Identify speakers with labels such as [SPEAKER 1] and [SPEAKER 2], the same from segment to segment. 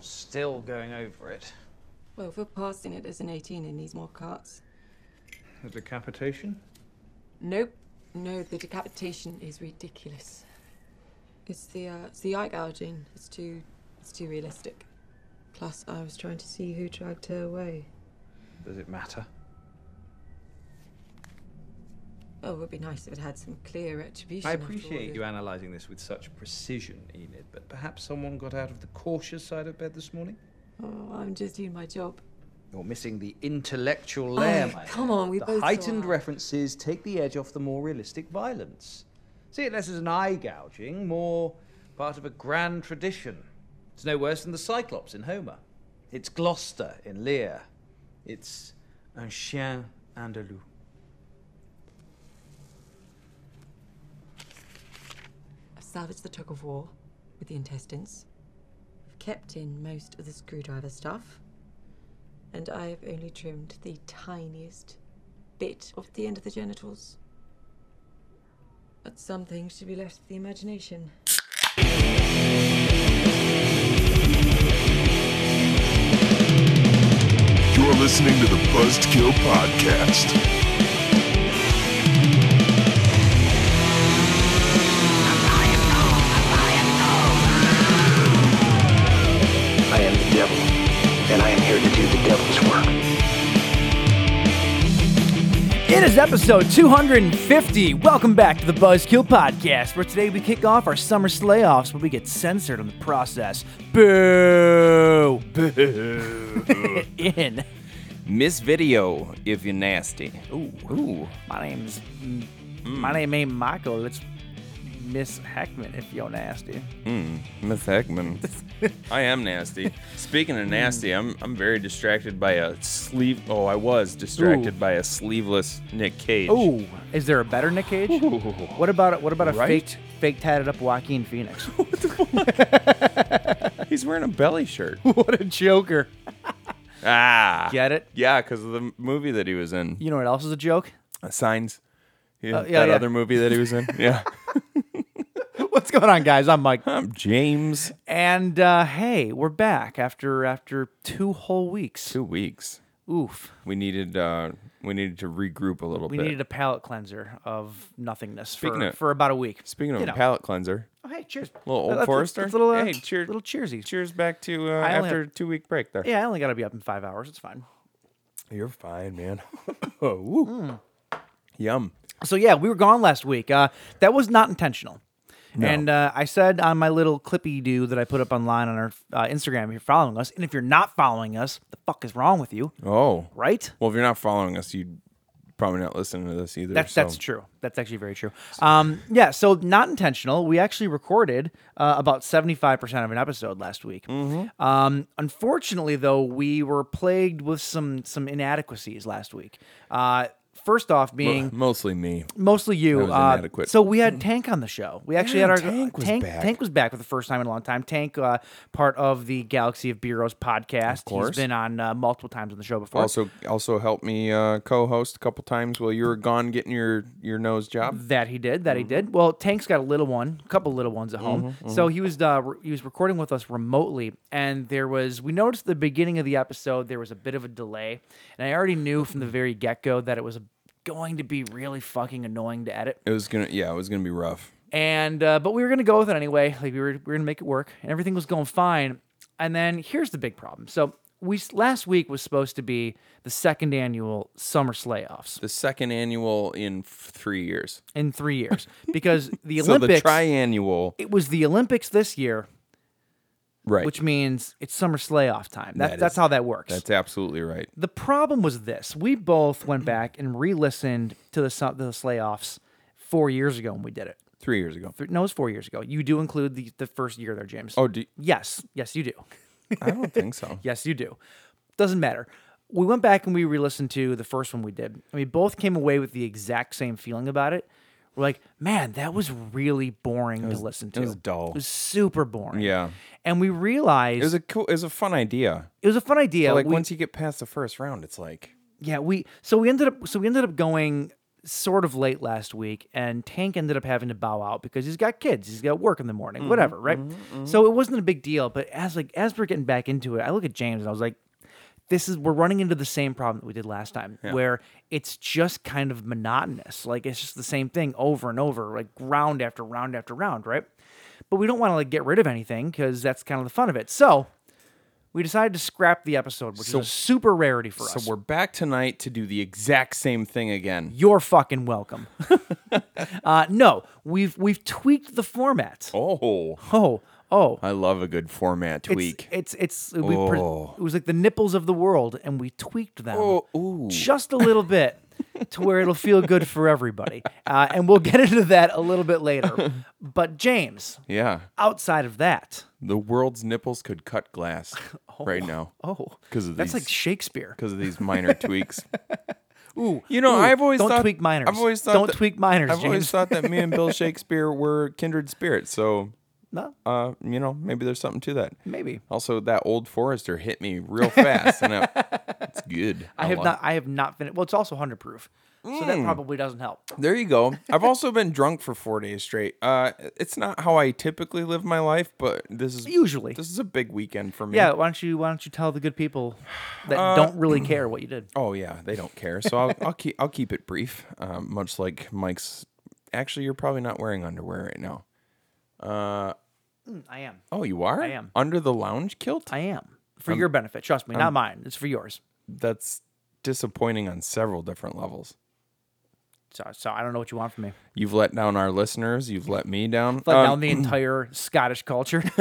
[SPEAKER 1] Still going over it.
[SPEAKER 2] Well, for passing it as an 18, it needs more carts.
[SPEAKER 3] The decapitation?
[SPEAKER 2] Nope. No, the decapitation is ridiculous. It's the uh, it's the eye gouging. It's too it's too realistic. Plus, I was trying to see who dragged her away.
[SPEAKER 3] Does it matter?
[SPEAKER 2] Oh, it would be nice if it had some clear retribution.
[SPEAKER 3] I
[SPEAKER 2] after all
[SPEAKER 3] appreciate
[SPEAKER 2] the-
[SPEAKER 3] you analysing this with such precision, Enid, but perhaps someone got out of the cautious side of bed this morning?
[SPEAKER 2] Oh, I'm just doing my job.
[SPEAKER 3] You're missing the intellectual layer.
[SPEAKER 2] Oh,
[SPEAKER 3] my
[SPEAKER 2] come
[SPEAKER 3] dear.
[SPEAKER 2] on, we
[SPEAKER 3] the
[SPEAKER 2] both saw
[SPEAKER 3] heightened
[SPEAKER 2] that.
[SPEAKER 3] references take the edge off the more realistic violence. See it less as an eye gouging, more part of a grand tradition. It's no worse than the Cyclops in Homer. It's Gloucester in Lear. It's un chien andalou.
[SPEAKER 2] I've salvaged the tug of war with the intestines. I've kept in most of the screwdriver stuff. And I've only trimmed the tiniest bit off the end of the genitals. But some things should be left to the imagination.
[SPEAKER 4] You're listening to the Buzzkill Podcast.
[SPEAKER 5] I am the devil, and I am here to do the devil's work.
[SPEAKER 6] It is episode 250. Welcome back to the Buzzkill Podcast, where today we kick off our summer slayoffs, but we get censored on the process. Boo! Boo! In.
[SPEAKER 7] Miss Video, if you're nasty.
[SPEAKER 6] Ooh. Mm.
[SPEAKER 7] Ooh.
[SPEAKER 6] My name's my name ain't Michael. It's Miss Heckman. If you're nasty.
[SPEAKER 7] Miss Heckman. I am nasty. Speaking of nasty, I'm I'm very distracted by a sleeve. Oh, I was distracted
[SPEAKER 6] Ooh.
[SPEAKER 7] by a sleeveless Nick Cage.
[SPEAKER 6] Ooh. Is there a better Nick Cage? What about what about a
[SPEAKER 7] Right?
[SPEAKER 6] faked fake tatted up Joaquin Phoenix?
[SPEAKER 7] he's wearing a belly shirt.
[SPEAKER 6] what a joker!
[SPEAKER 7] ah,
[SPEAKER 6] Get it?
[SPEAKER 7] yeah, because of the m- movie that he was in.
[SPEAKER 6] You know what else is a joke?
[SPEAKER 7] Uh, Signs. Yeah,
[SPEAKER 6] Oh, yeah,
[SPEAKER 7] that
[SPEAKER 6] yeah.
[SPEAKER 7] other movie that he was in. yeah,
[SPEAKER 6] What's going on, guys? I'm Mike.
[SPEAKER 7] I'm James.
[SPEAKER 6] And uh, hey, we're back after after two whole weeks.
[SPEAKER 7] Two weeks.
[SPEAKER 6] Oof.
[SPEAKER 7] We needed uh we needed to regroup a little
[SPEAKER 6] We
[SPEAKER 7] bit.
[SPEAKER 6] needed a palate cleanser of nothingness for,
[SPEAKER 7] Speaking of-
[SPEAKER 6] for about a week.
[SPEAKER 7] Speaking of
[SPEAKER 6] You
[SPEAKER 7] a
[SPEAKER 6] know.
[SPEAKER 7] palate cleanser,
[SPEAKER 6] Oh, hey, cheers.
[SPEAKER 7] Little Old
[SPEAKER 6] Let's- let's-
[SPEAKER 7] Forester?
[SPEAKER 6] let's little, uh,
[SPEAKER 7] Hey, cheer-
[SPEAKER 6] little cheersy.
[SPEAKER 7] cheers back to uh,
[SPEAKER 6] I only
[SPEAKER 7] after
[SPEAKER 6] have-
[SPEAKER 7] two week break there.
[SPEAKER 6] Yeah, I only got to be up in five hours. It's fine.
[SPEAKER 7] You're fine, man. oh, woo.
[SPEAKER 6] Hmm.
[SPEAKER 7] Yum.
[SPEAKER 6] So yeah, we were gone last week. Uh, that was not intentional. And uh, I said on my little clippy do that I put up online on our uh, Instagram, if you're following us, and if you're not following us, the fuck is wrong with you,
[SPEAKER 7] Oh.
[SPEAKER 6] right?
[SPEAKER 7] Well, if you're not following us, you probably not listening to this either.
[SPEAKER 6] That's
[SPEAKER 7] so-
[SPEAKER 6] that's true. That's actually very true. Um, yeah. So not intentional. We actually recorded uh, about seventy five percent of an episode last week.
[SPEAKER 7] Mm-hmm.
[SPEAKER 6] Um, unfortunately, though, we were plagued with some some inadequacies last week. Uh, first off, being
[SPEAKER 7] Mostly me.
[SPEAKER 6] mostly you.
[SPEAKER 7] That was
[SPEAKER 6] uh,
[SPEAKER 7] inadequate.
[SPEAKER 6] So we had Tank on the show. We actually
[SPEAKER 7] Yeah,
[SPEAKER 6] had our
[SPEAKER 7] Tank was
[SPEAKER 6] Tank,
[SPEAKER 7] back.
[SPEAKER 6] Tank was back for the first time in a long time. Tank, uh, part of the Galaxy of Bureaus podcast.
[SPEAKER 7] course.
[SPEAKER 6] He's been on uh, multiple times on the show before.
[SPEAKER 7] Also, also helped me uh, co-host a couple times while you were gone getting your your nose job.
[SPEAKER 6] That he did. That
[SPEAKER 7] Mm-hmm.
[SPEAKER 6] he did. Well, Tank's got a little one, a couple little ones at home. So
[SPEAKER 7] mm-hmm.
[SPEAKER 6] he was uh, re- he was recording with us remotely, and there was we noticed at the beginning of the episode there was a bit of a delay, and I already knew from the very get go that it was going to be really fucking annoying to edit.
[SPEAKER 7] It was gonna, yeah, it was gonna be rough.
[SPEAKER 6] And uh, but we were gonna go with it anyway. Like we were we were gonna make it work, and everything was going fine. And then here's the big problem. So we s- last week was supposed to be the second annual summer slayoffs
[SPEAKER 7] The second annual in f- three years.
[SPEAKER 6] in three years because the
[SPEAKER 7] So the
[SPEAKER 6] Olympics.
[SPEAKER 7] triannual,
[SPEAKER 6] it was the Olympics this year,
[SPEAKER 7] right?
[SPEAKER 6] which means it's summer slayoff time. That,
[SPEAKER 7] That
[SPEAKER 6] that's
[SPEAKER 7] is-
[SPEAKER 6] how that works.
[SPEAKER 7] that's absolutely right.
[SPEAKER 6] the problem was this: we both went back and re-listened to the su- the slayoffs four years ago when we did it.
[SPEAKER 7] Three years ago.
[SPEAKER 6] Th- No, it was four years ago. You do include the, the first year there, James.
[SPEAKER 7] Oh, do,
[SPEAKER 6] yes, yes, you do.
[SPEAKER 7] I don't think so.
[SPEAKER 6] Yes, you do. Doesn't matter. We went back and we re-listened to the first one we did. And we both came away with the exact same feeling about it. We're like, man, that was really boring to listen to.
[SPEAKER 7] was dull.
[SPEAKER 6] It was super boring.
[SPEAKER 7] Yeah.
[SPEAKER 6] And we realized
[SPEAKER 7] It was a cool, it was a fun idea.
[SPEAKER 6] fun idea.
[SPEAKER 7] like
[SPEAKER 6] We-
[SPEAKER 7] once you get past the first round, it's like
[SPEAKER 6] yeah, we so we ended up so we ended up going sort of late last week, and Tank ended up having to bow out because he's got kids, he's got work in the morning,
[SPEAKER 7] Mm-hmm,
[SPEAKER 6] whatever, right? So it wasn't a big deal. But as like as we're getting back into it, I look at James and I was like, this is we're running into the same problem that we did last time, where it's just kind of monotonous. Like it's just the same thing over and over, like round after round after round, right? But we don't want to like get rid of anything because that's kind of the fun of it. So we decided to scrap the episode, which
[SPEAKER 7] So-
[SPEAKER 6] is a super rarity for us.
[SPEAKER 7] So we're back tonight to do the exact same thing again.
[SPEAKER 6] You're fucking welcome. uh, no, we've we've tweaked the format.
[SPEAKER 7] Oh,
[SPEAKER 6] Oh, oh.
[SPEAKER 7] I love a good format
[SPEAKER 6] It's-
[SPEAKER 7] tweak.
[SPEAKER 6] It's it's, we pre-
[SPEAKER 7] Oh.
[SPEAKER 6] it was like the nipples of the world, and we tweaked them
[SPEAKER 7] Oh, ooh.
[SPEAKER 6] just a little bit to where it'll feel good for everybody. Uh, and we'll get into that a little bit later. But James,
[SPEAKER 7] yeah,
[SPEAKER 6] outside of that,
[SPEAKER 7] the world's nipples could cut glass right now.
[SPEAKER 6] oh,
[SPEAKER 7] 'Cause of
[SPEAKER 6] that's
[SPEAKER 7] these-
[SPEAKER 6] like Shakespeare.
[SPEAKER 7] because of these minor tweaks.
[SPEAKER 6] Ooh,
[SPEAKER 7] You know,
[SPEAKER 6] ooh,
[SPEAKER 7] I've always
[SPEAKER 6] don't
[SPEAKER 7] thought,
[SPEAKER 6] tweak minors.
[SPEAKER 7] I've always thought
[SPEAKER 6] don't
[SPEAKER 7] that-
[SPEAKER 6] tweak minors,
[SPEAKER 7] I've
[SPEAKER 6] James.
[SPEAKER 7] always thought that me and Bill Shakespeare were kindred spirits. So,
[SPEAKER 6] No.
[SPEAKER 7] uh, you know, maybe there's something to that.
[SPEAKER 6] Maybe.
[SPEAKER 7] Also, that old Forester hit me real fast, and I, it's good.
[SPEAKER 6] I have
[SPEAKER 7] love-
[SPEAKER 6] not. I have not finished. Well, it's also hundred proof, so
[SPEAKER 7] Mm.
[SPEAKER 6] that probably doesn't help.
[SPEAKER 7] There you go. I've also been drunk for four days straight. Uh, it's not how I typically live my life, but this is
[SPEAKER 6] Usually.
[SPEAKER 7] this is a big weekend for me.
[SPEAKER 6] Yeah. Why don't you Uh, Why don't you tell the good people that don't really care what you did?
[SPEAKER 7] Oh yeah, they don't care. So I'll, I'll keep I'll keep it brief. Um, much like Mike's. Actually, you're probably not wearing underwear right now. Uh,
[SPEAKER 6] I am.
[SPEAKER 7] Oh, you are. I
[SPEAKER 6] am.
[SPEAKER 7] under the lounge kilt.
[SPEAKER 6] I am for your benefit. Trust me, not mine. It's for yours.
[SPEAKER 7] That's disappointing on several different levels.
[SPEAKER 6] So, so I don't know what you want from me.
[SPEAKER 7] You've let down our listeners. You've let me down.
[SPEAKER 6] Let
[SPEAKER 7] Um,
[SPEAKER 6] down the entire Scottish culture.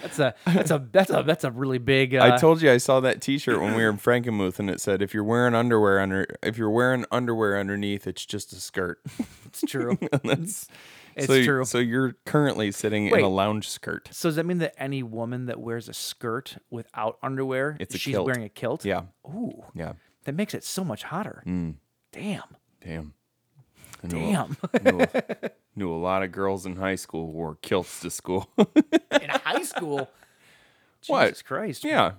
[SPEAKER 6] that's a that's a that's a that's a really big. Uh,
[SPEAKER 7] I told you I saw that T-shirt when we were in Frankenmuth, and it said, "If you're wearing underwear under, if you're wearing underwear underneath, it's just a skirt."
[SPEAKER 6] it's true.
[SPEAKER 7] That's
[SPEAKER 6] It's
[SPEAKER 7] so,
[SPEAKER 6] true.
[SPEAKER 7] So you're currently sitting
[SPEAKER 6] Wait.
[SPEAKER 7] in a lounge skirt.
[SPEAKER 6] So does that mean that any woman that wears a skirt without underwear,
[SPEAKER 7] It's a
[SPEAKER 6] she's
[SPEAKER 7] kilt.
[SPEAKER 6] wearing a kilt?
[SPEAKER 7] Yeah,
[SPEAKER 6] Ooh,
[SPEAKER 7] yeah.
[SPEAKER 6] that makes it so much hotter. Damn.
[SPEAKER 7] Damn. I knew a-
[SPEAKER 6] Damn.
[SPEAKER 7] I knew, a- knew a lot of girls in high school wore kilts to school.
[SPEAKER 6] in high school.
[SPEAKER 7] What?
[SPEAKER 6] Jesus Christ.
[SPEAKER 7] yeah.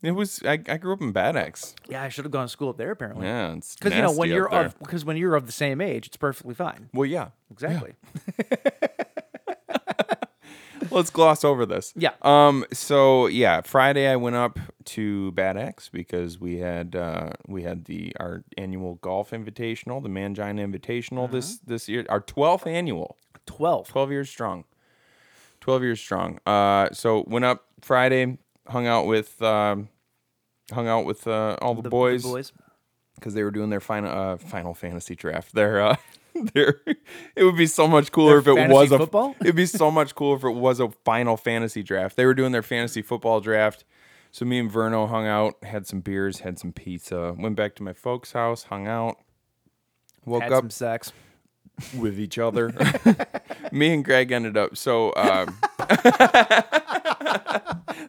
[SPEAKER 7] It was. I, I grew up in Bad Axe.
[SPEAKER 6] Yeah, I should have gone to school up there apparently.
[SPEAKER 7] Yeah, it's
[SPEAKER 6] Because you know when
[SPEAKER 7] nasty up
[SPEAKER 6] you're
[SPEAKER 7] there.
[SPEAKER 6] of because when you're of the same age, it's perfectly fine.
[SPEAKER 7] well, yeah.
[SPEAKER 6] Exactly.
[SPEAKER 7] Let's gloss over this.
[SPEAKER 6] Yeah.
[SPEAKER 7] Um. So yeah, Friday I went up to Bad Axe because we had uh we had the our annual golf invitational, the Mangina Invitational this this year, our twelfth annual.
[SPEAKER 6] Twelve.
[SPEAKER 7] 12 years strong 12 years strong uh so went up friday hung out with um hung out with uh, all the,
[SPEAKER 6] The- the
[SPEAKER 7] boys
[SPEAKER 6] boys.
[SPEAKER 7] because they were doing their final uh final fantasy draft their uh their it would be so much cooler
[SPEAKER 6] Their
[SPEAKER 7] if it was
[SPEAKER 6] fantasy
[SPEAKER 7] a
[SPEAKER 6] football?
[SPEAKER 7] it'd be so much cooler if it was a final fantasy draft they were doing their fantasy football draft so me and verno hung out had some beers had some pizza went back to my folks house hung out woke
[SPEAKER 6] Had
[SPEAKER 7] up
[SPEAKER 6] some sex.
[SPEAKER 7] with each other. Me and Greg ended up so. Um,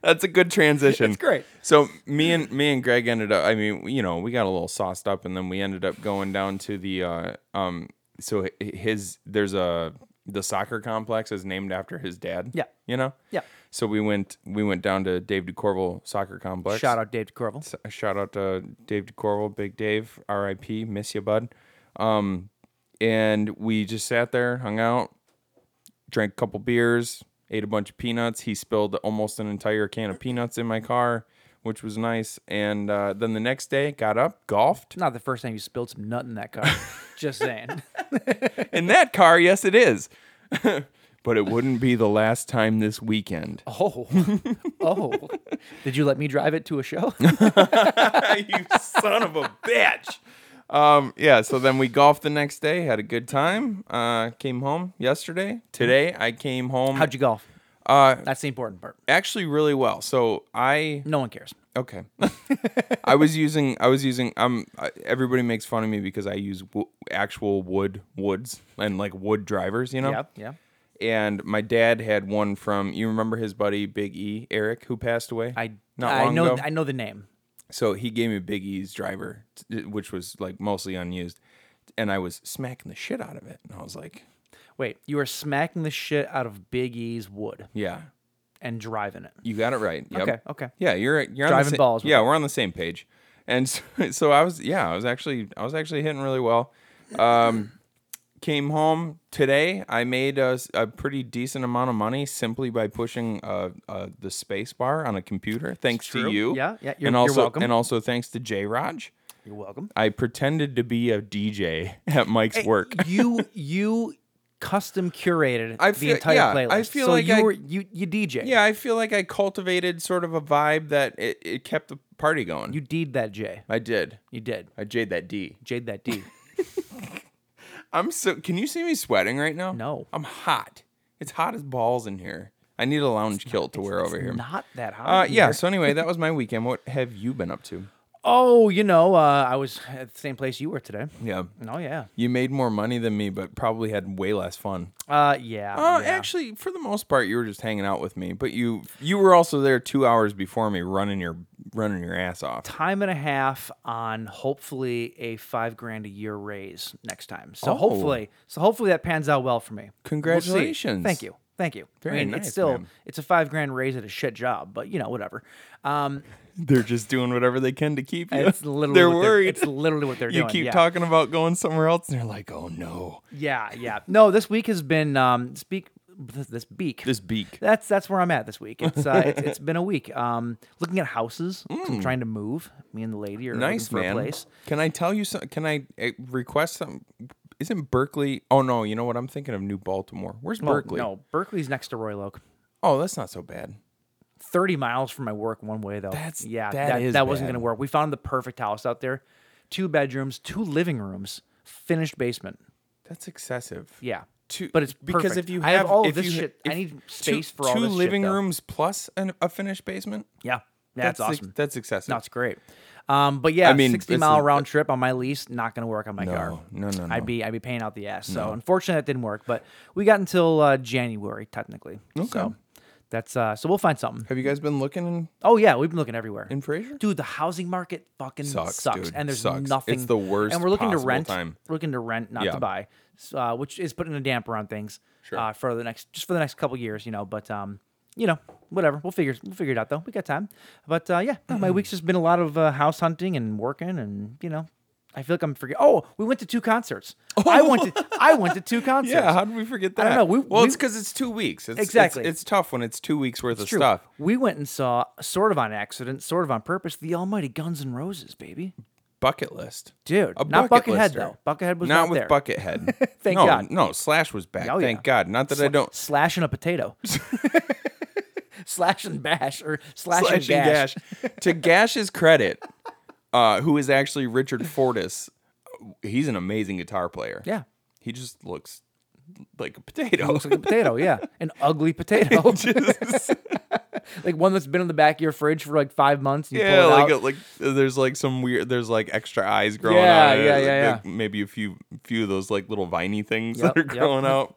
[SPEAKER 7] that's a good transition. It's
[SPEAKER 6] great.
[SPEAKER 7] So me and me and Greg ended up. I mean, you know, we got a little sauced up, and then we ended up going down to the. Uh, um, so hi- his there's a the soccer complex is named after his dad.
[SPEAKER 6] Yeah.
[SPEAKER 7] You know.
[SPEAKER 6] Yeah.
[SPEAKER 7] So we went we went down to Dave DeCorville Soccer Complex.
[SPEAKER 6] Shout out Dave DeCorval.
[SPEAKER 7] S- shout out to Dave DeCorville, Big Dave, R.I.P. Miss you, bud. Um, and we just sat there, hung out, drank a couple beers, ate a bunch of peanuts. He spilled almost an entire can of peanuts in my car, which was nice. And uh, then the next day, got up, golfed
[SPEAKER 6] Not the first time you spilled some nut in that car. Just saying.
[SPEAKER 7] in that car. Yes, it is. but it wouldn't be the last time this weekend.
[SPEAKER 6] Oh. Oh. Did you let me drive it to a show?
[SPEAKER 7] you son of a bitch. Um, yeah, so then we golfed the next day, had a good time. Uh, came home yesterday. Today I came home.
[SPEAKER 6] How'd you golf?
[SPEAKER 7] Uh,
[SPEAKER 6] That's the important part.
[SPEAKER 7] actually, really well. So I
[SPEAKER 6] No one cares.
[SPEAKER 7] okay. I was using I was using um. I- Everybody makes fun of me because I use wo- actual wood woods and like wood drivers, you know.
[SPEAKER 6] Yeah. Yeah.
[SPEAKER 7] And my dad had one from you remember his buddy Big E Eric who passed away.
[SPEAKER 6] I
[SPEAKER 7] not
[SPEAKER 6] I
[SPEAKER 7] long
[SPEAKER 6] know
[SPEAKER 7] ago?
[SPEAKER 6] I know the name.
[SPEAKER 7] So he gave me Big E's driver, t- which was like mostly unused, and I was smacking the shit out of it. And I was like,
[SPEAKER 6] Wait, you are smacking the shit out of Big E's wood
[SPEAKER 7] "Yeah,
[SPEAKER 6] and driving it.
[SPEAKER 7] you got it right." Yep.
[SPEAKER 6] Okay, okay.
[SPEAKER 7] Yeah, you're you're on the
[SPEAKER 6] Driving
[SPEAKER 7] sa-
[SPEAKER 6] balls with
[SPEAKER 7] Yeah, we're on the same page. and so, so I was yeah I was actually I was actually hitting really well. Um, came home today. I made a, s- a pretty decent amount of money simply by pushing uh, uh, the space bar on a computer. Thanks to
[SPEAKER 6] true.
[SPEAKER 7] you.
[SPEAKER 6] Yeah, yeah, you're-
[SPEAKER 7] and
[SPEAKER 6] you're
[SPEAKER 7] also
[SPEAKER 6] welcome.
[SPEAKER 7] and also thanks to J Raj.
[SPEAKER 6] You're welcome.
[SPEAKER 7] I pretended to be a DJ at Mike's work.
[SPEAKER 6] you you custom curated
[SPEAKER 7] I
[SPEAKER 6] the
[SPEAKER 7] feel-
[SPEAKER 6] entire
[SPEAKER 7] yeah,
[SPEAKER 6] playlist.
[SPEAKER 7] I feel
[SPEAKER 6] so
[SPEAKER 7] like
[SPEAKER 6] you
[SPEAKER 7] I-
[SPEAKER 6] were you you DJ.
[SPEAKER 7] Yeah, I feel like I cultivated sort of a vibe that it, it kept the party going.
[SPEAKER 6] you deed that J.
[SPEAKER 7] I did.
[SPEAKER 6] You did.
[SPEAKER 7] I jade that D.
[SPEAKER 6] Jade that D.
[SPEAKER 7] I'm so. Can you see me sweating right now?
[SPEAKER 6] No.
[SPEAKER 7] I'm hot. It's hot as balls in here. I need a lounge kilt to wear over
[SPEAKER 6] It's
[SPEAKER 7] here.
[SPEAKER 6] Not that high.
[SPEAKER 7] uh, yeah. So anyway, that was my weekend. What have you been up to?
[SPEAKER 6] Oh, you know, uh, I was at the same place you were today.
[SPEAKER 7] Yeah.
[SPEAKER 6] Oh yeah.
[SPEAKER 7] You made more money than me, but probably had way less fun.
[SPEAKER 6] Uh yeah.
[SPEAKER 7] Uh,
[SPEAKER 6] yeah.
[SPEAKER 7] Actually, for the most part, you were just hanging out with me, but you you were also there two hours before me, running your running your ass off.
[SPEAKER 6] time and a half on hopefully a five grand a year raise next time. So
[SPEAKER 7] Oh.
[SPEAKER 6] hopefully, so hopefully that pans out well for me. We'll see.
[SPEAKER 7] Congratulations.
[SPEAKER 6] Thank you. Thank you.
[SPEAKER 7] Very
[SPEAKER 6] I mean,
[SPEAKER 7] nice,
[SPEAKER 6] it's still
[SPEAKER 7] man.
[SPEAKER 6] it's a five grand raise at a shit job, but you know whatever. Um,
[SPEAKER 7] They're just doing whatever they can to keep you.
[SPEAKER 6] it's literally
[SPEAKER 7] they're
[SPEAKER 6] what
[SPEAKER 7] worried.
[SPEAKER 6] It's literally what they're
[SPEAKER 7] you
[SPEAKER 6] doing.
[SPEAKER 7] keep
[SPEAKER 6] yeah.
[SPEAKER 7] talking about going somewhere else, and they're like, "Oh no,
[SPEAKER 6] Yeah, yeah. No, this week has been um, speak this, this beak.
[SPEAKER 7] this beak."
[SPEAKER 6] That's that's where I'm at this week. It's uh, it's, it's been a week. Um, looking at houses. 'cause I'm trying to move. Me and the lady are looking
[SPEAKER 7] Hmm. nice
[SPEAKER 6] for
[SPEAKER 7] man.
[SPEAKER 6] a place.
[SPEAKER 7] Can I tell you some? Can I uh, request some? Isn't Berkeley? Oh no, you know what? I'm thinking of New Baltimore. Where's
[SPEAKER 6] Well,
[SPEAKER 7] Berkeley?
[SPEAKER 6] no, Berkeley's next to Royal Oak.
[SPEAKER 7] Oh, that's not so bad.
[SPEAKER 6] 30 miles from my work one way though.
[SPEAKER 7] That's-
[SPEAKER 6] yeah,
[SPEAKER 7] that
[SPEAKER 6] that,
[SPEAKER 7] is
[SPEAKER 6] that wasn't
[SPEAKER 7] bad.
[SPEAKER 6] gonna work. We found the perfect house out there. Two bedrooms, two living rooms, finished basement.
[SPEAKER 7] That's excessive.
[SPEAKER 6] Yeah.
[SPEAKER 7] Two,
[SPEAKER 6] but it's
[SPEAKER 7] because
[SPEAKER 6] perfect.
[SPEAKER 7] if you
[SPEAKER 6] I
[SPEAKER 7] have,
[SPEAKER 6] have all of
[SPEAKER 7] if
[SPEAKER 6] this
[SPEAKER 7] you ha-
[SPEAKER 6] shit. I
[SPEAKER 7] if
[SPEAKER 6] need
[SPEAKER 7] two-
[SPEAKER 6] space for
[SPEAKER 7] two
[SPEAKER 6] all this shit,
[SPEAKER 7] living
[SPEAKER 6] though.
[SPEAKER 7] rooms plus an, a finished basement.
[SPEAKER 6] Yeah. That's,
[SPEAKER 7] ex-
[SPEAKER 6] awesome.
[SPEAKER 7] that's excessive.
[SPEAKER 6] no, it's great. Um, but yeah,
[SPEAKER 7] I mean,
[SPEAKER 6] 60
[SPEAKER 7] it's
[SPEAKER 6] mile
[SPEAKER 7] a-
[SPEAKER 6] round trip on my lease, not going to work on my car.
[SPEAKER 7] no, no, no.
[SPEAKER 6] I'd be I'd be paying out the ass. So unfortunately, that didn't work. But we got until uh, January technically. So that's uh, so we'll find something.
[SPEAKER 7] have you guys been looking in,
[SPEAKER 6] Oh yeah, we've been looking everywhere.
[SPEAKER 7] in Fraser?
[SPEAKER 6] dude, the housing market fucking
[SPEAKER 7] Sucks,
[SPEAKER 6] sucks,
[SPEAKER 7] dude.
[SPEAKER 6] and there's
[SPEAKER 7] Sucks. It's
[SPEAKER 6] nothing.
[SPEAKER 7] the worst
[SPEAKER 6] And we're looking to
[SPEAKER 7] possible
[SPEAKER 6] rent,
[SPEAKER 7] time.
[SPEAKER 6] we're looking to rent, not
[SPEAKER 7] Yeah.
[SPEAKER 6] to buy, so, uh, which is putting a damper on things uh, for the next, just for the next couple years, you know. But um, you know, whatever. We'll figure, we'll figure it out though. We got time. But uh, yeah, no,
[SPEAKER 7] Mm.
[SPEAKER 6] my week's just been a lot of uh, house hunting and working, and you know. I feel like I'm forgetting. Oh, we went to two concerts. I went to I went to two concerts.
[SPEAKER 7] Yeah, how did we forget that?
[SPEAKER 6] I don't know. We-
[SPEAKER 7] well, it's
[SPEAKER 6] we-
[SPEAKER 7] because it's two weeks. It's, it's-
[SPEAKER 6] Exactly.
[SPEAKER 7] It's, tough when it's two weeks worth of
[SPEAKER 6] True.
[SPEAKER 7] stuff.
[SPEAKER 6] We went and saw, sort of on accident, sort of on purpose, the almighty Guns N' Roses, baby.
[SPEAKER 7] Bucket list,
[SPEAKER 6] Dude,
[SPEAKER 7] A
[SPEAKER 6] not
[SPEAKER 7] bucket
[SPEAKER 6] Buckethead,
[SPEAKER 7] lister.
[SPEAKER 6] though. Buckethead was
[SPEAKER 7] not
[SPEAKER 6] not
[SPEAKER 7] with
[SPEAKER 6] there.
[SPEAKER 7] Buckethead.
[SPEAKER 6] Thank
[SPEAKER 7] no,
[SPEAKER 6] God.
[SPEAKER 7] No, Slash was back.
[SPEAKER 6] Oh,
[SPEAKER 7] Thank
[SPEAKER 6] yeah.
[SPEAKER 7] God. Not that I
[SPEAKER 6] Sla-
[SPEAKER 7] don't
[SPEAKER 6] slashing a potato. slash and bash or slash,
[SPEAKER 7] slash
[SPEAKER 6] and gash.
[SPEAKER 7] to Gash's credit, uh, who is actually Richard Fortas, he's an amazing guitar player.
[SPEAKER 6] Yeah.
[SPEAKER 7] He just looks like a potato.
[SPEAKER 6] Looks like a potato, yeah. An ugly potato. like one that's been in the back of your fridge for like five months and you
[SPEAKER 7] yeah,
[SPEAKER 6] pull it
[SPEAKER 7] like
[SPEAKER 6] out.
[SPEAKER 7] a, like uh, there's like some weird there's like extra eyes growing
[SPEAKER 6] Yeah,
[SPEAKER 7] out. of it,
[SPEAKER 6] yeah,
[SPEAKER 7] like,
[SPEAKER 6] yeah,
[SPEAKER 7] like, Maybe a few few of those like little viney things
[SPEAKER 6] Yep,
[SPEAKER 7] that are
[SPEAKER 6] yep.
[SPEAKER 7] growing out.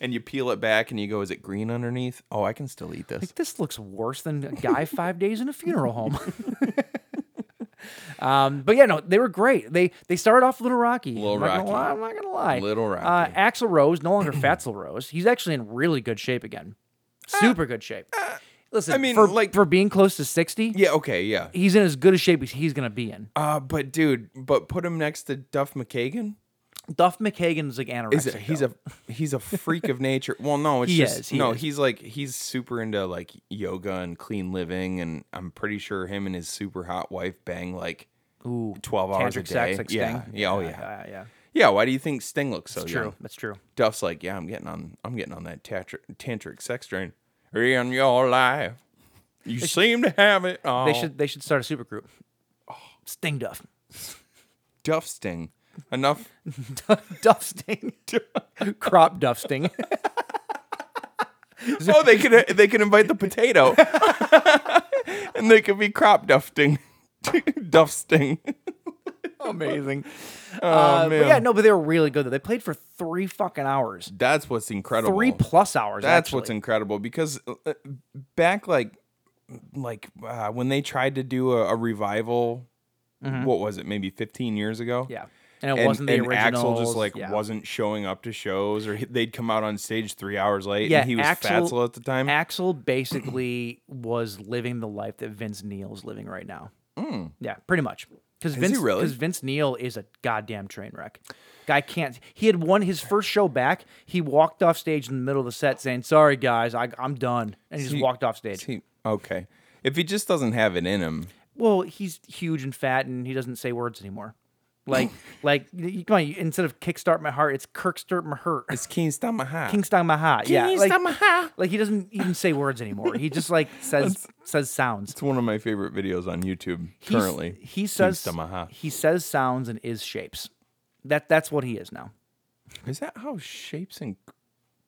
[SPEAKER 7] And you peel it back and you go, is it green underneath? Oh, I can still eat this.
[SPEAKER 6] Like, this looks worse than a guy five days in a funeral home. um, but yeah, no, they were great. They they started off a little rocky.
[SPEAKER 7] Little
[SPEAKER 6] I'm not
[SPEAKER 7] rocky.
[SPEAKER 6] Gonna lie, I'm not gonna lie.
[SPEAKER 7] Little
[SPEAKER 6] Uh,
[SPEAKER 7] rocky.
[SPEAKER 6] Axel Rose, no longer Fatzel Rose. He's actually in really good shape again. Super good shape. Listen,
[SPEAKER 7] Uh, I mean,
[SPEAKER 6] for,
[SPEAKER 7] like-
[SPEAKER 6] for being close to sixty,
[SPEAKER 7] Yeah, okay, yeah.
[SPEAKER 6] he's in as good a shape as he's gonna be in.
[SPEAKER 7] Uh, but dude, but put him next to Duff McKagan.
[SPEAKER 6] Duff McKagan's like anorexic.
[SPEAKER 7] Is it, he's
[SPEAKER 6] though.
[SPEAKER 7] a he's a freak of nature. Well, no, it's
[SPEAKER 6] He
[SPEAKER 7] just
[SPEAKER 6] is, he
[SPEAKER 7] no.
[SPEAKER 6] is.
[SPEAKER 7] He's like he's super into like yoga and clean living, and I'm pretty sure him and his super hot wife bang like
[SPEAKER 6] Ooh,
[SPEAKER 7] twelve hours a
[SPEAKER 6] tantric
[SPEAKER 7] day.
[SPEAKER 6] sex, like
[SPEAKER 7] yeah,
[SPEAKER 6] Sting.
[SPEAKER 7] yeah, oh yeah.
[SPEAKER 6] Uh, yeah,
[SPEAKER 7] Yeah, why do you think Sting looks so
[SPEAKER 6] it's
[SPEAKER 7] young?
[SPEAKER 6] true. That's true.
[SPEAKER 7] Duff's like, yeah, I'm getting on, I'm getting on that tantric, tantric sex train. In your life, you seem to have it all.
[SPEAKER 6] They should they should start a supergroup.
[SPEAKER 7] Oh.
[SPEAKER 6] Sting Duff.
[SPEAKER 7] Duff Sting. Enough.
[SPEAKER 6] Duff Sting. Crop Duff Sting.
[SPEAKER 7] oh, they could they could invite the potato, and they could be crop dufting, duff sting.
[SPEAKER 6] Amazing.
[SPEAKER 7] Oh
[SPEAKER 6] Uh, but
[SPEAKER 7] man,
[SPEAKER 6] yeah, no, but they were really good though. They played for three fucking hours.
[SPEAKER 7] that's what's incredible.
[SPEAKER 6] Three plus hours.
[SPEAKER 7] That's
[SPEAKER 6] actually.
[SPEAKER 7] what's incredible because uh, uh, back like like uh, when they tried to do a, a revival, what was it? Maybe 15 years ago.
[SPEAKER 6] Mm-hmm. Yeah. And it
[SPEAKER 7] and,
[SPEAKER 6] wasn't the
[SPEAKER 7] and
[SPEAKER 6] original.
[SPEAKER 7] Axel just like
[SPEAKER 6] yeah.
[SPEAKER 7] wasn't showing up to shows, or he, they'd come out on stage three hours late.
[SPEAKER 6] Yeah,
[SPEAKER 7] and he was
[SPEAKER 6] Axel-
[SPEAKER 7] Fatzel at the time.
[SPEAKER 6] Axel basically was living the life that Vince Neil's living right now. Yeah, pretty much. Because
[SPEAKER 7] Hmm. he
[SPEAKER 6] Vince,
[SPEAKER 7] really?
[SPEAKER 6] because Vince Neil is a goddamn train wreck. Guy can't. He had won his first show back. He walked off stage in the middle of the set saying, "Sorry guys, I, I'm done," and he just
[SPEAKER 7] He-
[SPEAKER 6] walked off stage.
[SPEAKER 7] He, okay. If he just doesn't have it in him,
[SPEAKER 6] well, he's huge and fat, and he doesn't say words anymore. Like, like you- you, come on, you- instead of kickstart my heart, it's kirkstart my heart.
[SPEAKER 7] it's King's Tamaha.
[SPEAKER 6] Kingston Maha. Yeah,
[SPEAKER 7] King's
[SPEAKER 6] like,
[SPEAKER 7] Tamaha.
[SPEAKER 6] like he doesn't even say words anymore. He just like says says sounds.
[SPEAKER 7] It's one of my favorite videos on YouTube
[SPEAKER 6] He's-
[SPEAKER 7] currently.
[SPEAKER 6] he
[SPEAKER 7] King's
[SPEAKER 6] says
[SPEAKER 7] Tamaha.
[SPEAKER 6] he says sounds and is shapes. That that's what he is now.
[SPEAKER 7] Is that how shapes and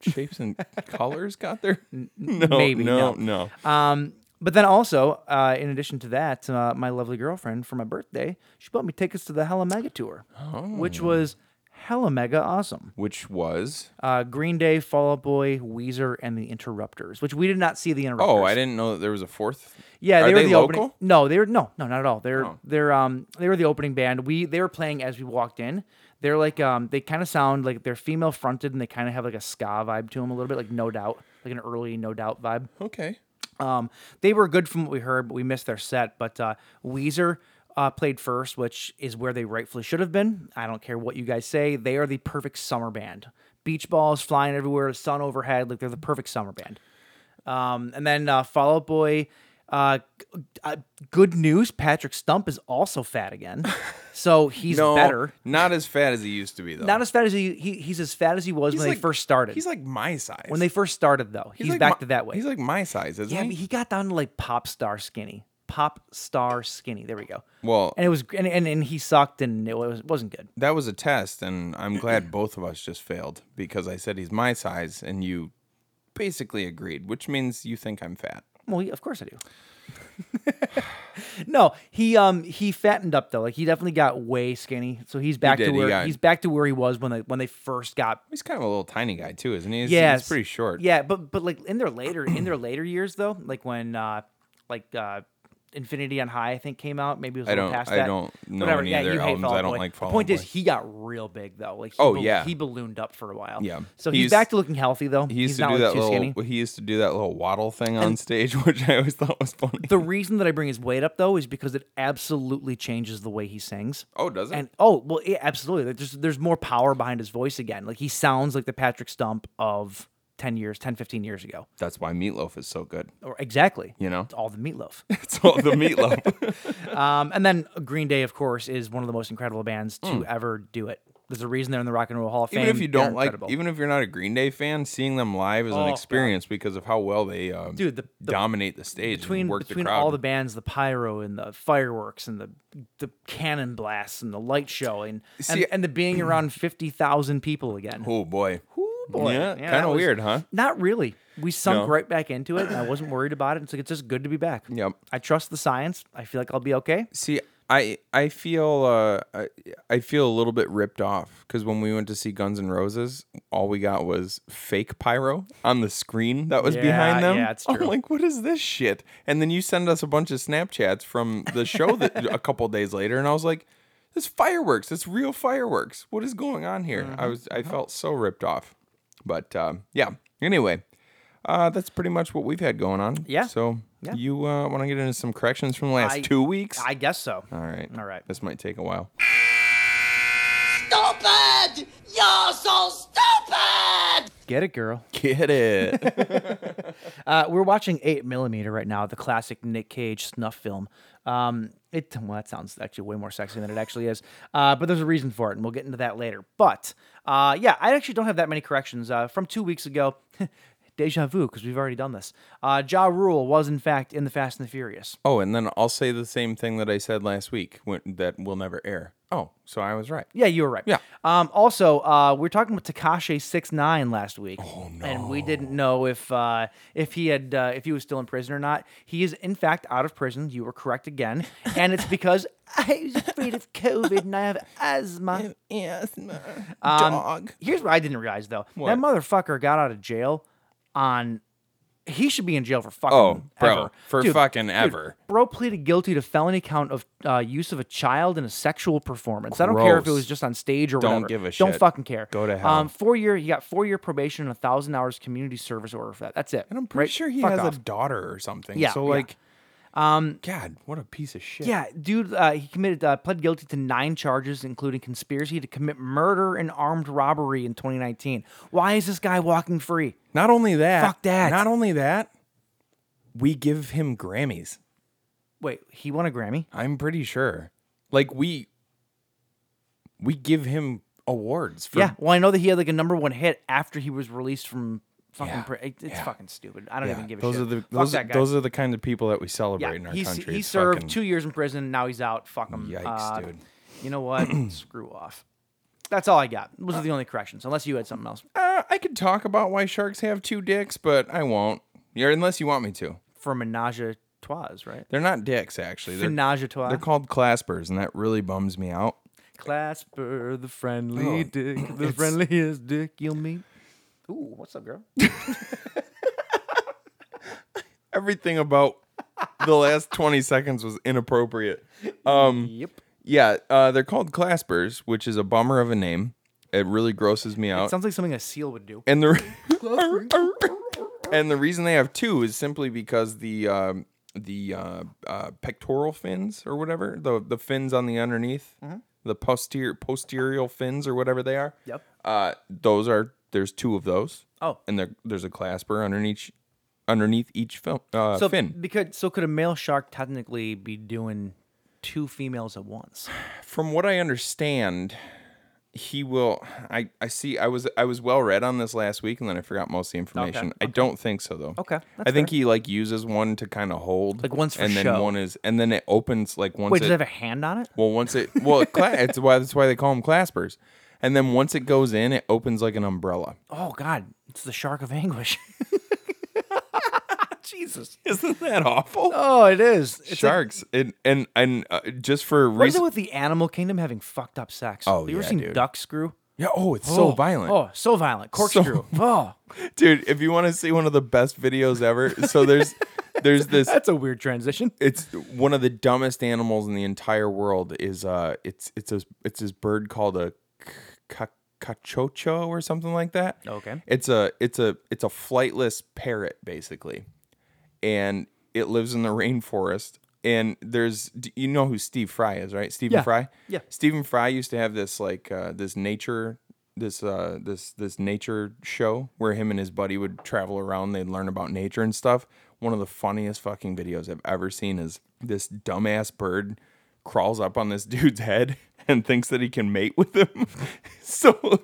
[SPEAKER 7] shapes and colors got there? No,
[SPEAKER 6] maybe,
[SPEAKER 7] no,
[SPEAKER 6] no.
[SPEAKER 7] no.
[SPEAKER 6] Um, But then also, uh, in addition to that, uh, my lovely girlfriend for my birthday, she bought me tickets to the Hella Mega tour, which
[SPEAKER 7] Oh.
[SPEAKER 6] was hella mega awesome.
[SPEAKER 7] Which was?
[SPEAKER 6] Uh, Green Day, Fall Out Boy, Weezer, and the Interrupters, which we did not see the Interrupters.
[SPEAKER 7] Oh, I didn't know that there was a fourth.
[SPEAKER 6] Yeah,
[SPEAKER 7] Are
[SPEAKER 6] they were
[SPEAKER 7] they
[SPEAKER 6] the
[SPEAKER 7] local?
[SPEAKER 6] opening. No, they were no, no, not at all. They're
[SPEAKER 7] Oh.
[SPEAKER 6] they're um they were the opening band. We they were playing as we walked in. They're like um they kind of sound like they're female fronted and they kind of have like a ska vibe to them a little bit, like No Doubt, like an early No Doubt vibe.
[SPEAKER 7] Okay.
[SPEAKER 6] Um, they were good from what we heard, but we missed their set. But uh, Weezer uh, played first, which is where they rightfully should have been. I don't care what you guys say; they are the perfect summer band. Beach balls flying everywhere, sun overhead, like they're the perfect summer band. Um, and then uh, Fall Out Boy. Uh, g- uh, good news: Patrick Stump is also fat again, so he's
[SPEAKER 7] no,
[SPEAKER 6] better.
[SPEAKER 7] Not as fat as he used to be though.
[SPEAKER 6] Not as fat as he, he he's as fat as he was when they first started.
[SPEAKER 7] He's like my size.
[SPEAKER 6] when they first started, though, he's,
[SPEAKER 7] like
[SPEAKER 6] back
[SPEAKER 7] my-
[SPEAKER 6] to that way.
[SPEAKER 7] He's like my size, isn't
[SPEAKER 6] Yeah, but
[SPEAKER 7] he?
[SPEAKER 6] he got down to like pop star skinny. Pop star skinny. There we go.
[SPEAKER 7] Well-
[SPEAKER 6] and it was and and, and he sucked and it was wasn't good.
[SPEAKER 7] That was a test, and I'm glad both of us just failed because I said he's my size, and you basically agreed, which means you think I'm fat.
[SPEAKER 6] Well, yeah, of course I do. no, he um he fattened up though. Like he definitely got way skinny. So he's back
[SPEAKER 7] did,
[SPEAKER 6] to
[SPEAKER 7] he
[SPEAKER 6] where
[SPEAKER 7] got-
[SPEAKER 6] he's back to where he was when they when they first got
[SPEAKER 7] He's kind of a little tiny guy too, isn't he? He's,
[SPEAKER 6] Yeah,
[SPEAKER 7] he's pretty short.
[SPEAKER 6] Yeah, but but like in their later in their later years though, like when uh like uh Infinity on High I think came out. Maybe it was a
[SPEAKER 7] I
[SPEAKER 6] little
[SPEAKER 7] don't-
[SPEAKER 6] past
[SPEAKER 7] I
[SPEAKER 6] that.
[SPEAKER 7] don't know
[SPEAKER 6] Whatever.
[SPEAKER 7] any
[SPEAKER 6] yeah,
[SPEAKER 7] of their
[SPEAKER 6] you hate
[SPEAKER 7] albums.
[SPEAKER 6] Fall
[SPEAKER 7] I
[SPEAKER 6] Out
[SPEAKER 7] don't
[SPEAKER 6] Boy.
[SPEAKER 7] like Fall
[SPEAKER 6] The
[SPEAKER 7] Out
[SPEAKER 6] point is
[SPEAKER 7] Boy.
[SPEAKER 6] he got real big though. Like he
[SPEAKER 7] Oh,
[SPEAKER 6] bal-
[SPEAKER 7] yeah.
[SPEAKER 6] he ballooned up for a while.
[SPEAKER 7] Yeah.
[SPEAKER 6] So
[SPEAKER 7] He
[SPEAKER 6] he's,
[SPEAKER 7] used-
[SPEAKER 6] back to looking healthy though.
[SPEAKER 7] He used
[SPEAKER 6] he's
[SPEAKER 7] to
[SPEAKER 6] not
[SPEAKER 7] do
[SPEAKER 6] like
[SPEAKER 7] that
[SPEAKER 6] too
[SPEAKER 7] little.
[SPEAKER 6] skinny.
[SPEAKER 7] He used to do that little waddle thing on stage, which I always thought was funny.
[SPEAKER 6] The reason that I bring his weight up though is because it absolutely changes the way he sings.
[SPEAKER 7] Oh, does it?
[SPEAKER 6] And oh, well, yeah, absolutely. There's there's more power behind his voice again. Like he sounds like the Patrick Stump of 10 years, 10 15 years ago.
[SPEAKER 7] That's why meatloaf is so good.
[SPEAKER 6] Or exactly.
[SPEAKER 7] You know?
[SPEAKER 6] It's all the meatloaf.
[SPEAKER 7] It's all the meatloaf.
[SPEAKER 6] Um, and then Green Day, of course, is one of the most incredible bands to ever do it. There's a reason they're in the Rock and Roll Hall of Fame.
[SPEAKER 7] Hmm. even if you
[SPEAKER 6] They're
[SPEAKER 7] don't like,
[SPEAKER 6] incredible.
[SPEAKER 7] even if you're not a Green Day fan, seeing them live is
[SPEAKER 6] Oh,
[SPEAKER 7] an
[SPEAKER 6] God.
[SPEAKER 7] experience because of how well they uh,
[SPEAKER 6] Dude, the- the-
[SPEAKER 7] dominate the stage
[SPEAKER 6] between
[SPEAKER 7] and work
[SPEAKER 6] between
[SPEAKER 7] the crowd.
[SPEAKER 6] all the bands, the pyro and the fireworks and the the cannon blasts and the light show and and,
[SPEAKER 7] See-
[SPEAKER 6] and the being around fifty thousand people again.
[SPEAKER 7] oh boy,
[SPEAKER 6] Ooh, boy.
[SPEAKER 7] yeah,
[SPEAKER 6] that
[SPEAKER 7] kind of
[SPEAKER 6] was-
[SPEAKER 7] weird, huh?
[SPEAKER 6] Not really. We
[SPEAKER 7] No.
[SPEAKER 6] sunk right back into it. And I wasn't worried about it. It's like it's just good to be back.
[SPEAKER 7] Yep.
[SPEAKER 6] I trust the science. I feel like I'll be okay.
[SPEAKER 7] See, I I feel uh, I, I feel a little bit ripped off because when we went to see Guns N' Roses, all we got was fake pyro on the screen that was
[SPEAKER 6] Yeah,
[SPEAKER 7] behind them.
[SPEAKER 6] yeah, it's
[SPEAKER 7] I'm
[SPEAKER 6] true.
[SPEAKER 7] like, what is this shit? And then you send us a bunch of Snapchats from the show that a couple days later, and I was like, "It's fireworks. It's real fireworks. What is going on here?"
[SPEAKER 6] Mm-hmm,
[SPEAKER 7] I was I felt so ripped off, but um, yeah. Anyway. Uh, that's pretty much what we've had going on.
[SPEAKER 6] Yeah.
[SPEAKER 7] So
[SPEAKER 6] Yeah.
[SPEAKER 7] you uh, want to get into some corrections from the last
[SPEAKER 6] I-
[SPEAKER 7] two weeks?
[SPEAKER 6] I guess so.
[SPEAKER 7] All right.
[SPEAKER 6] All right.
[SPEAKER 7] This might take a while.
[SPEAKER 8] Stupid! You're so stupid!
[SPEAKER 6] Get it, girl.
[SPEAKER 7] Get it.
[SPEAKER 6] Uh, we're watching Eight Millimeter right now, the classic Nick Cage snuff film. Um, it well, that sounds actually way more sexy than it actually is. Uh, but there's a reason for it, and we'll get into that later. But uh, yeah, I actually don't have that many corrections uh, from two weeks ago. Deja vu, because we've already done this. Uh, ja Rule was in fact in the Fast and the Furious.
[SPEAKER 7] oh, and then I'll say the same thing that I said last week when, that will never air. Oh, so I was right.
[SPEAKER 6] Yeah, you were right.
[SPEAKER 7] Yeah.
[SPEAKER 6] Um, also, uh, we were talking about Takashi six nine last week, oh, no. and we didn't know if uh, if he had uh, if he was still in prison or not. He is in fact out of prison. You were correct again, and it's because I was afraid of COVID and I have asthma.
[SPEAKER 7] Yes,
[SPEAKER 6] Um,
[SPEAKER 7] dog.
[SPEAKER 6] Here's what I didn't realize though: that motherfucker got out of jail on. He should be in jail for fucking.
[SPEAKER 7] Oh, bro,
[SPEAKER 6] ever.
[SPEAKER 7] for
[SPEAKER 6] Dude,
[SPEAKER 7] fucking
[SPEAKER 6] dude,
[SPEAKER 7] ever.
[SPEAKER 6] Bro pleaded guilty to felony count of uh, use of a child in a sexual performance. I don't care if it
[SPEAKER 7] Gross.
[SPEAKER 6] was just on stage or
[SPEAKER 7] Don't
[SPEAKER 6] whatever.
[SPEAKER 7] give a
[SPEAKER 6] Don't
[SPEAKER 7] shit.
[SPEAKER 6] fucking care.
[SPEAKER 7] Go to hell.
[SPEAKER 6] Um, four year. He got four year probation and a thousand hours community service order for that. That's it.
[SPEAKER 7] And I'm pretty
[SPEAKER 6] Right?
[SPEAKER 7] sure he
[SPEAKER 6] Fuck
[SPEAKER 7] has
[SPEAKER 6] off.
[SPEAKER 7] a daughter or something.
[SPEAKER 6] Yeah,
[SPEAKER 7] So
[SPEAKER 6] yeah.
[SPEAKER 7] like, God, what a piece of shit.
[SPEAKER 6] Yeah, dude, uh, he committed uh, pled guilty to nine charges, including conspiracy to commit murder and armed robbery in 2019. Why is this guy walking free?
[SPEAKER 7] Not only that.
[SPEAKER 6] Fuck that.
[SPEAKER 7] Not only that. We give him Grammys.
[SPEAKER 6] Wait, he won a Grammy?
[SPEAKER 7] I'm pretty sure. Like we. We give him awards for
[SPEAKER 6] yeah. Well, I know that he had like a number one hit after he was released from fucking.
[SPEAKER 7] Yeah,
[SPEAKER 6] pri- it- it's
[SPEAKER 7] yeah.
[SPEAKER 6] fucking stupid. I don't
[SPEAKER 7] Yeah,
[SPEAKER 6] even give a
[SPEAKER 7] those
[SPEAKER 6] shit.
[SPEAKER 7] Are the,
[SPEAKER 6] Fuck
[SPEAKER 7] those,
[SPEAKER 6] that guy.
[SPEAKER 7] those are the kind of people that we celebrate
[SPEAKER 6] yeah,
[SPEAKER 7] in our
[SPEAKER 6] he's-
[SPEAKER 7] country.
[SPEAKER 6] he
[SPEAKER 7] It's
[SPEAKER 6] served
[SPEAKER 7] fucking-
[SPEAKER 6] two years in prison. Now he's out. Fuck him.
[SPEAKER 7] Yikes,
[SPEAKER 6] Uh,
[SPEAKER 7] dude.
[SPEAKER 6] You know what? Screw off. That's all I got. Those are the only corrections, unless you had something else.
[SPEAKER 7] Uh, I could talk about why sharks have two dicks, but I won't. Yeah, unless you want me to.
[SPEAKER 6] For menage a trois, right?
[SPEAKER 7] They're not dicks, actually. They're,
[SPEAKER 6] Menage a trois.
[SPEAKER 7] they're called claspers, and that really bums me out.
[SPEAKER 6] Clasper, the friendly
[SPEAKER 7] Oh,
[SPEAKER 6] dick, the
[SPEAKER 7] it's-
[SPEAKER 6] friendliest dick you'll meet. Ooh, what's up, girl?
[SPEAKER 7] Everything about the last 20 seconds was inappropriate. Um,
[SPEAKER 6] Yep.
[SPEAKER 7] yeah, uh, they're called claspers, which is a bummer of a name. It really grosses me out.
[SPEAKER 6] Sounds like something a seal would do.
[SPEAKER 7] And the and the reason they have two is simply because the um, the uh, uh, pectoral fins or whatever the the fins on the underneath
[SPEAKER 6] Mm-hmm.
[SPEAKER 7] the posterior posterior fins or whatever they are.
[SPEAKER 6] Yep.
[SPEAKER 7] Uh, those are there's two of those.
[SPEAKER 6] Oh.
[SPEAKER 7] and there, there's a clasper underneath underneath each film uh,
[SPEAKER 6] So
[SPEAKER 7] fin.
[SPEAKER 6] because so could a male shark technically be doing two females at once?
[SPEAKER 7] From what I understand. He will. I, I see. I was I was well read on this last week, and then I forgot most of the information. I don't think so though.
[SPEAKER 6] Okay,
[SPEAKER 7] I
[SPEAKER 6] that's
[SPEAKER 7] think
[SPEAKER 6] fair.
[SPEAKER 7] he like uses one to kind of hold,
[SPEAKER 6] Like, one's for
[SPEAKER 7] and then
[SPEAKER 6] show.
[SPEAKER 7] one is, and then it opens like once.
[SPEAKER 6] Wait,
[SPEAKER 7] it,
[SPEAKER 6] does it have a hand on it?
[SPEAKER 7] well, once it well, it cla- it's why that's why they call them claspers. And then once it goes in, it opens like an umbrella.
[SPEAKER 6] Oh God, it's the shark of anguish. Jesus.
[SPEAKER 7] Isn't that awful?
[SPEAKER 6] Oh, it is. It's like-
[SPEAKER 7] Sharks and and and uh, just for
[SPEAKER 6] what is it
[SPEAKER 7] reason.
[SPEAKER 6] with the animal kingdom having fucked up sex?
[SPEAKER 7] Oh,
[SPEAKER 6] Have you ever
[SPEAKER 7] yeah,
[SPEAKER 6] seen
[SPEAKER 7] dude.
[SPEAKER 6] duck screw?
[SPEAKER 7] Yeah. Oh, it's so
[SPEAKER 6] Oh,
[SPEAKER 7] violent.
[SPEAKER 6] Oh, so violent. Corkscrew. Oh,
[SPEAKER 7] dude! If you want to see one of the best videos ever, so there's there's this
[SPEAKER 6] that's a weird transition.
[SPEAKER 7] it's one of the dumbest animals in the entire world is uh it's it's a it's this bird called a c- cachocho or something like that
[SPEAKER 6] Okay.
[SPEAKER 7] it's a it's a it's a flightless parrot basically and it lives in the rainforest and there's d- you know who steve fry is right stephen
[SPEAKER 6] Yeah.
[SPEAKER 7] fry
[SPEAKER 6] Yeah.
[SPEAKER 7] stephen fry used to have this like uh this nature this uh this this nature show where him and his buddy would travel around they'd learn about nature and stuff one of the funniest fucking videos i've ever seen is this dumbass bird crawls up on this dude's head and thinks that he can mate with him so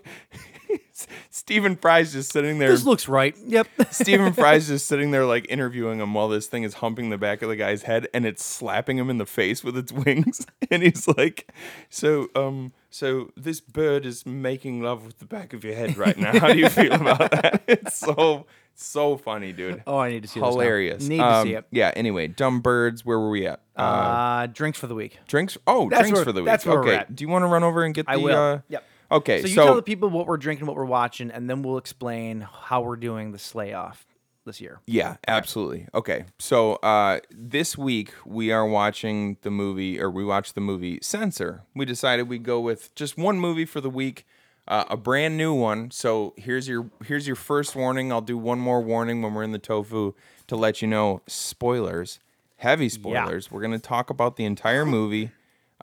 [SPEAKER 7] stephen fry's just sitting there
[SPEAKER 6] This looks right. Yep.
[SPEAKER 7] Stephen Fry's just sitting there like interviewing him while this thing is humping the back of the guy's head and it's slapping him in the face with its wings. And he's like, So, um, so this bird is making love with the back of your head right now. How do you feel about that? It's so so funny, dude.
[SPEAKER 6] Oh, I need to see this now.
[SPEAKER 7] Hilarious.
[SPEAKER 6] Need to see
[SPEAKER 7] Um,
[SPEAKER 6] it.
[SPEAKER 7] Yeah, anyway, dumb birds, where were we at? Uh,
[SPEAKER 6] Uh, drinks for the week.
[SPEAKER 7] drinks oh,
[SPEAKER 6] that's
[SPEAKER 7] drinks
[SPEAKER 6] where-
[SPEAKER 7] for the week.
[SPEAKER 6] that's where we're
[SPEAKER 7] okay.
[SPEAKER 6] at.
[SPEAKER 7] Do you want to run over and get the
[SPEAKER 6] I will.
[SPEAKER 7] uh
[SPEAKER 6] yep.
[SPEAKER 7] Okay, so,
[SPEAKER 6] So you tell the people what we're drinking, what we're watching, and then we'll explain how we're doing the sleigh off this year.
[SPEAKER 7] Yeah, absolutely. Okay. So uh, this week we are watching the movie, or we watched the movie Censor. We decided we'd go with just one movie for the week, uh, a brand new one. So here's your here's your first warning. I'll do one more warning when we're in the tofu to let you know spoilers, heavy spoilers. We're gonna talk about the entire movie.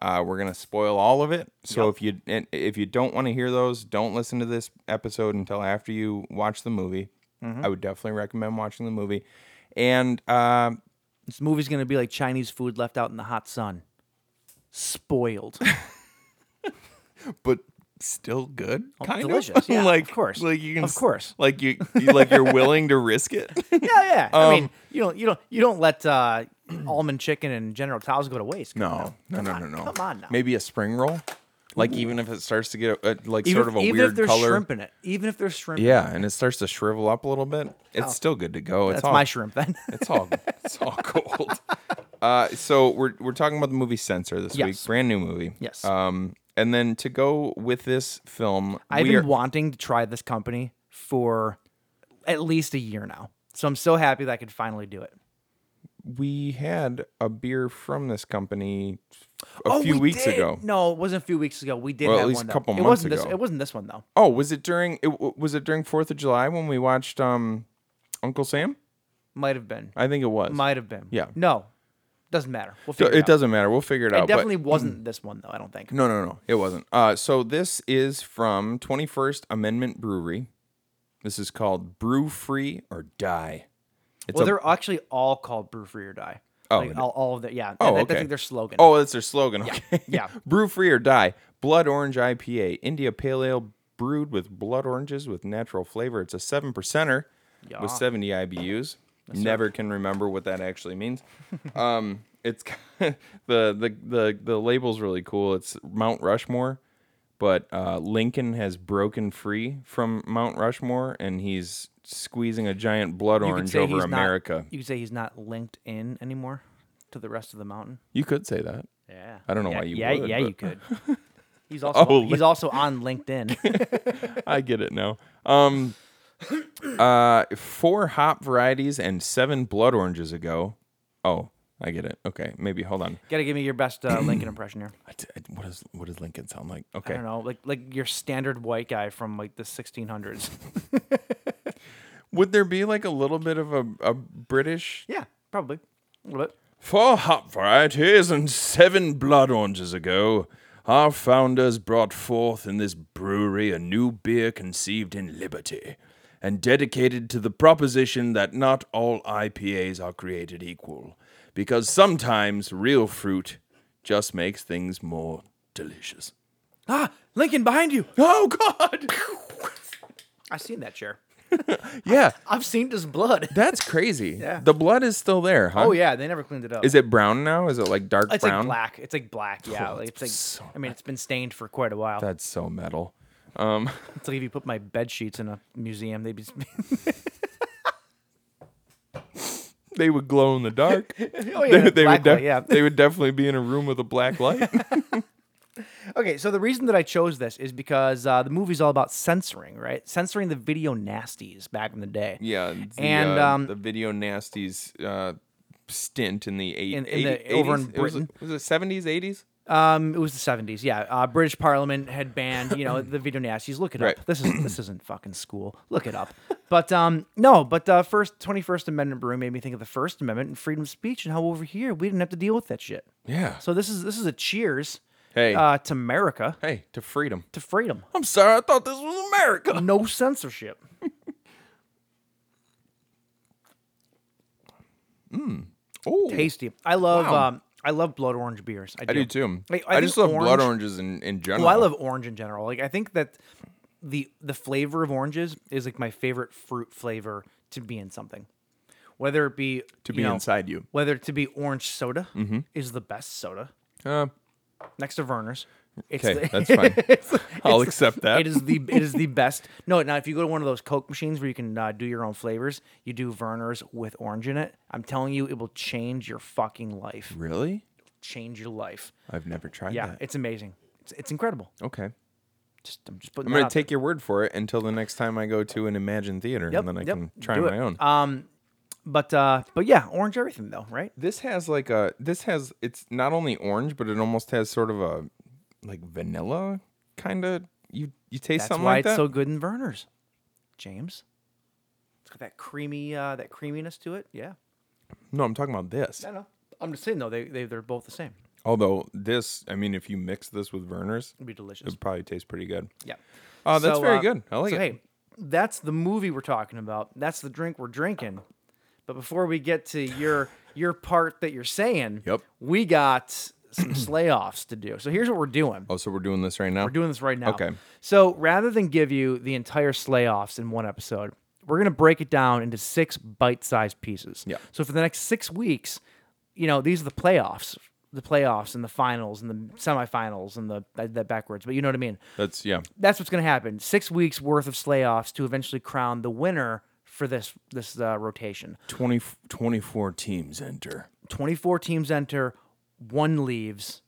[SPEAKER 7] Uh, we're gonna spoil all of it. So if you and if you don't want to hear those, don't listen to this episode until after you watch the movie.
[SPEAKER 6] Mm-hmm.
[SPEAKER 7] I would definitely recommend watching the movie. And uh,
[SPEAKER 6] This movie's gonna be like Chinese food left out in the hot sun, spoiled.
[SPEAKER 7] but still good, kind
[SPEAKER 6] Oh, delicious,
[SPEAKER 7] of
[SPEAKER 6] yeah,
[SPEAKER 7] like
[SPEAKER 6] of course.
[SPEAKER 7] like you can
[SPEAKER 6] Of
[SPEAKER 7] s-
[SPEAKER 6] course.
[SPEAKER 7] like you you- like you're willing to risk it.
[SPEAKER 6] yeah, yeah. I
[SPEAKER 7] Um,
[SPEAKER 6] mean, you don't, you don't, you don't let uh, almond chicken and General Tso's go to waste. Come on
[SPEAKER 7] No, no, no,
[SPEAKER 6] now. Come
[SPEAKER 7] no,
[SPEAKER 6] on,
[SPEAKER 7] no.
[SPEAKER 6] Come on now.
[SPEAKER 7] Maybe a spring roll, like even if it starts to get a, a- like
[SPEAKER 6] even,
[SPEAKER 7] sort of a
[SPEAKER 6] even
[SPEAKER 7] weird
[SPEAKER 6] if they're
[SPEAKER 7] color.
[SPEAKER 6] shrimp in it, even if they're shrimp, in it.
[SPEAKER 7] Yeah, and it starts to shrivel up a little bit. It's still good to go. It's
[SPEAKER 6] that's
[SPEAKER 7] all,
[SPEAKER 6] my shrimp then.
[SPEAKER 7] It's all it's all gold. Uh, so we're we're talking about the movie Censor this week,
[SPEAKER 6] Yes.
[SPEAKER 7] brand new movie.
[SPEAKER 6] Yes.
[SPEAKER 7] Um, and then to go with this film,
[SPEAKER 6] I've
[SPEAKER 7] we
[SPEAKER 6] been
[SPEAKER 7] are-
[SPEAKER 6] wanting to try this company for at least a year now, so I'm so happy that I could finally do it.
[SPEAKER 7] we had a beer from this company a
[SPEAKER 6] Oh,
[SPEAKER 7] few
[SPEAKER 6] we
[SPEAKER 7] weeks
[SPEAKER 6] did.
[SPEAKER 7] ago.
[SPEAKER 6] No, it wasn't a few weeks ago. We did
[SPEAKER 7] Well, at
[SPEAKER 6] have
[SPEAKER 7] least
[SPEAKER 6] one.
[SPEAKER 7] a
[SPEAKER 6] though.
[SPEAKER 7] couple
[SPEAKER 6] it
[SPEAKER 7] months
[SPEAKER 6] wasn't This,
[SPEAKER 7] ago.
[SPEAKER 6] it wasn't this one though.
[SPEAKER 7] Oh, was it during? It, was it during Fourth of July when we watched um, Uncle Sam?
[SPEAKER 6] Might have been.
[SPEAKER 7] I think it was.
[SPEAKER 6] Might have been.
[SPEAKER 7] Yeah.
[SPEAKER 6] No. Doesn't matter. We'll
[SPEAKER 7] So
[SPEAKER 6] figure it,
[SPEAKER 7] it
[SPEAKER 6] out.
[SPEAKER 7] doesn't matter. We'll figure it
[SPEAKER 6] It
[SPEAKER 7] out. but-
[SPEAKER 6] definitely wasn't this one though. I don't think.
[SPEAKER 7] no, no, no. It wasn't. Uh, so this is from 21st Amendment Brewery. This is called Brew Free or Die. It's
[SPEAKER 6] well,
[SPEAKER 7] a-
[SPEAKER 6] they're actually all called Brew Free or Die.
[SPEAKER 7] Oh,
[SPEAKER 6] Like,
[SPEAKER 7] it-
[SPEAKER 6] all, all of that. Yeah.
[SPEAKER 7] Oh,
[SPEAKER 6] I, I
[SPEAKER 7] okay.
[SPEAKER 6] think their slogan.
[SPEAKER 7] Oh, that's their slogan. Okay.
[SPEAKER 6] yeah.
[SPEAKER 7] Brew free or die. Blood orange IPA, India Pale Ale, brewed with blood oranges with natural flavor. It's a seven percenter
[SPEAKER 6] Yeah.
[SPEAKER 7] with seventy IBUs. Never can remember what that actually means. um, it's the the the the label's really cool. It's Mount Rushmore, but uh, Lincoln has broken free from Mount Rushmore, and he's squeezing a giant blood
[SPEAKER 6] You could
[SPEAKER 7] orange
[SPEAKER 6] say
[SPEAKER 7] over
[SPEAKER 6] he's
[SPEAKER 7] America.
[SPEAKER 6] Not, you could say he's not linked in anymore to the rest of the mountain.
[SPEAKER 7] you could say that.
[SPEAKER 6] Yeah.
[SPEAKER 7] I don't know
[SPEAKER 6] yeah,
[SPEAKER 7] why you
[SPEAKER 6] Yeah,
[SPEAKER 7] would,
[SPEAKER 6] yeah,
[SPEAKER 7] but-
[SPEAKER 6] you could. He's also
[SPEAKER 7] Oh,
[SPEAKER 6] he's also on LinkedIn.
[SPEAKER 7] I get it now. Um, uh, four hop varieties and seven blood oranges ago. Oh, I get it. Okay, maybe hold on.
[SPEAKER 6] Got to give me your best uh, Lincoln impression here.
[SPEAKER 7] I t- I- What does what does Lincoln sound like?
[SPEAKER 6] I
[SPEAKER 7] Okay,
[SPEAKER 6] don't know, like like your standard white guy from like the 1600s.
[SPEAKER 7] would there be like a little bit of a, a British
[SPEAKER 6] yeah, probably a little bit.
[SPEAKER 7] Four hop varieties and seven blood oranges ago, our founders brought forth in this brewery a new beer conceived in liberty and dedicated to the proposition that not all IPAs are created equal, because sometimes real fruit just makes things more delicious.
[SPEAKER 6] Ah, Lincoln behind you.
[SPEAKER 7] Oh, God!
[SPEAKER 6] I've seen that chair.
[SPEAKER 7] yeah,
[SPEAKER 6] I've seen his blood.
[SPEAKER 7] that's crazy. The blood is still there, huh?
[SPEAKER 6] Oh yeah, they never cleaned it up.
[SPEAKER 7] Is it brown now? Is it like dark
[SPEAKER 6] It's
[SPEAKER 7] brown? Oh,
[SPEAKER 6] like black. It's like black. Yeah, like, it's like. I mean, it's been stained for quite a while.
[SPEAKER 7] That's so metal. Um,
[SPEAKER 6] It's like if you put my bed sheets in a museum, they'd be.
[SPEAKER 7] they would glow in the dark.
[SPEAKER 6] oh yeah,
[SPEAKER 7] they, they would
[SPEAKER 6] black
[SPEAKER 7] def-
[SPEAKER 6] light, yeah.
[SPEAKER 7] they would definitely be in a room with a black light.
[SPEAKER 6] Okay, so the reason that I chose this is because uh, the movie's all about censoring, right? Censoring the video nasties back in the day.
[SPEAKER 7] yeah, the,
[SPEAKER 6] And,
[SPEAKER 7] uh,
[SPEAKER 6] um,
[SPEAKER 7] the video nasties uh, stint in the eight,
[SPEAKER 6] In- in
[SPEAKER 7] 80,
[SPEAKER 6] the- over in
[SPEAKER 7] 80s? It was-
[SPEAKER 6] Britain.
[SPEAKER 7] was it seventies, eighties?
[SPEAKER 6] Um, it was the seventies. Yeah, uh, British Parliament had banned, you know, the video nasties. Look it
[SPEAKER 7] Right.
[SPEAKER 6] up. This is this isn't fucking school. Look it up. But um, no, but uh, first Twenty First Amendment brew made me think of the First Amendment and freedom of speech and how over here we didn't have to deal with that shit.
[SPEAKER 7] Yeah.
[SPEAKER 6] So this is this is a cheers.
[SPEAKER 7] Hey.
[SPEAKER 6] Uh, to America,
[SPEAKER 7] Hey, to freedom.
[SPEAKER 6] to freedom,
[SPEAKER 7] I'm sorry, I thought this was America.
[SPEAKER 6] no censorship.
[SPEAKER 7] Oh,
[SPEAKER 6] Tasty. I love
[SPEAKER 7] Wow.
[SPEAKER 6] um, I love blood orange beers. I do,
[SPEAKER 7] I do too.
[SPEAKER 6] Like,
[SPEAKER 7] I, just
[SPEAKER 6] think
[SPEAKER 7] love blood
[SPEAKER 6] orange-
[SPEAKER 7] oranges in, in general.
[SPEAKER 6] Well, I love orange in general. Like I think that the the flavor of oranges is like my favorite fruit flavor to be in something. Whether it be
[SPEAKER 7] to
[SPEAKER 6] you
[SPEAKER 7] be
[SPEAKER 6] know,
[SPEAKER 7] inside you. Mm-hmm.
[SPEAKER 6] whether to be orange soda is the best soda
[SPEAKER 7] Uh,
[SPEAKER 6] next to Verner's. It's
[SPEAKER 7] okay,
[SPEAKER 6] the-
[SPEAKER 7] that's fine.
[SPEAKER 6] it's the-
[SPEAKER 7] I'll
[SPEAKER 6] it's the-
[SPEAKER 7] accept that.
[SPEAKER 6] It is the it is the best. No, now if you go to one of those Coke machines where you can uh, do your own flavors, you do Verner's with orange in it. I'm telling you, it will change your fucking life.
[SPEAKER 7] really?
[SPEAKER 6] Change your life.
[SPEAKER 7] I've never tried
[SPEAKER 6] Yeah,
[SPEAKER 7] that.
[SPEAKER 6] it's amazing. It's, it's incredible.
[SPEAKER 7] okay.
[SPEAKER 6] Just I'm just putting.
[SPEAKER 7] I'm
[SPEAKER 6] that
[SPEAKER 7] gonna
[SPEAKER 6] out there.
[SPEAKER 7] take your word for it until the next time I go to an Imagine Theater, and then I
[SPEAKER 6] yep,
[SPEAKER 7] can try
[SPEAKER 6] do
[SPEAKER 7] my
[SPEAKER 6] it.
[SPEAKER 7] own.
[SPEAKER 6] Um, but uh, but yeah, orange everything though, right?
[SPEAKER 7] this has like a this has it's not only orange but it almost has sort of a like vanilla kind of you you taste
[SPEAKER 6] That's
[SPEAKER 7] something
[SPEAKER 6] why
[SPEAKER 7] like
[SPEAKER 6] it's
[SPEAKER 7] that
[SPEAKER 6] so good in Verner's. James, it's got that creamy uh, that creaminess to it. Yeah,
[SPEAKER 7] no i'm talking about this
[SPEAKER 6] I know. I'm just saying though, they they they're both the same.
[SPEAKER 7] although this i mean if you mix this with verner's
[SPEAKER 6] It'd be delicious.
[SPEAKER 7] it probably tastes pretty good
[SPEAKER 6] Yeah.
[SPEAKER 7] oh that's
[SPEAKER 6] So,
[SPEAKER 7] very
[SPEAKER 6] uh,
[SPEAKER 7] good i like
[SPEAKER 6] so,
[SPEAKER 7] it
[SPEAKER 6] Hey, that's the movie we're talking about. That's the drink we're drinking. But before we get to your your part that you're saying,
[SPEAKER 7] Yep.
[SPEAKER 6] we got some slay offs to do. So here's what we're doing.
[SPEAKER 7] oh so we're doing this right now
[SPEAKER 6] We're doing this right now.
[SPEAKER 7] Okay.
[SPEAKER 6] So rather than give you the entire slayoffs in one episode, we're gonna break it down into six bite-sized pieces.
[SPEAKER 7] Yeah.
[SPEAKER 6] So for the next six weeks, you know, these are the playoffs, the playoffs and the finals and the semifinals and the that, that backwards, but you know what I mean.
[SPEAKER 7] that's yeah
[SPEAKER 6] That's what's gonna happen. Six weeks worth of slayoffs to eventually crown the winner for this this uh, rotation.
[SPEAKER 7] 20, 24 teams enter
[SPEAKER 6] Twenty-four teams enter, one leaves.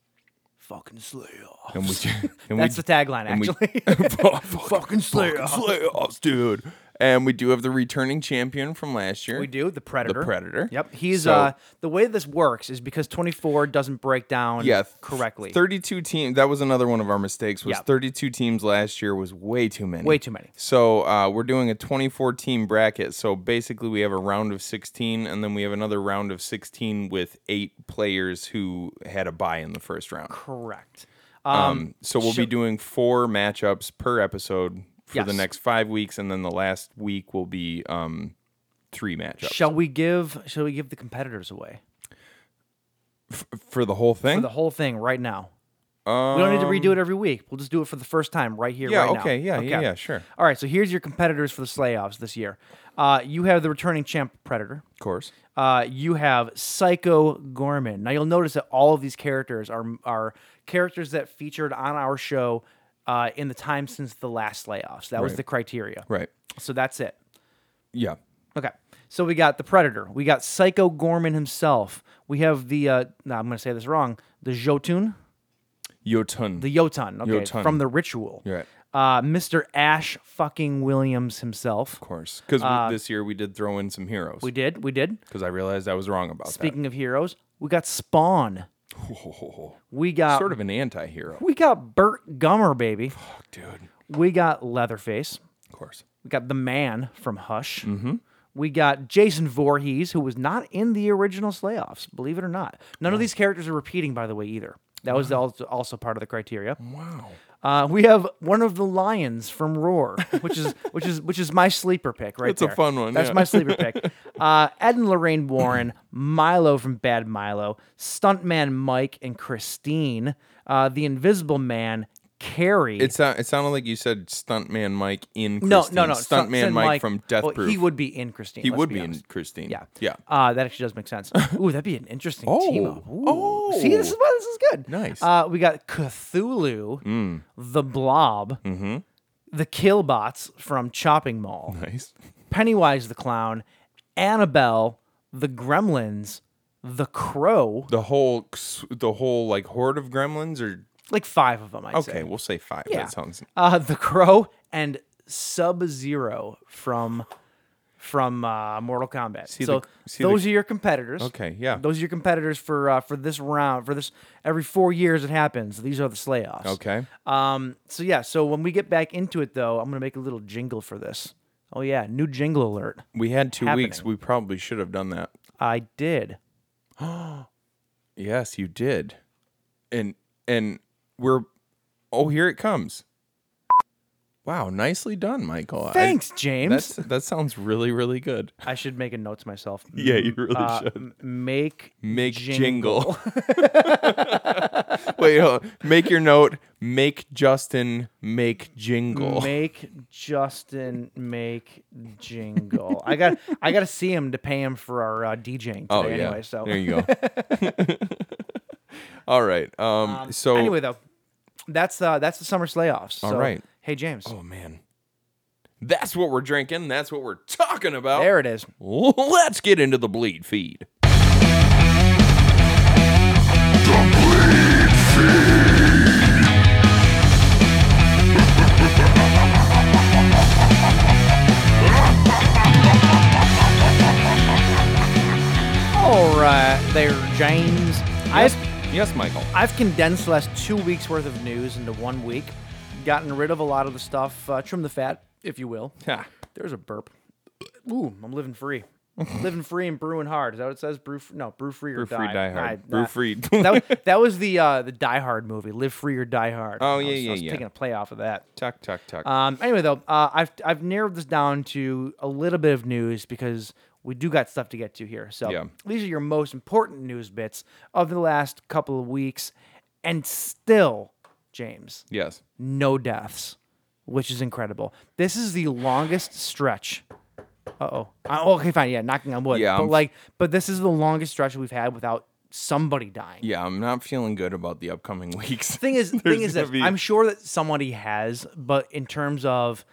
[SPEAKER 6] Fucking slayoffs.
[SPEAKER 7] and we and
[SPEAKER 6] That's
[SPEAKER 7] we,
[SPEAKER 6] the tagline,
[SPEAKER 7] and we-
[SPEAKER 6] actually.
[SPEAKER 7] fuck, fucking
[SPEAKER 6] slayoffs.
[SPEAKER 7] slayoffs, dude And we do have the returning champion from last year.
[SPEAKER 6] We do the predator.
[SPEAKER 7] The Predator.
[SPEAKER 6] Yep. He's
[SPEAKER 7] So-
[SPEAKER 6] uh the way this works is because 24 doesn't break down
[SPEAKER 7] yeah, th-
[SPEAKER 6] correctly.
[SPEAKER 7] 32 teams. That was another one of our mistakes. Was
[SPEAKER 6] Yeah.
[SPEAKER 7] 32 teams last year was way too many.
[SPEAKER 6] Way too many.
[SPEAKER 7] So uh, we're doing a 24 team bracket. So basically, we have a round of 16, and then we have another round of 16 with eight players who had a bye in the first round.
[SPEAKER 6] Correct.
[SPEAKER 7] Um, so we'll be doing four matchups per episode for the
[SPEAKER 6] Yes.
[SPEAKER 7] next five weeks, and then the last week will be um, three matchups
[SPEAKER 6] Shall we give shall we give the competitors away?
[SPEAKER 7] for the whole thing. Um,
[SPEAKER 6] For the whole thing right now. we don't need to redo it every week. We'll just do it for the first time right here.
[SPEAKER 7] Yeah,
[SPEAKER 6] right now.
[SPEAKER 7] okay, yeah, yeah, yeah, sure.
[SPEAKER 6] All right. So here's your competitors for the slayoffs this year. Uh, you have the returning champ Predator.
[SPEAKER 7] of course.
[SPEAKER 6] Uh, you have Psycho Gorman. Now you'll notice that all of these characters are are characters that featured on our show uh, in the time since the last layoffs. That was
[SPEAKER 7] Right.
[SPEAKER 6] the criteria.
[SPEAKER 7] Right.
[SPEAKER 6] So that's it.
[SPEAKER 7] Yeah.
[SPEAKER 6] Okay. So we got the Predator. We got Psycho Gorman himself. We have the uh, no, I'm going to say this wrong. The Jotun,
[SPEAKER 7] Yotun.
[SPEAKER 6] the Jotun. Okay,
[SPEAKER 7] Jotun.
[SPEAKER 6] from the Ritual.
[SPEAKER 7] You're right.
[SPEAKER 6] Uh, Mr. Ash fucking Williams himself.
[SPEAKER 7] of course, because
[SPEAKER 6] Uh,
[SPEAKER 7] this year we did throw in some heroes.
[SPEAKER 6] We did. We did.
[SPEAKER 7] because I realized I was wrong about
[SPEAKER 6] Speaking of heroes, we got Spawn. We
[SPEAKER 7] that.
[SPEAKER 6] got
[SPEAKER 7] Sort of an anti-hero,
[SPEAKER 6] We got Burt Gummer, baby.
[SPEAKER 7] dude. Of
[SPEAKER 6] We got Leatherface.
[SPEAKER 7] course.
[SPEAKER 6] We got the man from Hush. Mm-hmm. We got Jason Voorhees, who was not in the original Slayoffs, believe it or not. None of these characters are repeating, by the way, either. That was also also part of the criteria.
[SPEAKER 7] Wow.
[SPEAKER 6] Uh, we have one of the lions from Roar, which is which is which is my sleeper pick right
[SPEAKER 7] That's a
[SPEAKER 6] there.
[SPEAKER 7] fun one,
[SPEAKER 6] That's
[SPEAKER 7] yeah.
[SPEAKER 6] my sleeper pick. Uh, Ed and Lorraine Warren, Milo from Bad Milo, Stuntman Mike and Christine, uh, the Invisible Man, Carrie.
[SPEAKER 7] It sound, uh, it sounded like you said stuntman Mike in Christine.
[SPEAKER 6] no, no, no.
[SPEAKER 7] Stuntman
[SPEAKER 6] Stuntman
[SPEAKER 7] Mike, from Death
[SPEAKER 6] well,
[SPEAKER 7] Proof.
[SPEAKER 6] He would be in Christine.
[SPEAKER 7] He
[SPEAKER 6] let's
[SPEAKER 7] would be, in
[SPEAKER 6] honest.
[SPEAKER 7] Christine.
[SPEAKER 6] Yeah.
[SPEAKER 7] Yeah.
[SPEAKER 6] Uh, that actually does make sense. Ooh, that'd be an interesting team
[SPEAKER 7] Oh.
[SPEAKER 6] up. Ooh. See, this is why this is good.
[SPEAKER 7] Nice. Mm.
[SPEAKER 6] Uh, we got Cthulhu, the Blob, the Killbots from Chopping Mall,
[SPEAKER 7] Mm-hmm. Nice.
[SPEAKER 6] Pennywise the Clown, Annabelle, the Gremlins, the Crow.
[SPEAKER 7] The whole the whole like horde of gremlins or
[SPEAKER 6] Like five of them, I'd
[SPEAKER 7] okay,
[SPEAKER 6] say.
[SPEAKER 7] we'll say five.
[SPEAKER 6] Yeah.
[SPEAKER 7] That sounds
[SPEAKER 6] Uh, the Crow and Sub Zero from from uh, Mortal Kombat.
[SPEAKER 7] See
[SPEAKER 6] so
[SPEAKER 7] the- see
[SPEAKER 6] those
[SPEAKER 7] the-
[SPEAKER 6] are your competitors.
[SPEAKER 7] Okay, yeah.
[SPEAKER 6] Those are your competitors for uh, for this round. For this, every four years it happens. These are the slayoffs.
[SPEAKER 7] okay.
[SPEAKER 6] Um. So yeah. So when we get back into it, though, I'm gonna make a little jingle for this. Oh yeah, new jingle alert.
[SPEAKER 7] We had two weeks.
[SPEAKER 6] happening.
[SPEAKER 7] We probably should have done that.
[SPEAKER 6] I did.
[SPEAKER 7] Yes, you did. And and we're oh here it comes. Wow, nicely done, Michael. I-
[SPEAKER 6] Thanks, James.
[SPEAKER 7] that's that sounds really really good.
[SPEAKER 6] I should make a note to myself.
[SPEAKER 7] Yeah, you really
[SPEAKER 6] Uh,
[SPEAKER 7] should.
[SPEAKER 6] m- make
[SPEAKER 7] Make jingle. Wait, hold on. make your note. Make Justin make jingle.
[SPEAKER 6] Make Justin make jingle. I got I got to see him to pay him for our uh, DJing today
[SPEAKER 7] Oh yeah.
[SPEAKER 6] anyway. So
[SPEAKER 7] there you go. All right. Um, so
[SPEAKER 6] anyway though, that's uh that's the summer slayoffs. So,
[SPEAKER 7] All right.
[SPEAKER 6] Hey James,
[SPEAKER 7] oh man, that's what we're drinking. That's what we're talking about.
[SPEAKER 6] there it is.
[SPEAKER 7] Let's get into the bleed feed.
[SPEAKER 6] All right, there, James. I've
[SPEAKER 7] Yes, Michael.
[SPEAKER 6] I've condensed the last two weeks worth of news into one week, gotten rid of a lot of the stuff, uh, trimmed the fat, if you will.
[SPEAKER 7] Ha.
[SPEAKER 6] There's a burp. Ooh, I'm living free. living free and brewing hard. Is that what it says? Brew f- no, brew free or
[SPEAKER 7] Brew free, die hard.
[SPEAKER 6] Nah,
[SPEAKER 7] Brew
[SPEAKER 6] nah.
[SPEAKER 7] free.
[SPEAKER 6] that, wa- that was the uh, the Die Hard movie, Live Free or Die Hard.
[SPEAKER 7] Oh,
[SPEAKER 6] I
[SPEAKER 7] yeah,
[SPEAKER 6] was-
[SPEAKER 7] yeah,
[SPEAKER 6] I was
[SPEAKER 7] yeah.
[SPEAKER 6] Taking a play off of that.
[SPEAKER 7] Tuck, tuck, tuck.
[SPEAKER 6] Um, anyway, though, uh, I've I've narrowed this down to a little bit of news because we do got stuff to get to here. So
[SPEAKER 7] Yeah.
[SPEAKER 6] these are your most important news bits of the last couple of weeks, and still, James,
[SPEAKER 7] yes.
[SPEAKER 6] no deaths, which is incredible. This is the longest stretch. Uh-oh. Uh oh. Okay, fine. Yeah, knocking on wood.
[SPEAKER 7] Yeah,
[SPEAKER 6] but
[SPEAKER 7] I'm-
[SPEAKER 6] like, but this is the longest stretch we've had without somebody dying.
[SPEAKER 7] Yeah, I'm not feeling good about the upcoming weeks.
[SPEAKER 6] Thing is,
[SPEAKER 7] There's
[SPEAKER 6] thing is
[SPEAKER 7] gonna
[SPEAKER 6] this.
[SPEAKER 7] be-
[SPEAKER 6] I'm sure that somebody has, but in terms of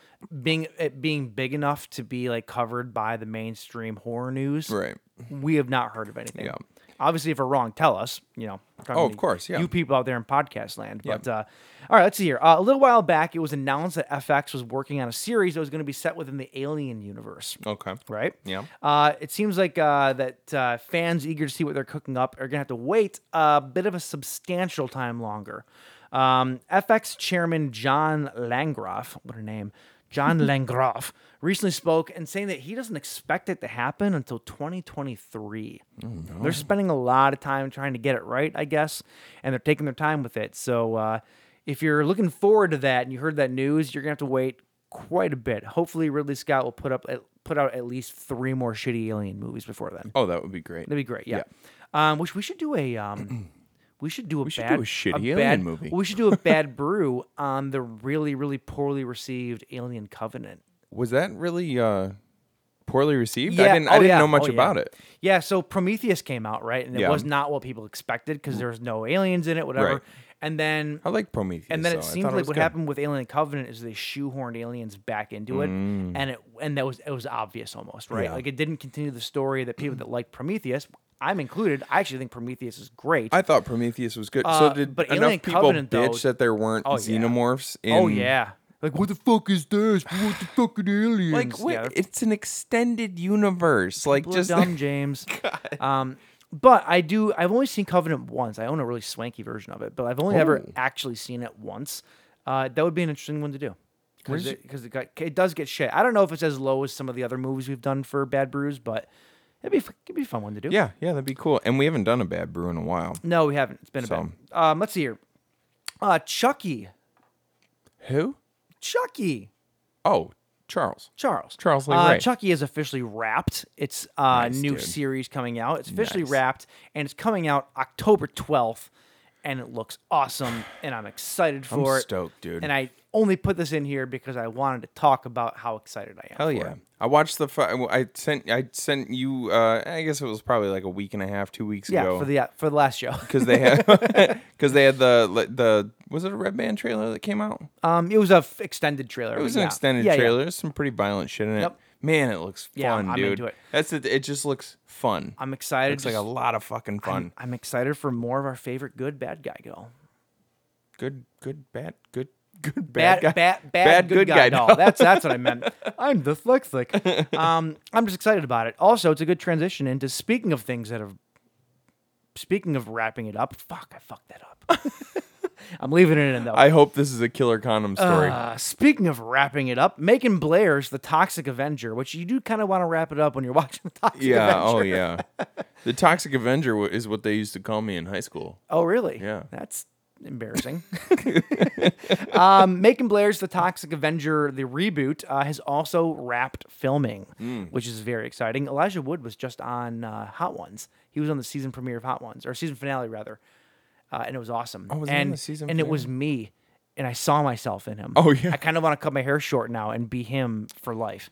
[SPEAKER 6] being it being big enough to be like covered by the mainstream horror news,
[SPEAKER 7] Right.
[SPEAKER 6] we have not heard of anything.
[SPEAKER 7] Yeah.
[SPEAKER 6] Obviously, if we're wrong, tell us. You know. talking
[SPEAKER 7] Oh, of
[SPEAKER 6] to
[SPEAKER 7] course, yeah.
[SPEAKER 6] You people out there in podcast land.
[SPEAKER 7] Yeah.
[SPEAKER 6] But uh, all right, let's see here. Uh, a little while back, it was announced that FX was working on a series that was going to be set within the Alien universe.
[SPEAKER 7] Okay.
[SPEAKER 6] Right.
[SPEAKER 7] Yeah.
[SPEAKER 6] Uh, it seems like uh, that uh, fans eager to see what they're cooking up are gonna have to wait a bit of a substantial time longer. Um, FX chairman John Langroff, what a name, John Langroff, recently spoke and saying that he doesn't expect it to happen until 2023. They're spending a lot of time trying to get it right, I guess, and they're taking their time with it. So uh, if you're looking forward to that and you heard that news, you're gonna have to wait quite a bit. Hopefully, Ridley Scott will put up put out at least three more shitty Alien movies before then.
[SPEAKER 7] Oh, that would be great.
[SPEAKER 6] That'd be great. Yeah. Um, which we should do a um, we should do a we
[SPEAKER 7] should do
[SPEAKER 6] bad,
[SPEAKER 7] a shitty Alien
[SPEAKER 6] bad,
[SPEAKER 7] movie.
[SPEAKER 6] We should do a bad brew on the really really poorly received Alien Covenant.
[SPEAKER 7] Was that really uh, poorly received? I
[SPEAKER 6] Yeah.
[SPEAKER 7] didn't.
[SPEAKER 6] Oh,
[SPEAKER 7] I didn't
[SPEAKER 6] yeah.
[SPEAKER 7] know much
[SPEAKER 6] Oh, yeah.
[SPEAKER 7] about it.
[SPEAKER 6] Yeah, so Prometheus came out right, and it
[SPEAKER 7] Yeah.
[SPEAKER 6] was not what people expected because there was no aliens in it, whatever.
[SPEAKER 7] Right.
[SPEAKER 6] And then
[SPEAKER 7] I like Prometheus.
[SPEAKER 6] And then
[SPEAKER 7] though. I
[SPEAKER 6] it seemed
[SPEAKER 7] thought
[SPEAKER 6] like
[SPEAKER 7] was
[SPEAKER 6] what
[SPEAKER 7] good.
[SPEAKER 6] happened with Alien Covenant is they shoehorned aliens back into it, and it and that was it was obvious almost right.
[SPEAKER 7] Mm. Yeah.
[SPEAKER 6] Like it didn't continue the story that people that like Prometheus, I'm included. I actually think Prometheus is great.
[SPEAKER 7] I thought Prometheus was good.
[SPEAKER 6] Uh,
[SPEAKER 7] so did
[SPEAKER 6] but
[SPEAKER 7] enough
[SPEAKER 6] Alien
[SPEAKER 7] people
[SPEAKER 6] Covenant, though-
[SPEAKER 7] bitch that there weren't
[SPEAKER 6] Oh, yeah.
[SPEAKER 7] xenomorphs in?
[SPEAKER 6] oh yeah, like what the fuck is this? What the fucking aliens?
[SPEAKER 7] Like wait,
[SPEAKER 6] Yeah, they're
[SPEAKER 7] it's an extended universe. Like
[SPEAKER 6] people are
[SPEAKER 7] just
[SPEAKER 6] dumb James. Um, but I do. I've only seen Covenant once. I own a really swanky version of it, but I've only
[SPEAKER 7] Oh.
[SPEAKER 6] ever actually seen it once. Uh, that would be an interesting one to do. Because it, 'cause it got it does get shit. I don't know if it's as low as some of the other movies we've done for Bad Brews, but it'd be f- it'd be a fun one to do.
[SPEAKER 7] yeah, yeah, that'd be cool. And we haven't done a bad brew in a while.
[SPEAKER 6] No, we haven't. It's been a
[SPEAKER 7] So-
[SPEAKER 6] bit. Um, let's see here. Uh, Chucky,
[SPEAKER 7] Who?
[SPEAKER 6] Chucky,
[SPEAKER 7] Oh, Charles.
[SPEAKER 6] Charles.
[SPEAKER 7] Charles Lee
[SPEAKER 6] uh,
[SPEAKER 7] Ray.
[SPEAKER 6] Chucky is officially wrapped. It's uh, new
[SPEAKER 7] dude.
[SPEAKER 6] series coming out. It's officially
[SPEAKER 7] Nice.
[SPEAKER 6] wrapped, and it's coming out October 12th, and it looks awesome, and I'm excited for it.
[SPEAKER 7] stoked, dude.
[SPEAKER 6] And I only put this in here because I wanted to talk about how excited I am.
[SPEAKER 7] Hell
[SPEAKER 6] for
[SPEAKER 7] yeah!
[SPEAKER 6] it.
[SPEAKER 7] I watched the. Fi- I sent. I sent you. Uh, I guess it was probably like a week and a half, two weeks
[SPEAKER 6] Yeah,
[SPEAKER 7] ago.
[SPEAKER 6] for the for the last show.
[SPEAKER 7] because they had because they had the like, the was it a red band trailer that came out?
[SPEAKER 6] Um, it was a f- extended trailer.
[SPEAKER 7] It was
[SPEAKER 6] but
[SPEAKER 7] an
[SPEAKER 6] yeah.
[SPEAKER 7] extended
[SPEAKER 6] Yeah, yeah.
[SPEAKER 7] trailer. There's some pretty violent shit in it.
[SPEAKER 6] Yep.
[SPEAKER 7] Man, it looks
[SPEAKER 6] Yeah,
[SPEAKER 7] fun,
[SPEAKER 6] I'm
[SPEAKER 7] dude.
[SPEAKER 6] into it.
[SPEAKER 7] That's it. It just looks fun.
[SPEAKER 6] I'm excited.
[SPEAKER 7] Looks like a
[SPEAKER 6] Just-
[SPEAKER 7] lot of fucking fun.
[SPEAKER 6] I'm, I'm excited for more of our favorite good bad guy go.
[SPEAKER 7] good, good, bad, good, good,
[SPEAKER 6] bad,
[SPEAKER 7] bad, guy.
[SPEAKER 6] bad, bad, good, guy, doll. That's that's what I meant. I'm dyslexic. Um, I'm just excited about it. Also, it's a good transition into speaking of things that have. Speaking of wrapping it up, fuck, I fucked that up. I'm leaving it in though.
[SPEAKER 7] I hope this is a killer condom story.
[SPEAKER 6] Uh, speaking of wrapping it up, Megan Blair's The Toxic Avenger, which you do kind of want to wrap it up when you're watching The Toxic
[SPEAKER 7] yeah.
[SPEAKER 6] Avenger.
[SPEAKER 7] Oh yeah. The Toxic Avenger wa- is what they used to call me in high school.
[SPEAKER 6] Oh, really?
[SPEAKER 7] Yeah.
[SPEAKER 6] That's embarrassing. um, Macon Blair's The Toxic Avenger, the reboot, uh, has also wrapped filming,
[SPEAKER 7] Hmm.
[SPEAKER 6] which is very exciting. Elijah Wood was just on uh, Hot Ones. He was on the season premiere of Hot Ones, or season finale, rather. Uh, and it was awesome.
[SPEAKER 7] Oh, was he on
[SPEAKER 6] and,
[SPEAKER 7] the season
[SPEAKER 6] And it
[SPEAKER 7] finale?
[SPEAKER 6] was me. And I saw myself in him.
[SPEAKER 7] Oh, yeah.
[SPEAKER 6] I kind of want to cut my hair short now and be him for life.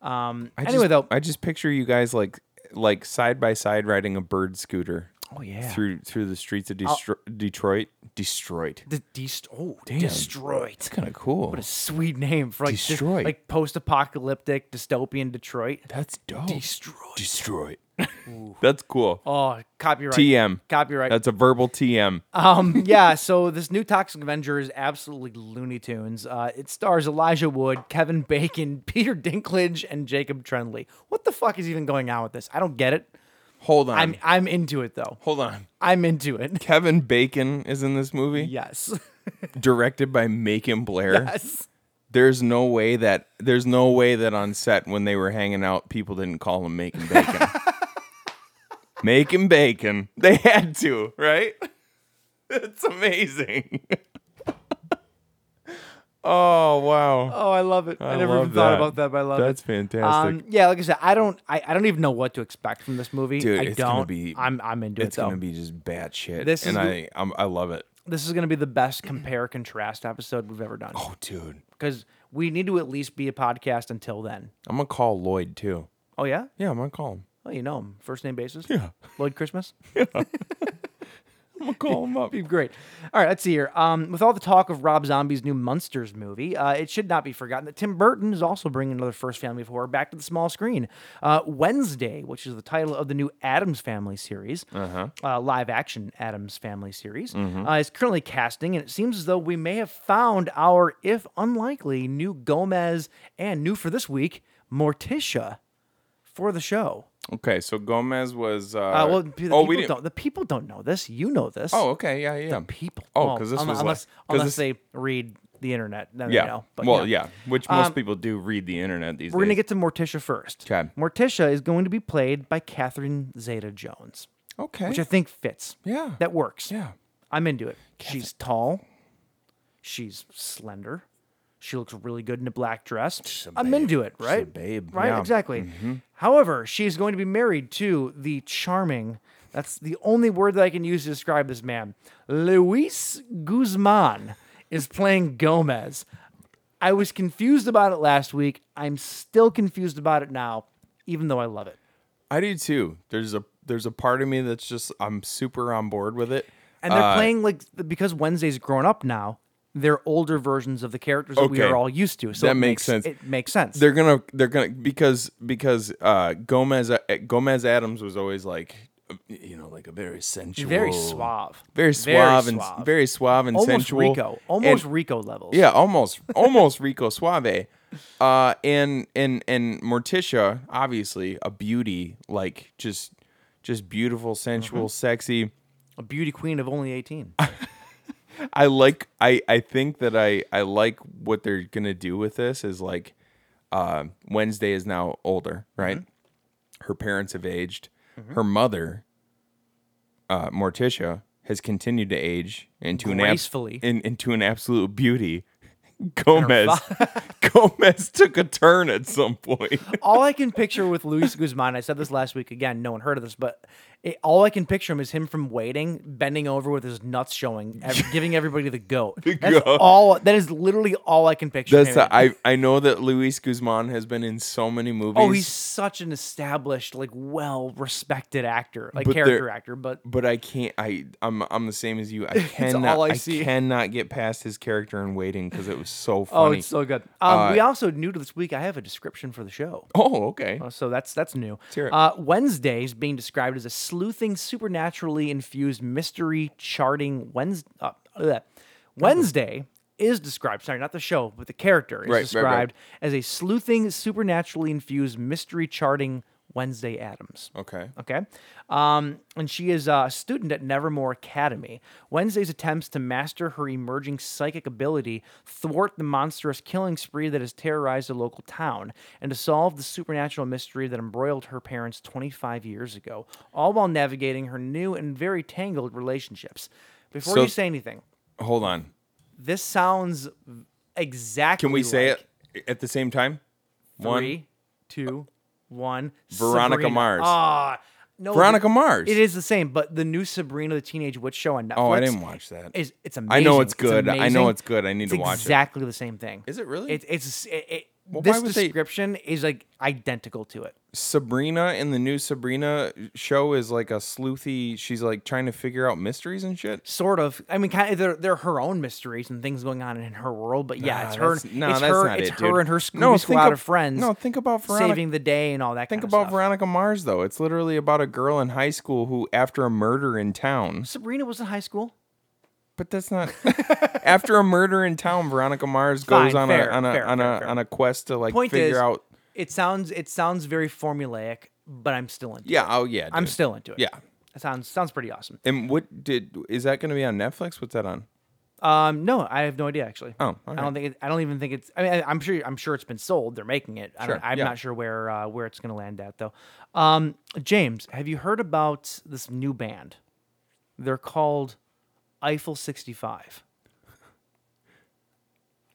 [SPEAKER 6] Um,
[SPEAKER 7] I
[SPEAKER 6] anyway,
[SPEAKER 7] just,
[SPEAKER 6] though.
[SPEAKER 7] I just picture you guys like like side by side riding a bird scooter.
[SPEAKER 6] oh, yeah.
[SPEAKER 7] through through the streets of Destro- Detroit. Detroit.
[SPEAKER 6] the dest- oh, destroyed.
[SPEAKER 7] That's kind of cool.
[SPEAKER 6] What a sweet name for like dis-
[SPEAKER 7] Destroyed.
[SPEAKER 6] like post-apocalyptic dystopian Detroit.
[SPEAKER 7] That's dope.
[SPEAKER 6] Destroyed.
[SPEAKER 7] Detroit. That's cool.
[SPEAKER 6] Oh, copyright.
[SPEAKER 7] TM.
[SPEAKER 6] Copyright.
[SPEAKER 7] That's a verbal TM.
[SPEAKER 6] um, yeah. So this new Toxic Avenger is absolutely Looney Tunes. Uh, it stars Elijah Wood, Kevin Bacon, Peter Dinklage, and Jacob Trendley. What the fuck is even going on with this? I don't get it.
[SPEAKER 7] Hold on.
[SPEAKER 6] I'm I'm into it though.
[SPEAKER 7] Hold on.
[SPEAKER 6] I'm into it.
[SPEAKER 7] Kevin Bacon is in this movie,
[SPEAKER 6] Yes.
[SPEAKER 7] directed by Macon Blair.
[SPEAKER 6] yes.
[SPEAKER 7] There's no way that there's no way that on set when they were hanging out, people didn't call him Macon Bacon. Macon Bacon. They had to, right? It's amazing. oh wow.
[SPEAKER 6] Oh, I love it. I, never even
[SPEAKER 7] love
[SPEAKER 6] thought
[SPEAKER 7] that.
[SPEAKER 6] about that, but I love
[SPEAKER 7] That's
[SPEAKER 6] it.
[SPEAKER 7] fantastic.
[SPEAKER 6] Um, yeah, like I said, I don't, I, I don't even know what to expect from this movie.
[SPEAKER 7] Dude,
[SPEAKER 6] I
[SPEAKER 7] it's
[SPEAKER 6] don't.
[SPEAKER 7] gonna be-
[SPEAKER 6] I'm, I'm into
[SPEAKER 7] It's
[SPEAKER 6] it though.
[SPEAKER 7] gonna be just bad shit.
[SPEAKER 6] This
[SPEAKER 7] and
[SPEAKER 6] is-
[SPEAKER 7] I I'm, I love it.
[SPEAKER 6] this is gonna be the best compare contrast episode we've ever done
[SPEAKER 7] Oh dude.
[SPEAKER 6] because we need to at least be a podcast until then.
[SPEAKER 7] I'm gonna call Lloyd too.
[SPEAKER 6] Oh yeah,
[SPEAKER 7] Yeah, I'm gonna call him.
[SPEAKER 6] oh you know him, first name basis. Yeah, Lloyd Christmas.
[SPEAKER 7] I'm gonna call him up.
[SPEAKER 6] Be great. All right, let's see here. Um, with all the talk of Rob Zombie's new Munsters movie, uh, it should not be forgotten that Tim Burton is also bringing another first family of horror back to the small screen. Uh, Wednesday, which is the title of the new Adams Family series, uh-huh. live action Adams Family series,
[SPEAKER 7] Mm-hmm.
[SPEAKER 6] uh, is currently casting, and it seems as though we may have found our, if unlikely, new Gomez and new for this week, Morticia for the show.
[SPEAKER 7] Okay, so Gomez was. Uh,
[SPEAKER 6] Uh, well, the,
[SPEAKER 7] oh,
[SPEAKER 6] people
[SPEAKER 7] we didn't.
[SPEAKER 6] don't, the people don't know this. You know this
[SPEAKER 7] Oh, okay, yeah, yeah.
[SPEAKER 6] people.
[SPEAKER 7] Oh,
[SPEAKER 6] Well,
[SPEAKER 7] because this
[SPEAKER 6] unle-
[SPEAKER 7] was
[SPEAKER 6] unless,
[SPEAKER 7] last, 'cause
[SPEAKER 6] unless
[SPEAKER 7] this-
[SPEAKER 6] they read the internet, then
[SPEAKER 7] yeah.
[SPEAKER 6] they know. But
[SPEAKER 7] well, yeah,
[SPEAKER 6] yeah.
[SPEAKER 7] Um, which most people do read the internet these
[SPEAKER 6] We're gonna
[SPEAKER 7] days.
[SPEAKER 6] get to Morticia first.
[SPEAKER 7] 'Kay.
[SPEAKER 6] Morticia is going to be played by Catherine Zeta-Jones,
[SPEAKER 7] okay.
[SPEAKER 6] which I think fits.
[SPEAKER 7] Yeah.
[SPEAKER 6] that works.
[SPEAKER 7] yeah,
[SPEAKER 6] I'm into it. She's tall. She's slender. She looks really good in a black dress. i I'm into it, right?
[SPEAKER 7] babe,
[SPEAKER 6] Right,
[SPEAKER 7] yeah. Mm-hmm.
[SPEAKER 6] exactly. However, she is going to be married to the charming, that's the only word that I can use to describe this man. Luis Guzman is playing Gomez. I was confused about it last week. I'm still confused about it now, even though I love it.
[SPEAKER 7] I do too. There's a there's a part of me that's just I'm super on board with it.
[SPEAKER 6] And they're
[SPEAKER 7] Uh,
[SPEAKER 6] playing like because Wednesday's grown up now. They're older versions of the characters that we
[SPEAKER 7] Okay.
[SPEAKER 6] are all used to. So
[SPEAKER 7] That
[SPEAKER 6] it
[SPEAKER 7] makes sense.
[SPEAKER 6] It makes sense.
[SPEAKER 7] They're gonna they're gonna because because uh, Gomez uh, Gomez Adams was always like uh, you know like a very sensual,
[SPEAKER 6] very suave,
[SPEAKER 7] very suave, and very suave and
[SPEAKER 6] almost
[SPEAKER 7] sensual,
[SPEAKER 6] Rico, almost
[SPEAKER 7] And-
[SPEAKER 6] Rico levels.
[SPEAKER 7] Yeah, almost, almost Rico Suave. Uh, and and and Morticia, obviously a beauty, like just just beautiful, sensual, sexy.
[SPEAKER 6] a beauty queen of only eighteen.
[SPEAKER 7] I like. I I think that I I like what they're gonna do with this is like, uh, Wednesday is now older, right?
[SPEAKER 6] Mm-hmm.
[SPEAKER 7] Her parents have aged. Her mother, uh, Morticia, has continued to age into an abs-
[SPEAKER 6] Gracefully.
[SPEAKER 7] in, into an absolute beauty. Gomez, Gomez took a turn at some point.
[SPEAKER 6] all I can picture with Luis Guzman, I said this last week again. No one heard of this, but it, all I can picture him is him from waiting, bending over with his nuts showing, ev- giving everybody the goat. That's
[SPEAKER 7] goat.
[SPEAKER 6] all. That is literally all I can picture.
[SPEAKER 7] That's
[SPEAKER 6] him in.
[SPEAKER 7] the, I I know that Luis Guzman has been in so many movies.
[SPEAKER 6] Oh, he's such an established, like well-respected actor, like
[SPEAKER 7] But there-
[SPEAKER 6] character actor. But
[SPEAKER 7] but I can't. I I'm I'm the same as you. I cannot.
[SPEAKER 6] all I
[SPEAKER 7] I,
[SPEAKER 6] see.
[SPEAKER 7] cannot get past his character in waiting because it was so
[SPEAKER 6] oh,
[SPEAKER 7] funny.
[SPEAKER 6] it's so good. Um,
[SPEAKER 7] Uh,
[SPEAKER 6] we also new to this week. I have a description for the show.
[SPEAKER 7] Oh, okay.
[SPEAKER 6] Uh, So that's that's new.
[SPEAKER 7] hear it.
[SPEAKER 6] Uh, Wednesday is being described as a sleuthing, supernaturally infused mystery charting Wednesday. Uh, bleh. Wednesday is described. Sorry, not the show, but the character is
[SPEAKER 7] Right, right, right.
[SPEAKER 6] described as a sleuthing, supernaturally infused mystery charting Wednesday Adams.
[SPEAKER 7] Okay.
[SPEAKER 6] Okay. Um, and she is a student at Nevermore Academy. Wednesday's attempts to master her emerging psychic ability thwart the monstrous killing spree that has terrorized the local town and to solve the supernatural mystery that embroiled her parents 25 years ago, all while navigating her new and very tangled relationships. Before
[SPEAKER 7] So-
[SPEAKER 6] you say anything,
[SPEAKER 7] Hold on.
[SPEAKER 6] this sounds exactly
[SPEAKER 7] Can we say
[SPEAKER 6] like
[SPEAKER 7] it at the same time? One.
[SPEAKER 6] Three, two, one.
[SPEAKER 7] Veronica
[SPEAKER 6] Sabrina.
[SPEAKER 7] Mars.
[SPEAKER 6] Ah, no,
[SPEAKER 7] Veronica
[SPEAKER 6] the-
[SPEAKER 7] Mars.
[SPEAKER 6] It is the same, but the new Sabrina the Teenage Witch show on Netflix.
[SPEAKER 7] Oh, I didn't watch that.
[SPEAKER 6] Is it's amazing.
[SPEAKER 7] I know it's good. I know
[SPEAKER 6] amazing.
[SPEAKER 7] it's good. I need
[SPEAKER 6] It's
[SPEAKER 7] to watch it.
[SPEAKER 6] Exactly the same thing.
[SPEAKER 7] Is it really?
[SPEAKER 6] It, it's it, it,
[SPEAKER 7] Well, why
[SPEAKER 6] this
[SPEAKER 7] would they-
[SPEAKER 6] description is like identical to it.
[SPEAKER 7] Sabrina in the new Sabrina show is like a sleuthy. She's like trying to figure out mysteries and shit.
[SPEAKER 6] Sort of. I mean, kind of. They're, they're her own mysteries and things going on in her world. But yeah,
[SPEAKER 7] Nah,
[SPEAKER 6] it's her.
[SPEAKER 7] that's- nah,
[SPEAKER 6] it's
[SPEAKER 7] that's
[SPEAKER 6] her.
[SPEAKER 7] not
[SPEAKER 6] it's
[SPEAKER 7] it,
[SPEAKER 6] her
[SPEAKER 7] dude.
[SPEAKER 6] and her
[SPEAKER 7] No,
[SPEAKER 6] Scooby
[SPEAKER 7] think
[SPEAKER 6] Squad
[SPEAKER 7] ab-
[SPEAKER 6] of friends.
[SPEAKER 7] no, think about Veronica-
[SPEAKER 6] saving the day and all that.
[SPEAKER 7] Think
[SPEAKER 6] kind
[SPEAKER 7] about
[SPEAKER 6] of stuff.
[SPEAKER 7] Veronica Mars though. It's literally about a girl in high school who, after a murder in town,
[SPEAKER 6] Sabrina was in high school.
[SPEAKER 7] But that's not after a murder in town. Veronica Mars
[SPEAKER 6] Fine,
[SPEAKER 7] goes on
[SPEAKER 6] fair,
[SPEAKER 7] a on a
[SPEAKER 6] fair,
[SPEAKER 7] on a
[SPEAKER 6] fair, fair.
[SPEAKER 7] on a quest to like
[SPEAKER 6] Point
[SPEAKER 7] figure
[SPEAKER 6] is,
[SPEAKER 7] out.
[SPEAKER 6] it sounds it sounds very formulaic, but I'm still into.
[SPEAKER 7] Yeah. Oh yeah.
[SPEAKER 6] it. I'm
[SPEAKER 7] dude.
[SPEAKER 6] still into it.
[SPEAKER 7] Yeah.
[SPEAKER 6] That sounds sounds pretty awesome.
[SPEAKER 7] And what did is that going to be on Netflix? What's that on?
[SPEAKER 6] Um, no, I have no idea actually.
[SPEAKER 7] Oh, all
[SPEAKER 6] I don't
[SPEAKER 7] right.
[SPEAKER 6] think it, I don't even think it's. I mean, I, I'm sure I'm sure it's been sold. They're making it. I don't,
[SPEAKER 7] Sure,
[SPEAKER 6] I'm
[SPEAKER 7] yeah.
[SPEAKER 6] not sure where uh, where it's going to land at though. Um, James, have you heard about this new band? They're called Eiffel 65.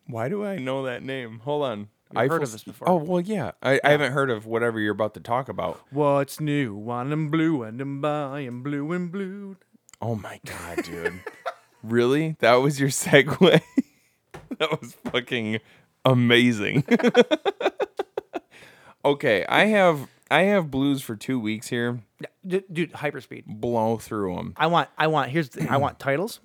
[SPEAKER 7] Why do I know that name? Hold on.
[SPEAKER 6] You've heard
[SPEAKER 7] Eiffel-
[SPEAKER 6] of this before.
[SPEAKER 7] Oh well, yeah. I, I haven't heard of whatever you're about to talk about.
[SPEAKER 6] What's new? One and blue and I'm by and blue and blue.
[SPEAKER 7] Oh my god, dude! really? That was your segue? that was fucking amazing. okay, I have I have blues for two weeks here.
[SPEAKER 6] D- dude, hyperspeed.
[SPEAKER 7] blow through them.
[SPEAKER 6] I want I want here's the, I want titles.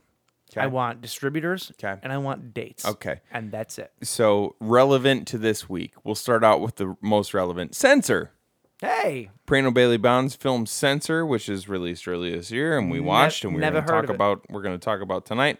[SPEAKER 6] I
[SPEAKER 7] 'Kay.
[SPEAKER 6] want distributors.
[SPEAKER 7] 'Kay.
[SPEAKER 6] And I want dates.
[SPEAKER 7] Okay.
[SPEAKER 6] And that's it.
[SPEAKER 7] So relevant to this week. We'll start out with the most relevant censor.
[SPEAKER 6] Hey,
[SPEAKER 7] Prano Bailey Bond's film Censor, which is released earlier this year, and we watched, and we we're
[SPEAKER 6] never
[SPEAKER 7] going to
[SPEAKER 6] heard
[SPEAKER 7] talk
[SPEAKER 6] of it.
[SPEAKER 7] about. We're going to talk about tonight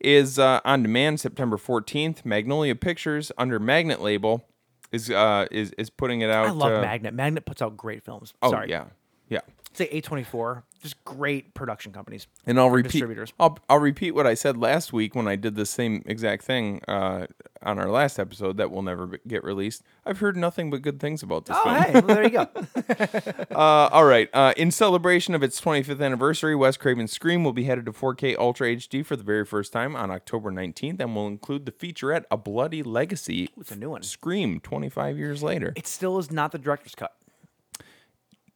[SPEAKER 7] is uh, on demand September fourteenth. Magnolia Pictures under Magnet label is uh, is is putting it out.
[SPEAKER 6] I love
[SPEAKER 7] uh,
[SPEAKER 6] Magnet. Magnet puts out great films.
[SPEAKER 7] Oh
[SPEAKER 6] Sorry.
[SPEAKER 7] yeah, yeah.
[SPEAKER 6] Say A24. Just great production companies.
[SPEAKER 7] And I'll repeat.
[SPEAKER 6] distributors.
[SPEAKER 7] I'll, I'll repeat what I said last week when I did the same exact thing uh, on our last episode that will never be- get released. I've heard nothing but good things about this.
[SPEAKER 6] Oh,
[SPEAKER 7] film.
[SPEAKER 6] hey, well, there you go.
[SPEAKER 7] Uh, all right. Uh, in celebration of its 25th anniversary, Wes Craven's Scream will be headed to 4K Ultra HD for the very first time on October 19th, and will include the featurette "A Bloody Legacy."
[SPEAKER 6] it's a new one.
[SPEAKER 7] Scream 25 years later.
[SPEAKER 6] It still is not the director's cut,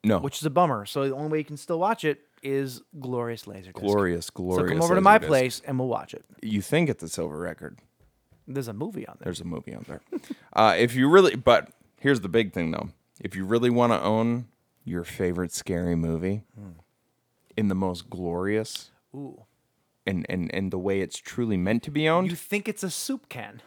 [SPEAKER 7] no,
[SPEAKER 6] which is a bummer. So the only way you can still watch it is Glorious Laserdisc.
[SPEAKER 7] glorious, glorious.
[SPEAKER 6] So come over to my
[SPEAKER 7] Laserdisc.
[SPEAKER 6] place and we'll watch it.
[SPEAKER 7] You think it's a silver record?
[SPEAKER 6] There's a movie on there.
[SPEAKER 7] There's a movie out there. uh, if you really, but here's the big thing though. If you really want to own your favorite scary movie
[SPEAKER 6] Hmm.
[SPEAKER 7] in the most glorious
[SPEAKER 6] Ooh.
[SPEAKER 7] and and and the way it's truly meant to be owned,
[SPEAKER 6] You think it's a soup can,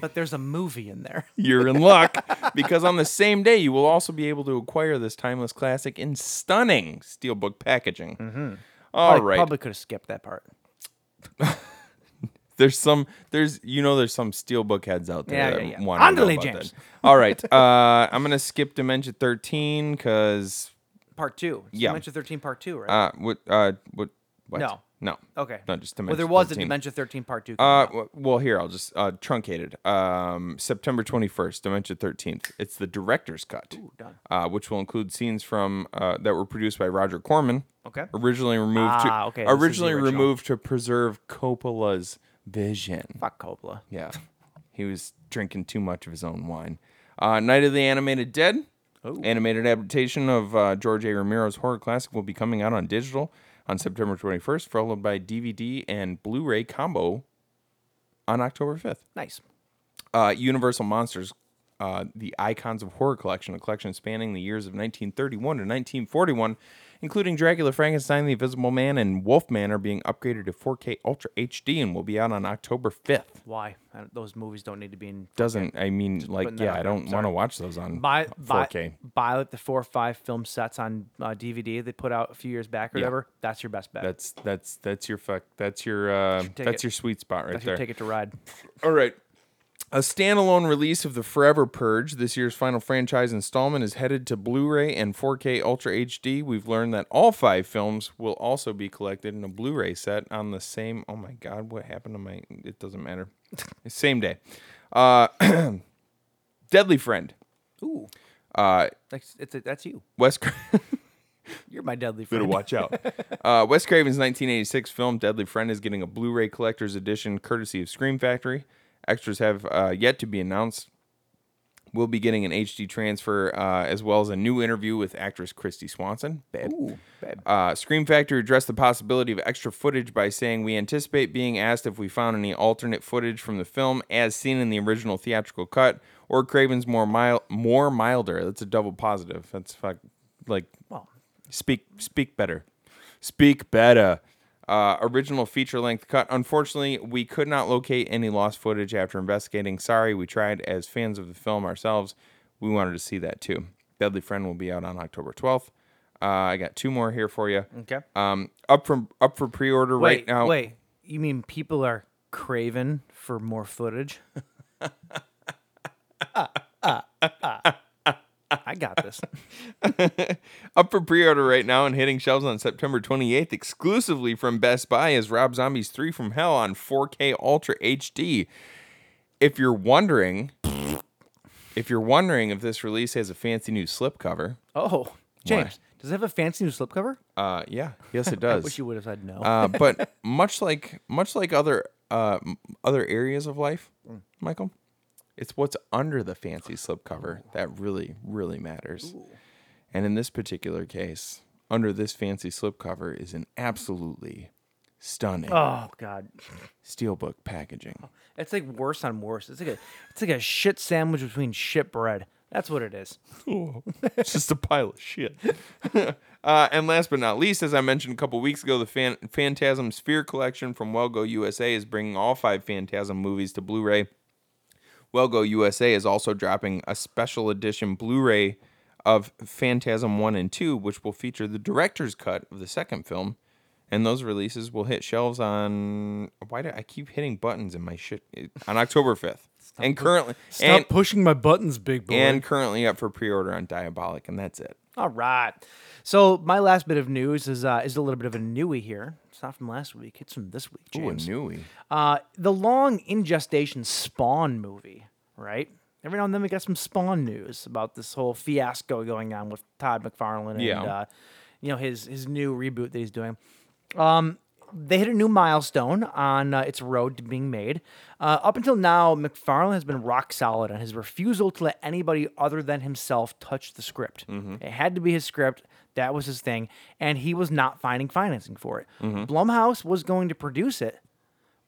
[SPEAKER 6] but there's a movie in there.
[SPEAKER 7] you're in luck because on the same day you will also be able to acquire this timeless classic in stunning steelbook packaging.
[SPEAKER 6] Mm-hmm.
[SPEAKER 7] All
[SPEAKER 6] Probably-
[SPEAKER 7] right.
[SPEAKER 6] Probably could have skipped that part.
[SPEAKER 7] there's some there's you know there's some steelbook heads out there
[SPEAKER 6] Yeah,
[SPEAKER 7] that
[SPEAKER 6] yeah, yeah.
[SPEAKER 7] want to know
[SPEAKER 6] Andale
[SPEAKER 7] about
[SPEAKER 6] James.
[SPEAKER 7] that. All right, uh, I'm gonna skip Dimension 13 because
[SPEAKER 6] Part two. It's
[SPEAKER 7] Yeah.
[SPEAKER 6] Dementia 13 Part two, right?
[SPEAKER 7] uh what uh what what
[SPEAKER 6] No.
[SPEAKER 7] no
[SPEAKER 6] okay.
[SPEAKER 7] no just
[SPEAKER 6] Well,
[SPEAKER 7] Dimension.
[SPEAKER 6] there was
[SPEAKER 7] 13.
[SPEAKER 6] a Dementia 13 Part two.
[SPEAKER 7] Uh,
[SPEAKER 6] coming out.
[SPEAKER 7] w- well, here I'll just uh, truncated. Um, September twenty first, Dimension thirteenth. It's the director's cut,
[SPEAKER 6] done.
[SPEAKER 7] Uh, which will include scenes from uh, that were produced by Roger Corman.
[SPEAKER 6] Okay.
[SPEAKER 7] Originally removed to
[SPEAKER 6] Ah, okay, this is the
[SPEAKER 7] originally
[SPEAKER 6] original.
[SPEAKER 7] removed to preserve Coppola's vision.
[SPEAKER 6] Fuck Coppola.
[SPEAKER 7] Yeah, he was drinking too much of his own wine. Uh, Night of the Animated Dead, animated adaptation of uh, George A. Romero's horror classic, will be coming out on digital on September 21st, followed by DVD and Blu-ray combo on October 5th.
[SPEAKER 6] Nice.
[SPEAKER 7] Uh, Universal Monsters, uh, the Icons of Horror collection, a collection spanning the years of 1931 to 1941, including Dracula, Frankenstein, The Invisible Man, and Wolfman, are being upgraded to 4K Ultra HD and will be out on October 5th
[SPEAKER 6] Why? I don't- those movies don't need to be in
[SPEAKER 7] doesn't i mean like
[SPEAKER 6] putting that
[SPEAKER 7] yeah
[SPEAKER 6] out
[SPEAKER 7] i
[SPEAKER 6] there,
[SPEAKER 7] don't want to watch those on
[SPEAKER 6] buy buy,
[SPEAKER 7] 4k
[SPEAKER 6] buy like the four or five film sets on uh, DVD they put out a few years back or whatever. That's your best bet.
[SPEAKER 7] that's that's that's your fuck that's your uh
[SPEAKER 6] take
[SPEAKER 7] that's
[SPEAKER 6] it.
[SPEAKER 7] your sweet spot right
[SPEAKER 6] That's
[SPEAKER 7] there
[SPEAKER 6] your ticket to ride.
[SPEAKER 7] all right a standalone release of the Forever Purge, this year's final franchise installment, is headed to Blu ray and 4K Ultra HD. We've learned that all five films will also be collected in a Blu ray set on the same. Oh my God, what happened to my. It doesn't matter. same day. Uh, Deadly Friend.
[SPEAKER 6] Ooh,
[SPEAKER 7] Uh,
[SPEAKER 6] that's it's a, that's you.
[SPEAKER 7] Wes.
[SPEAKER 6] You're my deadly
[SPEAKER 7] Better
[SPEAKER 6] friend.
[SPEAKER 7] watch out. Uh, Wes Craven's 1986 film Deadly Friend is getting a Blu-ray collector's edition, courtesy of Scream Factory. Extras have uh, yet to be announced. We'll be getting an HD transfer uh, as well as a new interview with actress Christy Swanson. Babe. Uh, Scream Factory addressed the possibility of extra footage by saying we anticipate being asked if we found any alternate footage from the film as seen in the original theatrical cut or Craven's more mild, more milder. That's a double positive. That's fuck, like
[SPEAKER 6] Well,
[SPEAKER 7] Speak speak better. Speak better. Uh, original feature length cut. Unfortunately, we could not locate any lost footage after investigating. Sorry, we tried as fans of the film ourselves. We wanted to see that too. Deadly Friend will be out on October 12th. Uh, I got two more here for you.
[SPEAKER 6] Okay.
[SPEAKER 7] Um, up from up for pre-order
[SPEAKER 6] wait,
[SPEAKER 7] right now.
[SPEAKER 6] wait. You mean people are craving for more footage? I got this.
[SPEAKER 7] Up for pre-order right now and hitting shelves on September 28th exclusively from Best Buy is Rob Zombie's 3 from Hell on 4K Ultra HD. If you're wondering if you're wondering if this release has a fancy new slipcover,
[SPEAKER 6] Oh, James, does it have a fancy new slipcover?
[SPEAKER 7] uh yeah, yes it
[SPEAKER 6] I
[SPEAKER 7] does.
[SPEAKER 6] wish you would have said no.
[SPEAKER 7] uh, but much like much like other uh m- other areas of life, Michael, it's what's under the fancy slipcover that really really matters. And in this particular case, under this fancy slipcover is an absolutely stunning
[SPEAKER 6] oh God,
[SPEAKER 7] steelbook packaging.
[SPEAKER 6] it's like worse on worse. It's like a it's like a shit sandwich between shit bread. That's what it is.
[SPEAKER 7] It's just a pile of shit. uh, and last but not least, as I mentioned a couple weeks ago, the Fan- Phantasm Sphere Collection from Wellgo USA is bringing all five Phantasm movies to Blu ray. Wellgo USA is also dropping a special edition Blu ray of Phantasm 1 and 2, which will feature the director's cut of the second film. And those releases will hit shelves on. Why do I keep hitting buttons in my shit? On October 5th. and currently.
[SPEAKER 9] Stop
[SPEAKER 7] and,
[SPEAKER 9] pushing my buttons, big boy.
[SPEAKER 7] and currently up for pre order on Diabolic, and that's it.
[SPEAKER 6] All right. So my last bit of news is uh, is a little bit of a newie here. It's not from last week. It's from this week.
[SPEAKER 7] Ooh, a
[SPEAKER 6] James.
[SPEAKER 7] newie.
[SPEAKER 6] Uh, the long ingestation Spawn movie, right? Every now and then we get some Spawn news about this whole fiasco going on with Todd McFarlane and
[SPEAKER 7] Yeah.
[SPEAKER 6] uh, you know his his new reboot that he's doing. Um, they hit a new milestone on uh, its road to being made. Uh, up until now, McFarlane has been rock solid on his refusal to let anybody other than himself touch the script.
[SPEAKER 7] Mm-hmm.
[SPEAKER 6] It had to be his script. That was his thing, and he was not finding financing for it.
[SPEAKER 7] Mm-hmm.
[SPEAKER 6] Blumhouse was going to produce it,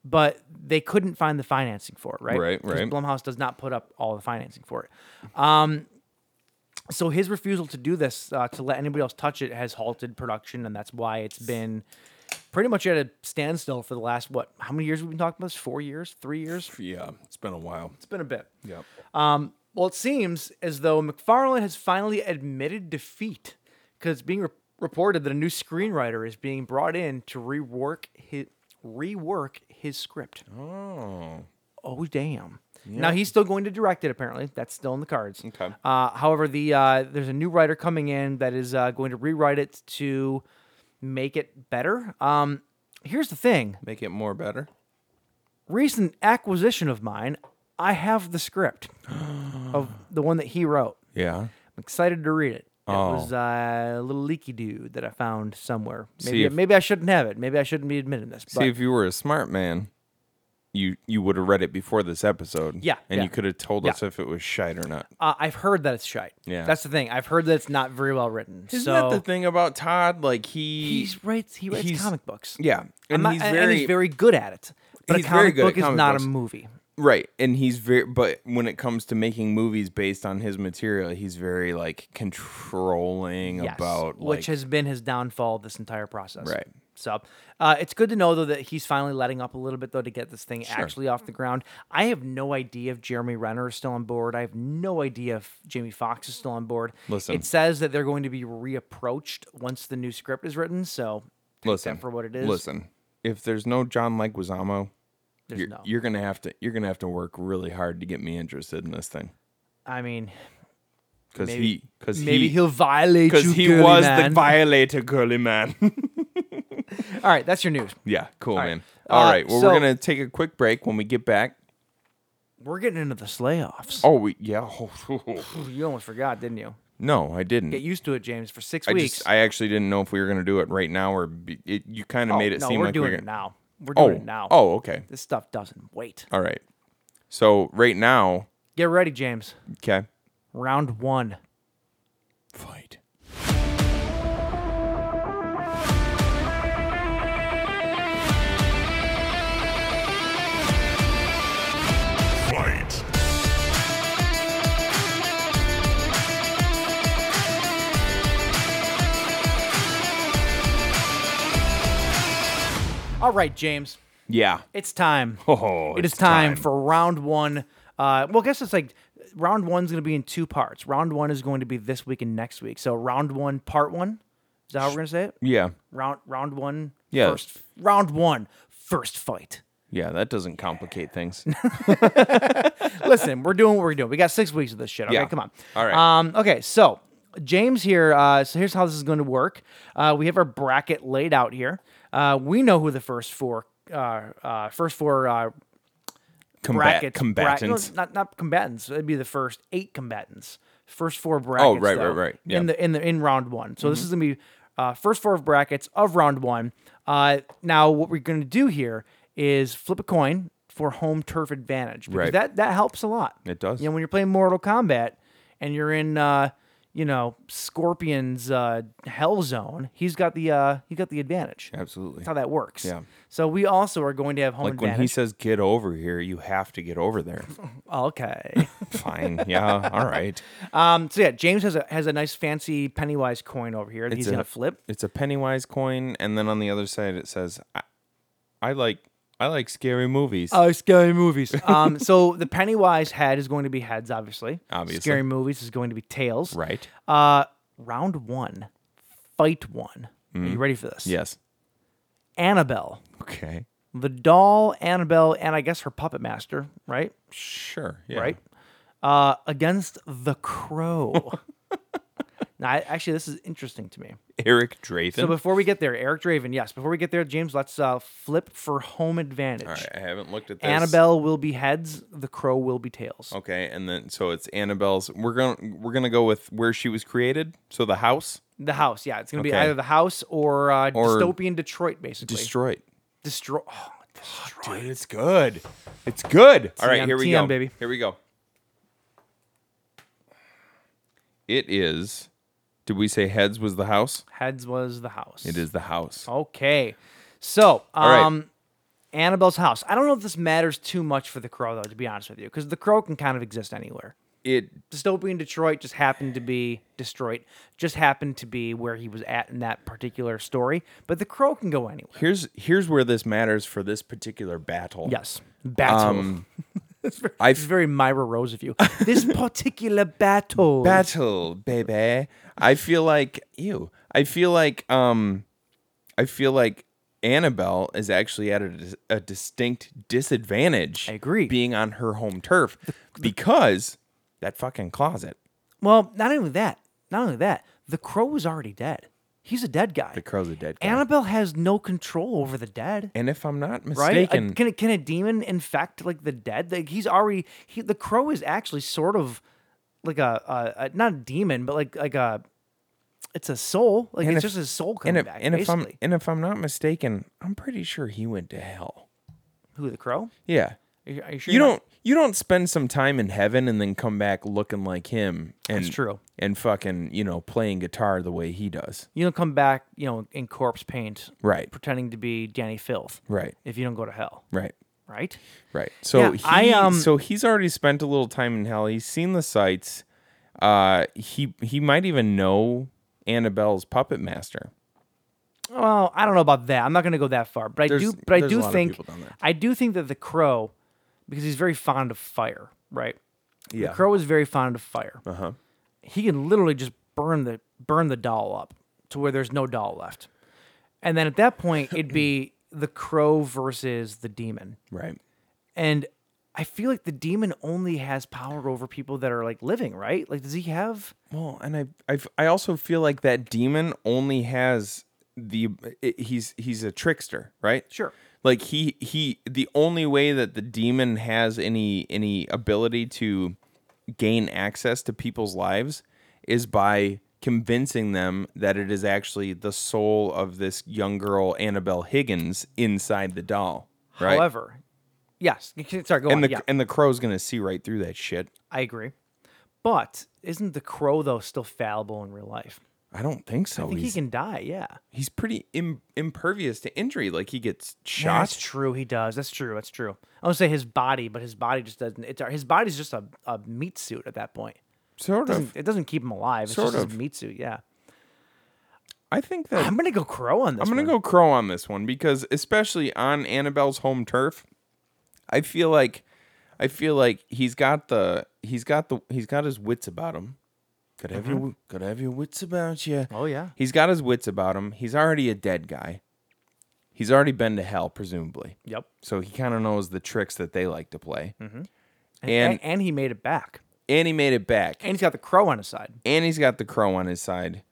[SPEAKER 6] but they couldn't find the financing for it, right?
[SPEAKER 7] Right,
[SPEAKER 6] 'Cause
[SPEAKER 7] right.
[SPEAKER 6] Blumhouse does not put up all the financing for it. Um, so his refusal to do this, uh, to let anybody else touch it, has halted production, and that's why it's been pretty much at a standstill for the last what? How many years we've been talking about this? Four years? Three years?
[SPEAKER 7] Yeah, it's been a while.
[SPEAKER 6] It's been a bit.
[SPEAKER 7] Yeah.
[SPEAKER 6] Um, well, it seems as though McFarlane has finally admitted defeat because it's being re- reported that a new screenwriter is being brought in to rework his rework his script. Oh. Oh damn. Now he's still going to direct it. Apparently, that's still in the cards.
[SPEAKER 7] Okay.
[SPEAKER 6] Uh, however, the uh, there's a new writer coming in that is uh, going to rewrite it to make it better. Um, here's the thing:
[SPEAKER 7] Make it more better.
[SPEAKER 6] recent acquisition of mine, I have the script of the one that he wrote.
[SPEAKER 7] Yeah.
[SPEAKER 6] I'm excited to read it. It
[SPEAKER 7] Oh.
[SPEAKER 6] was uh, a little leaky dude that I found somewhere.
[SPEAKER 7] See
[SPEAKER 6] Maybe,
[SPEAKER 7] if-
[SPEAKER 6] maybe I shouldn't have it. Maybe I shouldn't be admitting this. But
[SPEAKER 7] See, if you were a smart man, you you would have read it before this episode.
[SPEAKER 6] Yeah,
[SPEAKER 7] And
[SPEAKER 6] yeah.
[SPEAKER 7] you could have told
[SPEAKER 6] Yeah.
[SPEAKER 7] us if it was shite or not.
[SPEAKER 6] uh, I've heard that it's shite.
[SPEAKER 7] Yeah.
[SPEAKER 6] that's the thing. I've heard that it's not very well written.
[SPEAKER 7] Isn't
[SPEAKER 6] so
[SPEAKER 7] that the thing about Todd? Like he
[SPEAKER 6] he writes he writes
[SPEAKER 7] he's-
[SPEAKER 6] comic books.
[SPEAKER 7] Yeah,
[SPEAKER 6] and, he's very, and he's very good at it. But
[SPEAKER 7] He's
[SPEAKER 6] a
[SPEAKER 7] very
[SPEAKER 6] comic
[SPEAKER 7] good at
[SPEAKER 6] book is
[SPEAKER 7] comic
[SPEAKER 6] not
[SPEAKER 7] books.
[SPEAKER 6] a movie.
[SPEAKER 7] right, and he's very. But when it comes to making movies based on his material, he's very like controlling
[SPEAKER 6] Yes,
[SPEAKER 7] about
[SPEAKER 6] which
[SPEAKER 7] like,
[SPEAKER 6] has been his downfall this entire process.
[SPEAKER 7] Right.
[SPEAKER 6] So uh, it's good to know though that he's finally letting up a little bit though to get this thing actually off the ground. I have no idea if Jeremy Renner is still on board. I have no idea if Jamie Foxx is still on board.
[SPEAKER 7] Listen.
[SPEAKER 6] it says that they're going to be reapproached once the new script is written. So
[SPEAKER 7] listen
[SPEAKER 6] for what it is.
[SPEAKER 7] Listen, if there's no John Leguizamo,
[SPEAKER 6] there's
[SPEAKER 7] you're,
[SPEAKER 6] no.
[SPEAKER 7] you're gonna have to you're gonna have to work really hard to get me interested in this thing
[SPEAKER 6] I mean,
[SPEAKER 7] because
[SPEAKER 6] Maybe-
[SPEAKER 7] he because
[SPEAKER 6] maybe
[SPEAKER 7] he,
[SPEAKER 6] he, will violate
[SPEAKER 7] because
[SPEAKER 6] you.
[SPEAKER 7] he
[SPEAKER 6] girly
[SPEAKER 7] was
[SPEAKER 6] man.
[SPEAKER 7] the violator girly man
[SPEAKER 6] All right, that's your news.
[SPEAKER 7] yeah cool man
[SPEAKER 6] Uh,
[SPEAKER 7] all right well
[SPEAKER 6] so-
[SPEAKER 7] we're gonna take a quick break when we get back
[SPEAKER 6] We're getting into the slayoffs.
[SPEAKER 7] oh we, yeah oh,
[SPEAKER 6] You almost forgot, didn't you?
[SPEAKER 7] no i didn't
[SPEAKER 6] Get used to it, James. For six
[SPEAKER 7] i
[SPEAKER 6] weeks.
[SPEAKER 7] just i actually didn't know if we were gonna do it right now or be, it, you kind of
[SPEAKER 6] Oh,
[SPEAKER 7] made it
[SPEAKER 6] no,
[SPEAKER 7] seem
[SPEAKER 6] we're
[SPEAKER 7] like
[SPEAKER 6] doing
[SPEAKER 7] we were
[SPEAKER 6] it now. We're
[SPEAKER 7] oh
[SPEAKER 6] doing it now.
[SPEAKER 7] oh okay
[SPEAKER 6] this stuff doesn't wait.
[SPEAKER 7] all right so right now
[SPEAKER 6] Get ready, James.
[SPEAKER 7] okay
[SPEAKER 6] Round one.
[SPEAKER 7] fight
[SPEAKER 4] Fight.
[SPEAKER 6] All right, James.
[SPEAKER 7] yeah
[SPEAKER 6] It's time.
[SPEAKER 7] oh
[SPEAKER 6] it is
[SPEAKER 7] it's
[SPEAKER 6] time, for round one. Uh, well, I guess it's like round one's going to be in two parts. Round one is going to be this week and next week. So round one, part one. Is that how we're going to say it?
[SPEAKER 7] yeah
[SPEAKER 6] Round round one.
[SPEAKER 7] Yeah.
[SPEAKER 6] First, round one. First fight.
[SPEAKER 7] yeah that doesn't complicate things
[SPEAKER 6] Listen, we're doing what we're doing. We got six weeks of this shit. Okay,
[SPEAKER 7] Yeah.
[SPEAKER 6] come on.
[SPEAKER 7] All right.
[SPEAKER 6] Um, okay, so James here. Uh, so here's how this is going to work. Uh, we have our bracket laid out here. Uh, we know who the first four, uh, uh, first four uh,
[SPEAKER 7] Combat,
[SPEAKER 6] brackets,
[SPEAKER 7] combatants
[SPEAKER 6] bra- no, not not combatants. It'd be the first eight combatants. First four brackets.
[SPEAKER 7] Oh, right,
[SPEAKER 6] though,
[SPEAKER 7] right, right. Yeah. Mm-hmm.
[SPEAKER 6] In the in the in round one. So this is gonna be uh, first four brackets of round one. Uh, now what we're gonna do here is flip a coin for home turf advantage because
[SPEAKER 7] Right.
[SPEAKER 6] that that helps a lot.
[SPEAKER 7] It does.
[SPEAKER 6] You know when you're playing Mortal Kombat and you're in uh, you know Scorpion's uh, hell zone, he's got the uh, he got the advantage.
[SPEAKER 7] Absolutely.
[SPEAKER 6] That's how that works.
[SPEAKER 7] Yeah.
[SPEAKER 6] So we also are going to have home
[SPEAKER 7] Like when
[SPEAKER 6] advantage.
[SPEAKER 7] he says get over here, you have to get over there.
[SPEAKER 6] okay.
[SPEAKER 7] Fine. Yeah. All right.
[SPEAKER 6] um. So yeah, James has a has a nice fancy Pennywise coin over here that he's
[SPEAKER 7] a-
[SPEAKER 6] gonna flip.
[SPEAKER 7] It's a Pennywise coin, and then on the other side it says, "I, I like I like scary movies."
[SPEAKER 6] Oh, scary movies. um, so the Pennywise head is going to be heads, obviously.
[SPEAKER 7] Obviously.
[SPEAKER 6] Scary movies is going to be tails.
[SPEAKER 7] Right.
[SPEAKER 6] Uh, round one, fight one. Are
[SPEAKER 7] Mm.
[SPEAKER 6] you ready for this?
[SPEAKER 7] yes.
[SPEAKER 6] Annabelle,
[SPEAKER 7] Okay.
[SPEAKER 6] the doll, Annabelle, and I guess her puppet master, right?
[SPEAKER 7] Sure. Yeah.
[SPEAKER 6] Right. Uh, against the Crow. now, I, actually, this is interesting to me.
[SPEAKER 7] Eric Draven.
[SPEAKER 6] So before we get there, Eric Draven, yes. Before we get there, James, let's uh, flip for home advantage.
[SPEAKER 7] All right, I haven't looked at this.
[SPEAKER 6] Annabelle will be heads. The Crow will be tails.
[SPEAKER 7] Okay, and then so it's Annabelle's. We're going to we're gonna go with where she was created. So the house,
[SPEAKER 6] The house, yeah, it's gonna be
[SPEAKER 7] Okay.
[SPEAKER 6] either the house or, uh,
[SPEAKER 7] Or-
[SPEAKER 6] dystopian Detroit, basically.
[SPEAKER 7] Detroit.
[SPEAKER 6] Destroy. Oh, destroy.
[SPEAKER 7] Dude, it's good. It's good. All right,
[SPEAKER 6] TM,
[SPEAKER 7] here we
[SPEAKER 6] TM,
[SPEAKER 7] go,
[SPEAKER 6] baby.
[SPEAKER 7] Here we go. It is. Did we say heads was the house?
[SPEAKER 6] Heads was the house.
[SPEAKER 7] It is the house.
[SPEAKER 6] Okay, so
[SPEAKER 7] right.
[SPEAKER 6] um, Annabelle's house. I don't know if this matters too much for the crow, though, to be honest with you, because the crow can kind of exist anywhere.
[SPEAKER 7] It
[SPEAKER 6] Dystopian Detroit just happened to be Detroit, just happened to be where he was at in that particular story. But the crow can go anywhere.
[SPEAKER 7] here's here's where this matters for this particular battle.
[SPEAKER 6] Yes, battle.
[SPEAKER 7] Um,
[SPEAKER 6] it's very Myra Rose of you. this particular battle.
[SPEAKER 7] battle, baby. I feel like ew. I feel like um, I feel like Annabelle is actually at a, dis- a distinct disadvantage.
[SPEAKER 6] I agree.
[SPEAKER 7] Being on her home turf because that fucking closet.
[SPEAKER 6] Well, not only that, not only that, the crow was already dead. He's a dead guy.
[SPEAKER 7] The crow's a dead guy.
[SPEAKER 6] Annabelle has no control over the dead,
[SPEAKER 7] and if I'm not
[SPEAKER 6] right? A-
[SPEAKER 7] mistaken,
[SPEAKER 6] can a- can a demon infect like the dead? Like he's already he, the crow is actually sort of like a, a, a not a demon, but like like a it's a soul. Like
[SPEAKER 7] And
[SPEAKER 6] it's
[SPEAKER 7] if-
[SPEAKER 6] just his soul coming
[SPEAKER 7] and if,
[SPEAKER 6] back.
[SPEAKER 7] and if I'm
[SPEAKER 6] basically.
[SPEAKER 7] and if I'm not mistaken, I'm pretty sure he went to hell.
[SPEAKER 6] who the crow?
[SPEAKER 7] Yeah.
[SPEAKER 6] Are you, are sure
[SPEAKER 7] you
[SPEAKER 6] you're not-
[SPEAKER 7] don't you don't spend some time in heaven and then come back looking like him and
[SPEAKER 6] That's true.
[SPEAKER 7] and fucking you know playing guitar the way he does
[SPEAKER 6] you don't come back, you know, in corpse paint,
[SPEAKER 7] Right.
[SPEAKER 6] Pretending to be Danny Filth,
[SPEAKER 7] Right.
[SPEAKER 6] If you don't go to hell,
[SPEAKER 7] right
[SPEAKER 6] right?
[SPEAKER 7] right so
[SPEAKER 6] Yeah,
[SPEAKER 7] he,
[SPEAKER 6] I, um-
[SPEAKER 7] so he's already spent a little time in hell he's seen the sights uh he he might even know Annabelle's puppet master
[SPEAKER 6] Well, I don't know about that. I'm not going to go that far, but I
[SPEAKER 7] There's-
[SPEAKER 6] do. But I
[SPEAKER 7] there's a
[SPEAKER 6] do
[SPEAKER 7] lot of
[SPEAKER 6] think
[SPEAKER 7] people down there.
[SPEAKER 6] I do think that the crow, because he's very fond of fire, right?
[SPEAKER 7] Yeah. Uh-huh.
[SPEAKER 6] The crow is very fond of fire. Uh huh. He can literally just burn the burn the doll up to where there's no doll left, and then at that point it'd be the crow versus the demon,
[SPEAKER 7] right
[SPEAKER 6] and I feel like the demon only has power over people that are like living, right? Like, does he have?
[SPEAKER 7] well and I I I also feel like that demon only has the it- he's he's a trickster right
[SPEAKER 6] Sure.
[SPEAKER 7] like he he the only way that the demon has any any ability to gain access to people's lives is by convincing them that it is actually the soul of this young girl Annabelle Higgins inside the doll right
[SPEAKER 6] However, yes. you can- Sorry, go on.
[SPEAKER 7] and the
[SPEAKER 6] yeah.
[SPEAKER 7] and the crow's going to see right through that shit
[SPEAKER 6] I agree. But isn't the crow though still fallible in real life?
[SPEAKER 7] I don't think so
[SPEAKER 6] I think he
[SPEAKER 7] Oh, he's
[SPEAKER 6] can die. Yeah,
[SPEAKER 7] he's pretty Im- impervious to injury like he gets
[SPEAKER 6] Yeah, that's
[SPEAKER 7] shot
[SPEAKER 6] true. He does. That's true. That's true. I would say his body, but his body just doesn't. It's his body's just a, a meat suit at that point.
[SPEAKER 7] sort
[SPEAKER 6] It doesn't,
[SPEAKER 7] of
[SPEAKER 6] it doesn't keep him alive. It's
[SPEAKER 7] Sort
[SPEAKER 6] just
[SPEAKER 7] of.
[SPEAKER 6] his meat suit. Yeah.
[SPEAKER 7] I think that
[SPEAKER 6] I'm gonna go crow on this.
[SPEAKER 7] I'm gonna go crow on this one because especially on Annabelle's home turf, I feel like I feel like he's got the he's got the he's got his wits about him. Gotta have your gotta have your wits about you.
[SPEAKER 6] Mm-hmm. Oh, yeah.
[SPEAKER 7] he's got his wits about him. He's already a dead guy. He's already been to hell, presumably.
[SPEAKER 6] Yep. Mm-hmm.
[SPEAKER 7] So he kind of knows the tricks that they like to play.
[SPEAKER 6] And,
[SPEAKER 7] And
[SPEAKER 6] and he made it back.
[SPEAKER 7] and he made it back.
[SPEAKER 6] And he's got the crow on his side.
[SPEAKER 7] and he's got the crow on his side,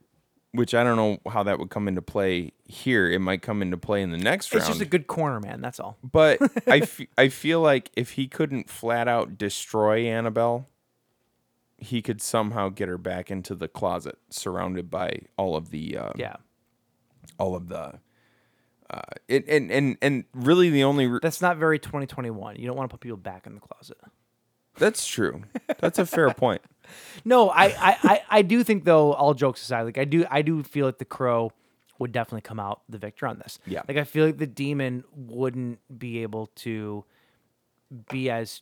[SPEAKER 7] which I don't know how that would come into play here. It might come into play in the next round.
[SPEAKER 6] It's just a good corner man. That's all.
[SPEAKER 7] But I, f- I feel like if he couldn't flat out destroy Annabelle, he could somehow get her back into the closet, surrounded by all of the uh,
[SPEAKER 6] Yeah.
[SPEAKER 7] all of the. Uh, it, and and and really the only re-
[SPEAKER 6] That's not very 2021. You don't want to put people back in the closet.
[SPEAKER 7] that's true. That's a fair point.
[SPEAKER 6] No, I, I, I, I do think though, all jokes aside, like I do I do feel like the crow would definitely come out the victor on this.
[SPEAKER 7] Yeah.
[SPEAKER 6] Like I feel like the demon wouldn't be able to be as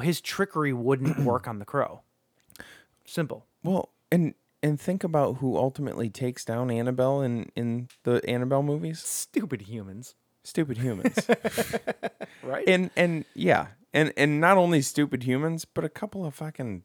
[SPEAKER 6] his trickery wouldn't work on the crow. Simple.
[SPEAKER 7] Well, and and think about who ultimately takes down Annabelle in in the Annabelle movies.
[SPEAKER 6] Stupid humans.
[SPEAKER 7] Stupid humans.
[SPEAKER 6] Right?
[SPEAKER 7] and and yeah, and and not only stupid humans, but a couple of fucking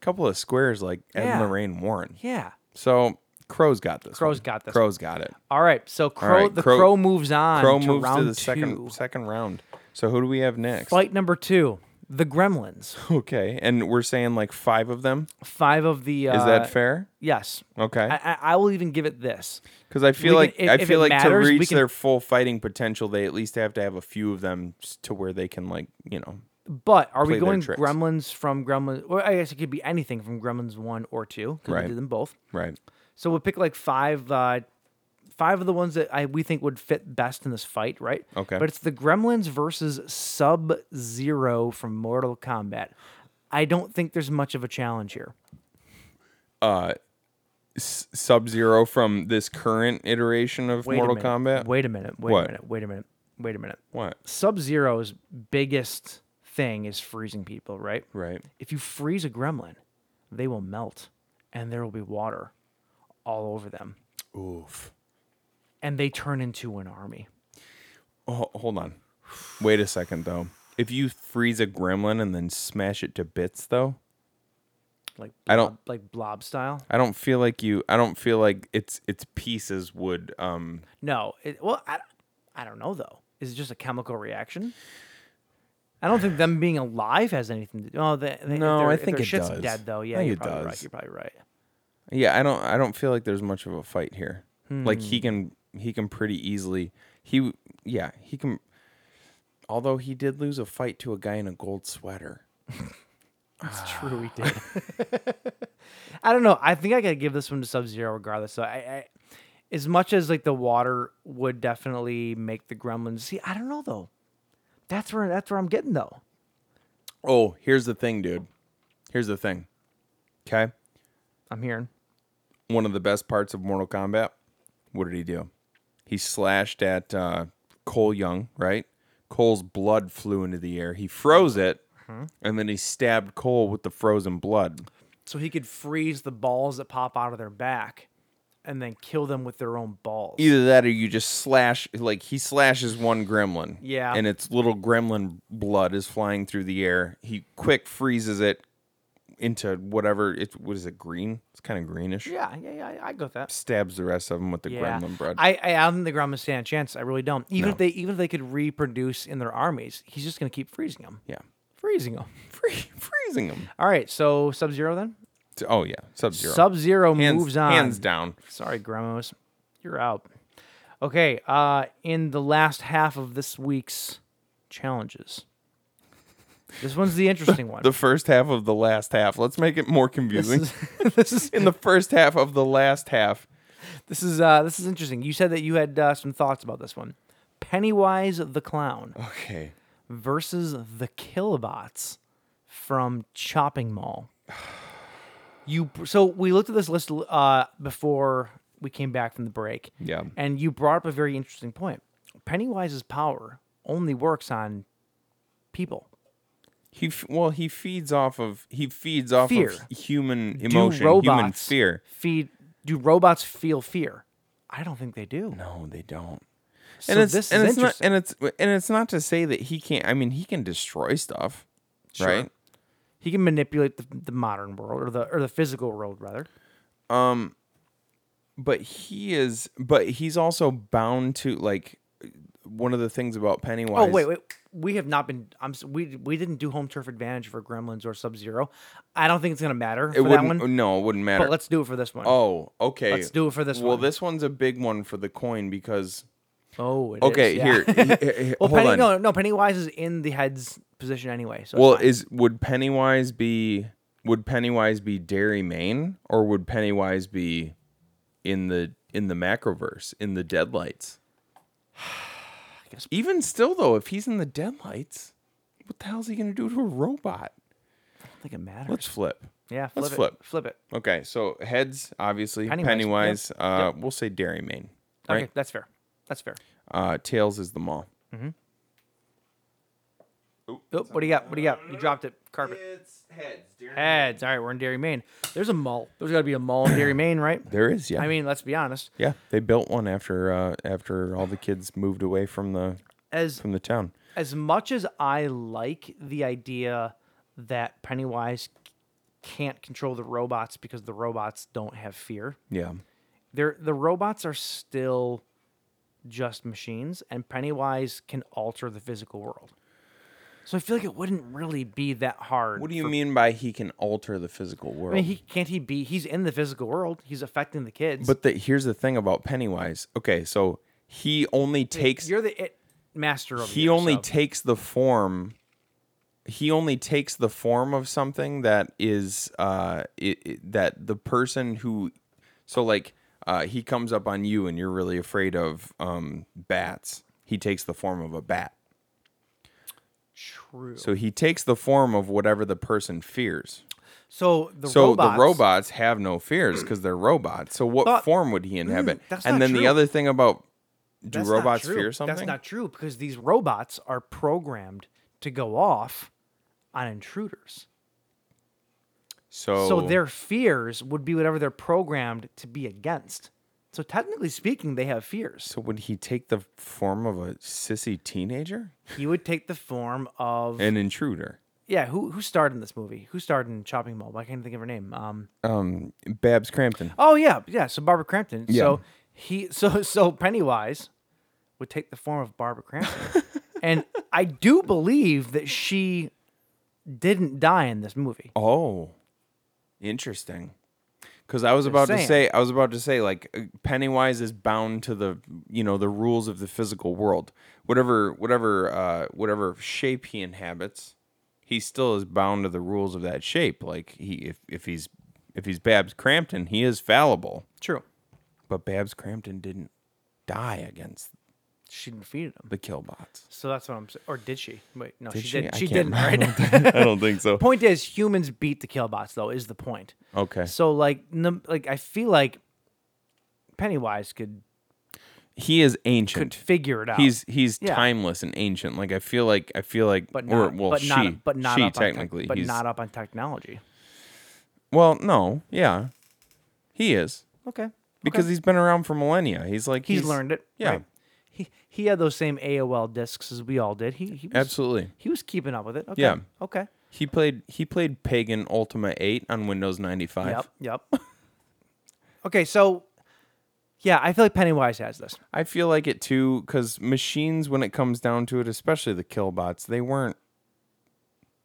[SPEAKER 7] couple of squares like Ed
[SPEAKER 6] Yeah.
[SPEAKER 7] and Lorraine Warren.
[SPEAKER 6] yeah.
[SPEAKER 7] So Crow's got this.
[SPEAKER 6] Crow's
[SPEAKER 7] one.
[SPEAKER 6] got this
[SPEAKER 7] Crow's got it.
[SPEAKER 6] All right. So
[SPEAKER 7] All
[SPEAKER 6] crow
[SPEAKER 7] right,
[SPEAKER 6] the crow, moves on.
[SPEAKER 7] Crow
[SPEAKER 6] to
[SPEAKER 7] moves
[SPEAKER 6] round
[SPEAKER 7] to the
[SPEAKER 6] two.
[SPEAKER 7] second second round. So who do we have next?
[SPEAKER 6] Fight number two. The gremlins.
[SPEAKER 7] Okay, and we're saying like five of them.
[SPEAKER 6] Five of the uh,
[SPEAKER 7] Is that fair?
[SPEAKER 6] Yes.
[SPEAKER 7] Okay.
[SPEAKER 6] I, I, I will even give it this.
[SPEAKER 7] Because I feel
[SPEAKER 6] we
[SPEAKER 7] like
[SPEAKER 6] can- if-
[SPEAKER 7] I
[SPEAKER 6] if it
[SPEAKER 7] feel like
[SPEAKER 6] matters,
[SPEAKER 7] to
[SPEAKER 6] we
[SPEAKER 7] reach
[SPEAKER 6] can-
[SPEAKER 7] their full fighting potential, they at least have to have a few of them s- to where they can like you know.
[SPEAKER 6] But are
[SPEAKER 7] play
[SPEAKER 6] we
[SPEAKER 7] their
[SPEAKER 6] going
[SPEAKER 7] tricks.
[SPEAKER 6] Gremlins from Gremlins? Or I guess it could be anything from Gremlins one or two. 'cause
[SPEAKER 7] Right.
[SPEAKER 6] We did them both.
[SPEAKER 7] Right.
[SPEAKER 6] So we'll pick like five, uh, five of the ones that I we think would fit best in this fight, right?
[SPEAKER 7] Okay.
[SPEAKER 6] But it's the Gremlins versus Sub Zero from Mortal Kombat. I don't think there's much of a challenge here.
[SPEAKER 7] Sub Zero from this current iteration of
[SPEAKER 6] Wait
[SPEAKER 7] Mortal
[SPEAKER 6] a minute.
[SPEAKER 7] Kombat.
[SPEAKER 6] Wait a minute. Wait
[SPEAKER 7] What?
[SPEAKER 6] a minute. Wait a minute. Wait a minute.
[SPEAKER 7] What?
[SPEAKER 6] Sub Zero's biggest thing is freezing people, right?
[SPEAKER 7] Right.
[SPEAKER 6] If you freeze a gremlin, they will melt and there will be water all over them.
[SPEAKER 7] Oof.
[SPEAKER 6] And they turn into an army.
[SPEAKER 7] Oh, hold on. Wait a second though. If you freeze a gremlin and then smash it to bits though,
[SPEAKER 6] Like blob,
[SPEAKER 7] I don't-
[SPEAKER 6] like blob style.
[SPEAKER 7] I don't feel like you. I don't feel like its its pieces would. Um.
[SPEAKER 6] No. It, well, I, I don't know though. Is it just a chemical reaction? I don't think them being alive has anything to do. Oh, they, they, if
[SPEAKER 7] No,
[SPEAKER 6] their-
[SPEAKER 7] I
[SPEAKER 6] if
[SPEAKER 7] think
[SPEAKER 6] their
[SPEAKER 7] it
[SPEAKER 6] shit's
[SPEAKER 7] does.
[SPEAKER 6] dead though.
[SPEAKER 7] I
[SPEAKER 6] Yeah,
[SPEAKER 7] think
[SPEAKER 6] you're
[SPEAKER 7] it
[SPEAKER 6] probably right.
[SPEAKER 7] does.
[SPEAKER 6] You're probably right.
[SPEAKER 7] Yeah, I don't. I don't feel like there's much of a fight here. Like
[SPEAKER 6] Hmm.
[SPEAKER 7] he can. He can pretty easily. He. w- Yeah. He can. Although he did lose a fight to a guy in a gold sweater.
[SPEAKER 6] It's true, we did. I don't know. I think I gotta give this one to Sub Zero regardless. So I, I, as much as like the water would definitely make the gremlins. See, I don't know though. That's where that's where I'm getting though.
[SPEAKER 7] Oh, here's the thing, dude. Here's the thing. Okay.
[SPEAKER 6] I'm hearing.
[SPEAKER 7] one of the best parts of Mortal Kombat. What did he do? He slashed at uh, Cole Young, right? Cole's blood flew into the air. He froze it,
[SPEAKER 6] Mm-hmm.
[SPEAKER 7] and then he stabbed Cole with the frozen blood.
[SPEAKER 6] So he could freeze the balls that pop out of their back, and then kill them with their own balls.
[SPEAKER 7] Either that, or you just slash. Like he slashes one gremlin,
[SPEAKER 6] Yeah.
[SPEAKER 7] and its little gremlin blood is flying through the air. He quick freezes it into whatever it what is it green? It's kind of greenish.
[SPEAKER 6] Yeah, yeah, yeah. I, I go with that.
[SPEAKER 7] Stabs the rest of them with the
[SPEAKER 6] Yeah.
[SPEAKER 7] gremlin blood.
[SPEAKER 6] I, I don't think the gremlins stand a chance. I really don't. Even if they even if they could reproduce in their armies, he's just gonna keep freezing them.
[SPEAKER 7] yeah,
[SPEAKER 6] Freezing them.
[SPEAKER 7] Free, freezing them.
[SPEAKER 6] All right. So Sub Zero then.
[SPEAKER 7] Oh yeah, Sub Zero.
[SPEAKER 6] Sub Zero
[SPEAKER 7] hands,
[SPEAKER 6] moves on.
[SPEAKER 7] Hands down.
[SPEAKER 6] Sorry, Gramos. You're out. Okay, uh, in the last half of this week's challenges. This one's the interesting one.
[SPEAKER 7] The first half of the last half. Let's make it more confusing.
[SPEAKER 6] this is this is,
[SPEAKER 7] In the first half of the last half.
[SPEAKER 6] this is, uh, this is interesting. You said that you had uh, some thoughts about this one. Pennywise the clown
[SPEAKER 7] Okay.
[SPEAKER 6] versus the Killbots from Chopping Mall. You so we looked at this list uh, before we came back from the break.
[SPEAKER 7] Yeah.
[SPEAKER 6] and you brought up a very interesting point. Pennywise's power only works on people.
[SPEAKER 7] He f- well, he feeds off of he feeds off
[SPEAKER 6] Fear.
[SPEAKER 7] of human
[SPEAKER 6] Do
[SPEAKER 7] emotion, human
[SPEAKER 6] robots
[SPEAKER 7] fear.
[SPEAKER 6] Feed? Do robots feel fear? I don't think they do.
[SPEAKER 7] No, they don't.
[SPEAKER 6] So
[SPEAKER 7] and it's
[SPEAKER 6] this
[SPEAKER 7] and
[SPEAKER 6] is
[SPEAKER 7] it's not
[SPEAKER 6] interesting.
[SPEAKER 7] and it's and it's not to say that he can't. I mean, he can destroy stuff, right?
[SPEAKER 6] he can manipulate the, the modern world or the or the physical world rather.
[SPEAKER 7] but he is but he's also bound to like one of the things about pennywise
[SPEAKER 6] Oh wait, wait. We have not been. I'm. s- We we didn't do home turf advantage for Gremlins or Sub Zero. I don't think it's gonna matter
[SPEAKER 7] it
[SPEAKER 6] for that
[SPEAKER 7] wouldn't
[SPEAKER 6] one.
[SPEAKER 7] no it wouldn't matter
[SPEAKER 6] But let's do it for this one.
[SPEAKER 7] oh okay
[SPEAKER 6] Let's do it for this
[SPEAKER 7] well
[SPEAKER 6] one.
[SPEAKER 7] this one's a big one for the coin because
[SPEAKER 6] oh, it is,
[SPEAKER 7] okay
[SPEAKER 6] yeah.
[SPEAKER 7] here, he- he- he-
[SPEAKER 6] well,
[SPEAKER 7] hold
[SPEAKER 6] Penny,
[SPEAKER 7] on
[SPEAKER 6] no, no. Pennywise is in the heads position anyway. So it's
[SPEAKER 7] well
[SPEAKER 6] fine.
[SPEAKER 7] is would pennywise be would pennywise be dairy main or would pennywise be in the in the macroverse in the deadlights
[SPEAKER 6] guess-
[SPEAKER 7] even still though if he's in the deadlights what the hell's he gonna do to a robot
[SPEAKER 6] think it matters.
[SPEAKER 7] Let's flip.
[SPEAKER 6] yeah, flip
[SPEAKER 7] let's
[SPEAKER 6] it.
[SPEAKER 7] flip.
[SPEAKER 6] Flip it.
[SPEAKER 7] Okay, so heads, obviously. Pennywise.
[SPEAKER 6] Pennywise, yeah.
[SPEAKER 7] uh, We'll say Dairy Main. Right?
[SPEAKER 6] Okay, that's fair. That's fair.
[SPEAKER 7] Uh, tails is the mall.
[SPEAKER 6] Oh, what do you got? What do you got? You dropped it. Carpet.
[SPEAKER 7] It's heads. Dairy
[SPEAKER 6] Heads. All right, we're in Dairy, Maine. There's a mall. There's got to be a mall in Dairy, Maine, right?
[SPEAKER 7] There is, yeah.
[SPEAKER 6] I mean, let's be honest.
[SPEAKER 7] yeah, they built one after uh, after all the kids moved away from the
[SPEAKER 6] As
[SPEAKER 7] from the town.
[SPEAKER 6] as much as I like the idea that Pennywise c- can't control the robots because the robots don't have fear,
[SPEAKER 7] Yeah,
[SPEAKER 6] they're, the robots are still just machines, and Pennywise can alter the physical world. So I feel like it wouldn't really be that hard.
[SPEAKER 7] What do you
[SPEAKER 6] for-
[SPEAKER 7] mean by he can alter the physical world?
[SPEAKER 6] I mean, he can't he be? He's in the physical world. He's affecting the kids.
[SPEAKER 7] but the, here's the thing about Pennywise. Okay, so he only takes
[SPEAKER 6] you're the it master of
[SPEAKER 7] he only
[SPEAKER 6] so.
[SPEAKER 7] takes the form. He only takes the form of something that is uh it, it- that the person who so like uh he comes up on you and you're really afraid of um bats. He takes the form of a bat.
[SPEAKER 6] true.
[SPEAKER 7] So he takes the form of whatever the person fears.
[SPEAKER 6] So the
[SPEAKER 7] so
[SPEAKER 6] robots,
[SPEAKER 7] the robots have no fears because they're robots. So what
[SPEAKER 6] But- Mm,
[SPEAKER 7] form would he inhabit?
[SPEAKER 6] that's
[SPEAKER 7] and
[SPEAKER 6] not
[SPEAKER 7] then the
[SPEAKER 6] true.
[SPEAKER 7] other thing about do
[SPEAKER 6] That's not
[SPEAKER 7] robots
[SPEAKER 6] true.
[SPEAKER 7] fear something?
[SPEAKER 6] That's not true because these robots are programmed to go off on intruders.
[SPEAKER 7] so
[SPEAKER 6] So their fears would be whatever they're programmed to be against. So technically speaking, they have fears.
[SPEAKER 7] so would he take the form of a sissy teenager?
[SPEAKER 6] He would take the form of
[SPEAKER 7] An intruder.
[SPEAKER 6] yeah. Who who starred in this movie? Who starred in Chopping Mall? I can't I think of her name. Um.
[SPEAKER 7] Um Babs Crampton.
[SPEAKER 6] Oh yeah, yeah. So Barbara Crampton.
[SPEAKER 7] Yeah.
[SPEAKER 6] So he so so Pennywise would take the form of Barbara Crampton, and I do believe that she didn't die in this movie.
[SPEAKER 7] Oh. Interesting. Cuz I was about to
[SPEAKER 6] saying.
[SPEAKER 7] say I was about to say like uh, Pennywise is bound to the you know the rules of the physical world. Whatever whatever uh whatever shape he inhabits, he still is bound to the rules of that shape. Like he if if he's if he's Babs Crampton, he is fallible.
[SPEAKER 6] True.
[SPEAKER 7] But Babs Crampton didn't die against
[SPEAKER 6] She defeated him.
[SPEAKER 7] the killbots.
[SPEAKER 6] So that's what I'm saying. Or did she? Wait, no, she,
[SPEAKER 7] she?
[SPEAKER 6] didn't.
[SPEAKER 7] I
[SPEAKER 6] She
[SPEAKER 7] can't
[SPEAKER 6] didn't,
[SPEAKER 7] remember.
[SPEAKER 6] right?
[SPEAKER 7] I don't think so.
[SPEAKER 6] point is humans beat the killbots though is the point.
[SPEAKER 7] Okay.
[SPEAKER 6] So like num- like I feel like Pennywise could
[SPEAKER 7] He is ancient.
[SPEAKER 6] could figure it out.
[SPEAKER 7] He's he's
[SPEAKER 6] Yeah.
[SPEAKER 7] timeless and ancient. Like I feel like I feel like
[SPEAKER 6] but
[SPEAKER 7] or,
[SPEAKER 6] not
[SPEAKER 7] well
[SPEAKER 6] but
[SPEAKER 7] she
[SPEAKER 6] not but not
[SPEAKER 7] she
[SPEAKER 6] up
[SPEAKER 7] technically
[SPEAKER 6] on tech- but
[SPEAKER 7] he's
[SPEAKER 6] not up on technology.
[SPEAKER 7] well no yeah he is
[SPEAKER 6] Okay.
[SPEAKER 7] because
[SPEAKER 6] okay.
[SPEAKER 7] he's been around for millennia. He's like
[SPEAKER 6] he's, learned it.
[SPEAKER 7] Yeah,
[SPEAKER 6] right. He he had those same AOL discs as we all did. He he was,
[SPEAKER 7] absolutely.
[SPEAKER 6] He was keeping up with it. Okay.
[SPEAKER 7] Yeah.
[SPEAKER 6] Okay.
[SPEAKER 7] He played he played Pagan Ultima Eight on Windows ninety five.
[SPEAKER 6] Yep. Yep. okay. So, yeah, I feel like Pennywise has this.
[SPEAKER 7] I feel like it too because machines, when it comes down to it, especially the killbots, they weren't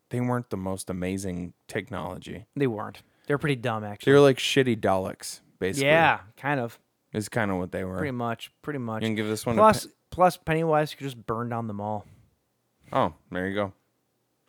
[SPEAKER 7] they weren't the most amazing technology.
[SPEAKER 6] They weren't. They're pretty dumb,
[SPEAKER 7] They
[SPEAKER 6] actually.
[SPEAKER 7] were like shitty Daleks, basically.
[SPEAKER 6] yeah, kind of.
[SPEAKER 7] is kind of what they were.
[SPEAKER 6] Pretty much. Pretty much.
[SPEAKER 7] You can give this one a
[SPEAKER 6] Plus,
[SPEAKER 7] Pen-
[SPEAKER 6] plus Pennywise could just burn down the mall,
[SPEAKER 7] oh, there you go.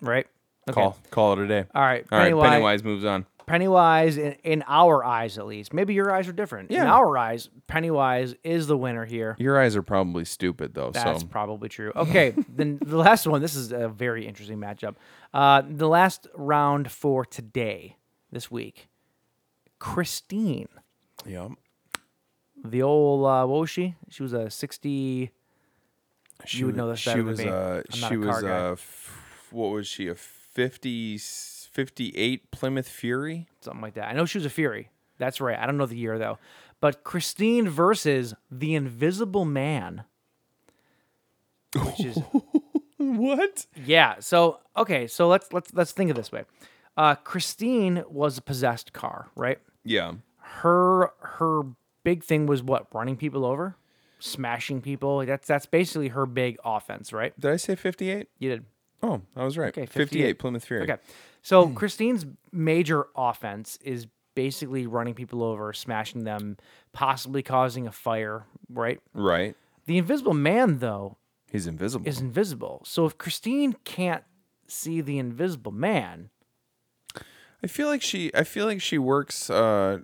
[SPEAKER 6] right? Okay.
[SPEAKER 7] Call call it a day.
[SPEAKER 6] All right,
[SPEAKER 7] All right.
[SPEAKER 6] Pennywise-
[SPEAKER 7] Pennywise moves on.
[SPEAKER 6] Pennywise, in, in our eyes at least, maybe your eyes are different. In
[SPEAKER 7] Yeah.
[SPEAKER 6] our eyes, Pennywise is the winner here.
[SPEAKER 7] Your eyes are probably stupid though.
[SPEAKER 6] That's
[SPEAKER 7] so
[SPEAKER 6] probably true. Okay, then the last one. This is a very interesting matchup. Uh, the last round for today, this week, Christine,
[SPEAKER 7] yeah,
[SPEAKER 6] the old uh, what was she? She was a sixty.
[SPEAKER 7] she
[SPEAKER 6] would
[SPEAKER 7] wa-
[SPEAKER 6] know this better
[SPEAKER 7] She
[SPEAKER 6] than
[SPEAKER 7] was
[SPEAKER 6] me.
[SPEAKER 7] uh,
[SPEAKER 6] I'm not
[SPEAKER 7] she
[SPEAKER 6] a car
[SPEAKER 7] was
[SPEAKER 6] guy.
[SPEAKER 7] uh, f- what was she a 50, 58 Plymouth Fury?
[SPEAKER 6] something like that. I know she was a Fury. That's right. I don't know the year though. But Christine versus the Invisible Man. Which is
[SPEAKER 7] What?
[SPEAKER 6] yeah. So okay. So let's let's let's think of this way. Uh, Christine was a possessed car, right?
[SPEAKER 7] Yeah.
[SPEAKER 6] Her her big thing was what running people over, smashing people. Like, that's that's basically her big offense, right?
[SPEAKER 7] Did I say fifty eight?
[SPEAKER 6] You did
[SPEAKER 7] Oh, I was right.
[SPEAKER 6] Okay,
[SPEAKER 7] 58.
[SPEAKER 6] 58.
[SPEAKER 7] Plymouth Fury.
[SPEAKER 6] Okay. So Christine's major offense is basically running people over, smashing them, possibly causing a fire, right?
[SPEAKER 7] Right.
[SPEAKER 6] The invisible man, though,
[SPEAKER 7] He's invisible.
[SPEAKER 6] is invisible. So if Christine can't see the invisible man,
[SPEAKER 7] I feel like she I feel like she works uh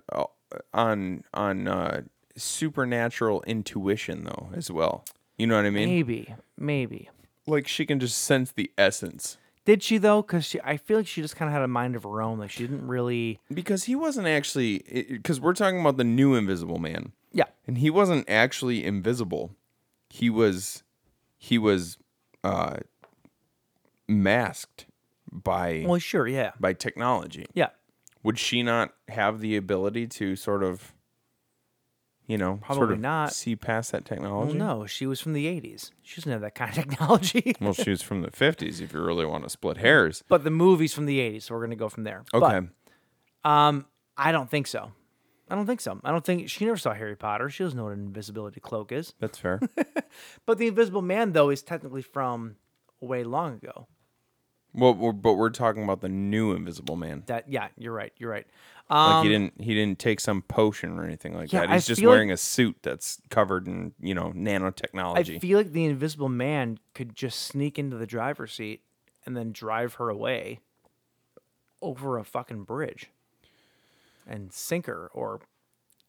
[SPEAKER 7] on on uh supernatural intuition though as well. You know what I mean?
[SPEAKER 6] maybe, maybe.
[SPEAKER 7] Like she can just sense the essence.
[SPEAKER 6] Did she though? Because I feel like she just kind of had a mind of her own. Like she didn't really.
[SPEAKER 7] because he wasn't actually because we're talking about the new invisible man
[SPEAKER 6] Yeah.
[SPEAKER 7] and he wasn't actually invisible he was he was uh masked by
[SPEAKER 6] Well, sure. Yeah.
[SPEAKER 7] by technology
[SPEAKER 6] Yeah.
[SPEAKER 7] would she not have the ability to sort of you know sort
[SPEAKER 6] Probably
[SPEAKER 7] of
[SPEAKER 6] not.
[SPEAKER 7] see past that
[SPEAKER 6] Well,
[SPEAKER 7] technology
[SPEAKER 6] no, she was from the '80s. She doesn't have that kind of technology.
[SPEAKER 7] well she was from the 50s if you really want to split hairs
[SPEAKER 6] but the movie's from the '80s, so we're gonna go from there. But,
[SPEAKER 7] okay
[SPEAKER 6] um, I don't think so. I don't think so. I don't think she never saw Harry Potter. She doesn't know what an invisibility cloak is.
[SPEAKER 7] that's fair
[SPEAKER 6] But the Invisible Man though is technically from way long ago.
[SPEAKER 7] well we're, but we're talking about the new invisible man
[SPEAKER 6] That yeah, you're right. You're right. Um,
[SPEAKER 7] Like he didn't he didn't take some potion or anything like
[SPEAKER 6] Yeah,
[SPEAKER 7] that.
[SPEAKER 6] I
[SPEAKER 7] He's just
[SPEAKER 6] feel like-
[SPEAKER 7] wearing a suit that's covered in, you know,
[SPEAKER 6] I
[SPEAKER 7] nanotechnology.
[SPEAKER 6] feel like the Invisible Man could just sneak into the driver's seat and then drive her away over a fucking bridge and sink her or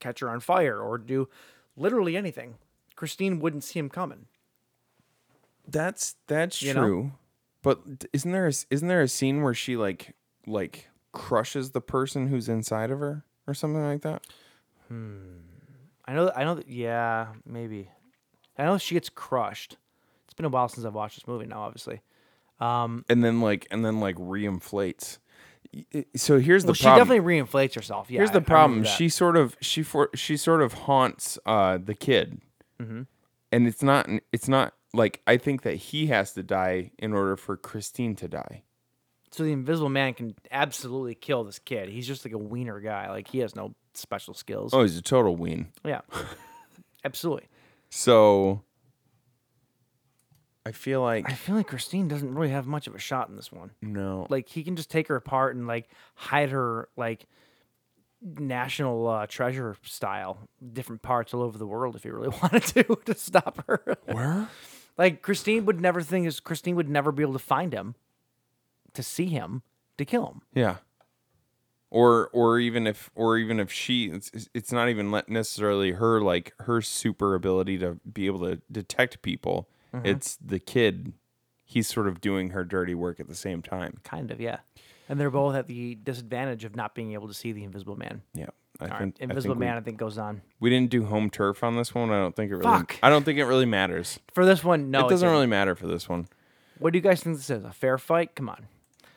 [SPEAKER 6] catch her on fire or do literally anything. Christine wouldn't see him coming.
[SPEAKER 7] that's that's
[SPEAKER 6] You know?
[SPEAKER 7] true. But d- isn't there a, s- isn't there a scene where she like like crushes the person who's inside of her or something like that?
[SPEAKER 6] I know. I know. That, yeah, maybe. I know she gets crushed. It's been a while since I've watched this movie now, obviously. Um,
[SPEAKER 7] And then like and then like reinflates. Y- y- So here's the
[SPEAKER 6] Well, she
[SPEAKER 7] problem.
[SPEAKER 6] definitely reinflates herself. Yeah.
[SPEAKER 7] here's the
[SPEAKER 6] I- I remember
[SPEAKER 7] problem.
[SPEAKER 6] that.
[SPEAKER 7] She sort of she for she sort of haunts uh, the kid,
[SPEAKER 6] Mm-hmm.
[SPEAKER 7] and it's not it's not like I think that he has to die in order for Christine to die.
[SPEAKER 6] So the Invisible Man can absolutely kill this kid. He's just like a wiener guy. Like he has no special skills.
[SPEAKER 7] Oh, he's a total ween.
[SPEAKER 6] Yeah. Absolutely.
[SPEAKER 7] So I feel like
[SPEAKER 6] I feel like Christine doesn't really have much of a shot in this one.
[SPEAKER 7] no,
[SPEAKER 6] Like he can just take her apart and like hide her like national uh, treasure style different parts all over the world if he really wanted to to stop her.
[SPEAKER 7] where
[SPEAKER 6] like Christine would never think is Christine would never be able to find him to see him to kill him.
[SPEAKER 7] yeah, or or even if or even if she it's, it's- it's not even le- necessarily her like her super ability to be able to detect people.
[SPEAKER 6] Mm-hmm.
[SPEAKER 7] It's the kid. He's sort of doing her dirty work at the same time.
[SPEAKER 6] Kind of, yeah. And they're both at the disadvantage of not being able to see the Invisible Man.
[SPEAKER 7] Yeah. I
[SPEAKER 6] All right,
[SPEAKER 7] think, I
[SPEAKER 6] Invisible
[SPEAKER 7] think
[SPEAKER 6] Man,
[SPEAKER 7] We,
[SPEAKER 6] I think goes on.
[SPEAKER 7] we didn't do home turf on this one. I don't think it really.
[SPEAKER 6] Fuck. Oh,
[SPEAKER 7] I don't think it really matters.
[SPEAKER 6] For this one, no,
[SPEAKER 7] it doesn't
[SPEAKER 6] didn't.
[SPEAKER 7] really matter for this one.
[SPEAKER 6] What do you guys think this is? A fair fight? Come on.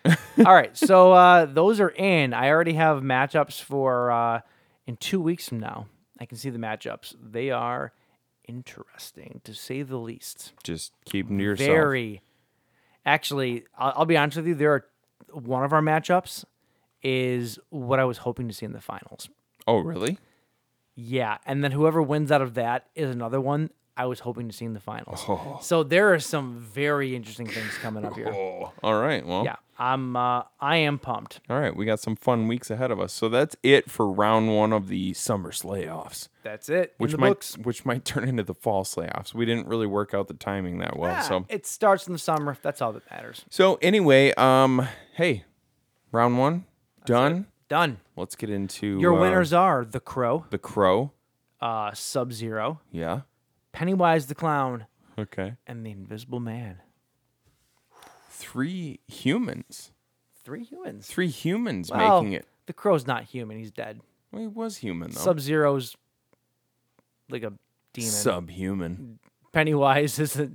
[SPEAKER 6] All right, so uh, those are in. I already have matchups for uh, in two weeks from now. I can see the matchups. They are interesting to say the least.
[SPEAKER 7] Just keep 'em to yourself.
[SPEAKER 6] Very. Actually, I'll, I'll be honest with you. There are one of our matchups is what I was hoping to see in the finals.
[SPEAKER 7] Oh, really?
[SPEAKER 6] Yeah, and then whoever wins out of that is another one I was hoping to see in the finals.
[SPEAKER 7] Oh.
[SPEAKER 6] So there are some very interesting things coming up here.
[SPEAKER 7] All right. Well.
[SPEAKER 6] Yeah, I'm uh, I am pumped.
[SPEAKER 7] All right. We got some fun weeks ahead of us. So that's it for round one of the summer slayoffs,
[SPEAKER 6] That's it.
[SPEAKER 7] which
[SPEAKER 6] in the
[SPEAKER 7] might
[SPEAKER 6] books.
[SPEAKER 7] which might turn into the fall slayoffs. We didn't really work out the timing that well.
[SPEAKER 6] Ah,
[SPEAKER 7] So
[SPEAKER 6] it starts in the summer. That's all that matters.
[SPEAKER 7] so anyway, um, hey, round one done.
[SPEAKER 6] Done.
[SPEAKER 7] Let's get into
[SPEAKER 6] Your
[SPEAKER 7] uh,
[SPEAKER 6] winners are The Crow,
[SPEAKER 7] The Crow.
[SPEAKER 6] uh, Sub Zero,
[SPEAKER 7] Yeah.
[SPEAKER 6] Pennywise the Clown,
[SPEAKER 7] Okay.
[SPEAKER 6] and The Invisible Man.
[SPEAKER 7] Three humans.
[SPEAKER 6] Three humans.
[SPEAKER 7] three humans
[SPEAKER 6] Well,
[SPEAKER 7] making it.
[SPEAKER 6] The Crow's not human. He's dead.
[SPEAKER 7] Well, he was human though.
[SPEAKER 6] Sub Zero's like a demon.
[SPEAKER 7] Subhuman.
[SPEAKER 6] Pennywise is a.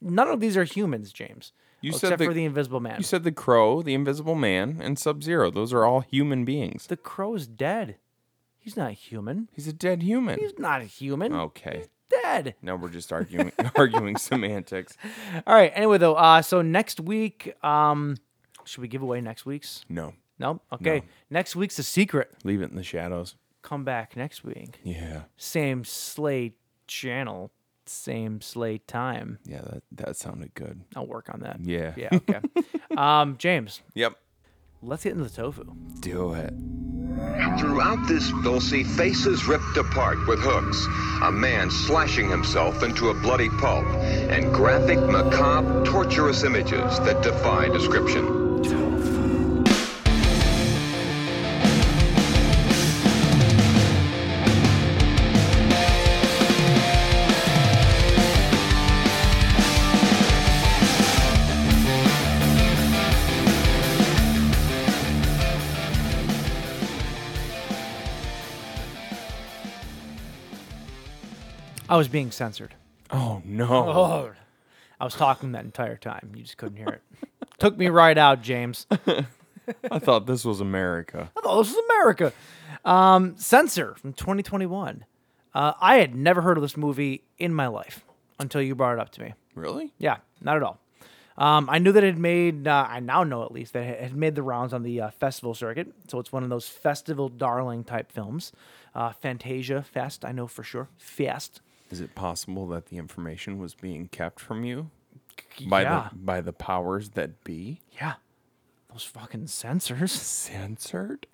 [SPEAKER 6] None of these are humans, James.
[SPEAKER 7] You said
[SPEAKER 6] except
[SPEAKER 7] the-
[SPEAKER 6] for the Invisible Man.
[SPEAKER 7] You said the crow, the invisible man, and Sub Zero. Those are all human beings.
[SPEAKER 6] the Crow's dead. He's not human.
[SPEAKER 7] He's a dead human.
[SPEAKER 6] He's not a human.
[SPEAKER 7] Okay.
[SPEAKER 6] Dead.
[SPEAKER 7] Now we're just arguing arguing semantics.
[SPEAKER 6] All right. Anyway, though, uh, so next week, um, should we give away next week's?
[SPEAKER 7] No.
[SPEAKER 6] No. Okay. Next week's a secret.
[SPEAKER 7] Leave it in the shadows.
[SPEAKER 6] Come back next week.
[SPEAKER 7] Yeah.
[SPEAKER 6] Same slate channel, same slate time.
[SPEAKER 7] Yeah, that, that sounded good.
[SPEAKER 6] I'll work on that.
[SPEAKER 7] Yeah.
[SPEAKER 6] Yeah. Okay. um, James,
[SPEAKER 7] Yep.
[SPEAKER 6] let's get into the tofu.
[SPEAKER 7] Do it.
[SPEAKER 9] Throughout this, they'll see faces ripped apart with hooks, a man slashing himself into a bloody pulp, and graphic, macabre, torturous images that defy description.
[SPEAKER 6] I was being censored.
[SPEAKER 7] Oh no.
[SPEAKER 6] Oh, I was talking that entire time. You just couldn't hear it. Took me right out, James.
[SPEAKER 7] I thought this was America.
[SPEAKER 6] Oh, this is America. Um, Censor from 2021. Uh, I had never heard of this movie in my life until you brought it up to me.
[SPEAKER 7] Really?
[SPEAKER 6] Yeah, not at all. Um, I knew that it had made, uh, I now know at least, that it had made the rounds on the uh, festival circuit. So it's one of those festival darling type films. Uh, Fantasia Fest, I know for sure. Fest.
[SPEAKER 7] Is it possible that the information was being kept from you by
[SPEAKER 6] yeah.
[SPEAKER 7] the by the powers that be?
[SPEAKER 6] Yeah. Those fucking censors.
[SPEAKER 7] Censored?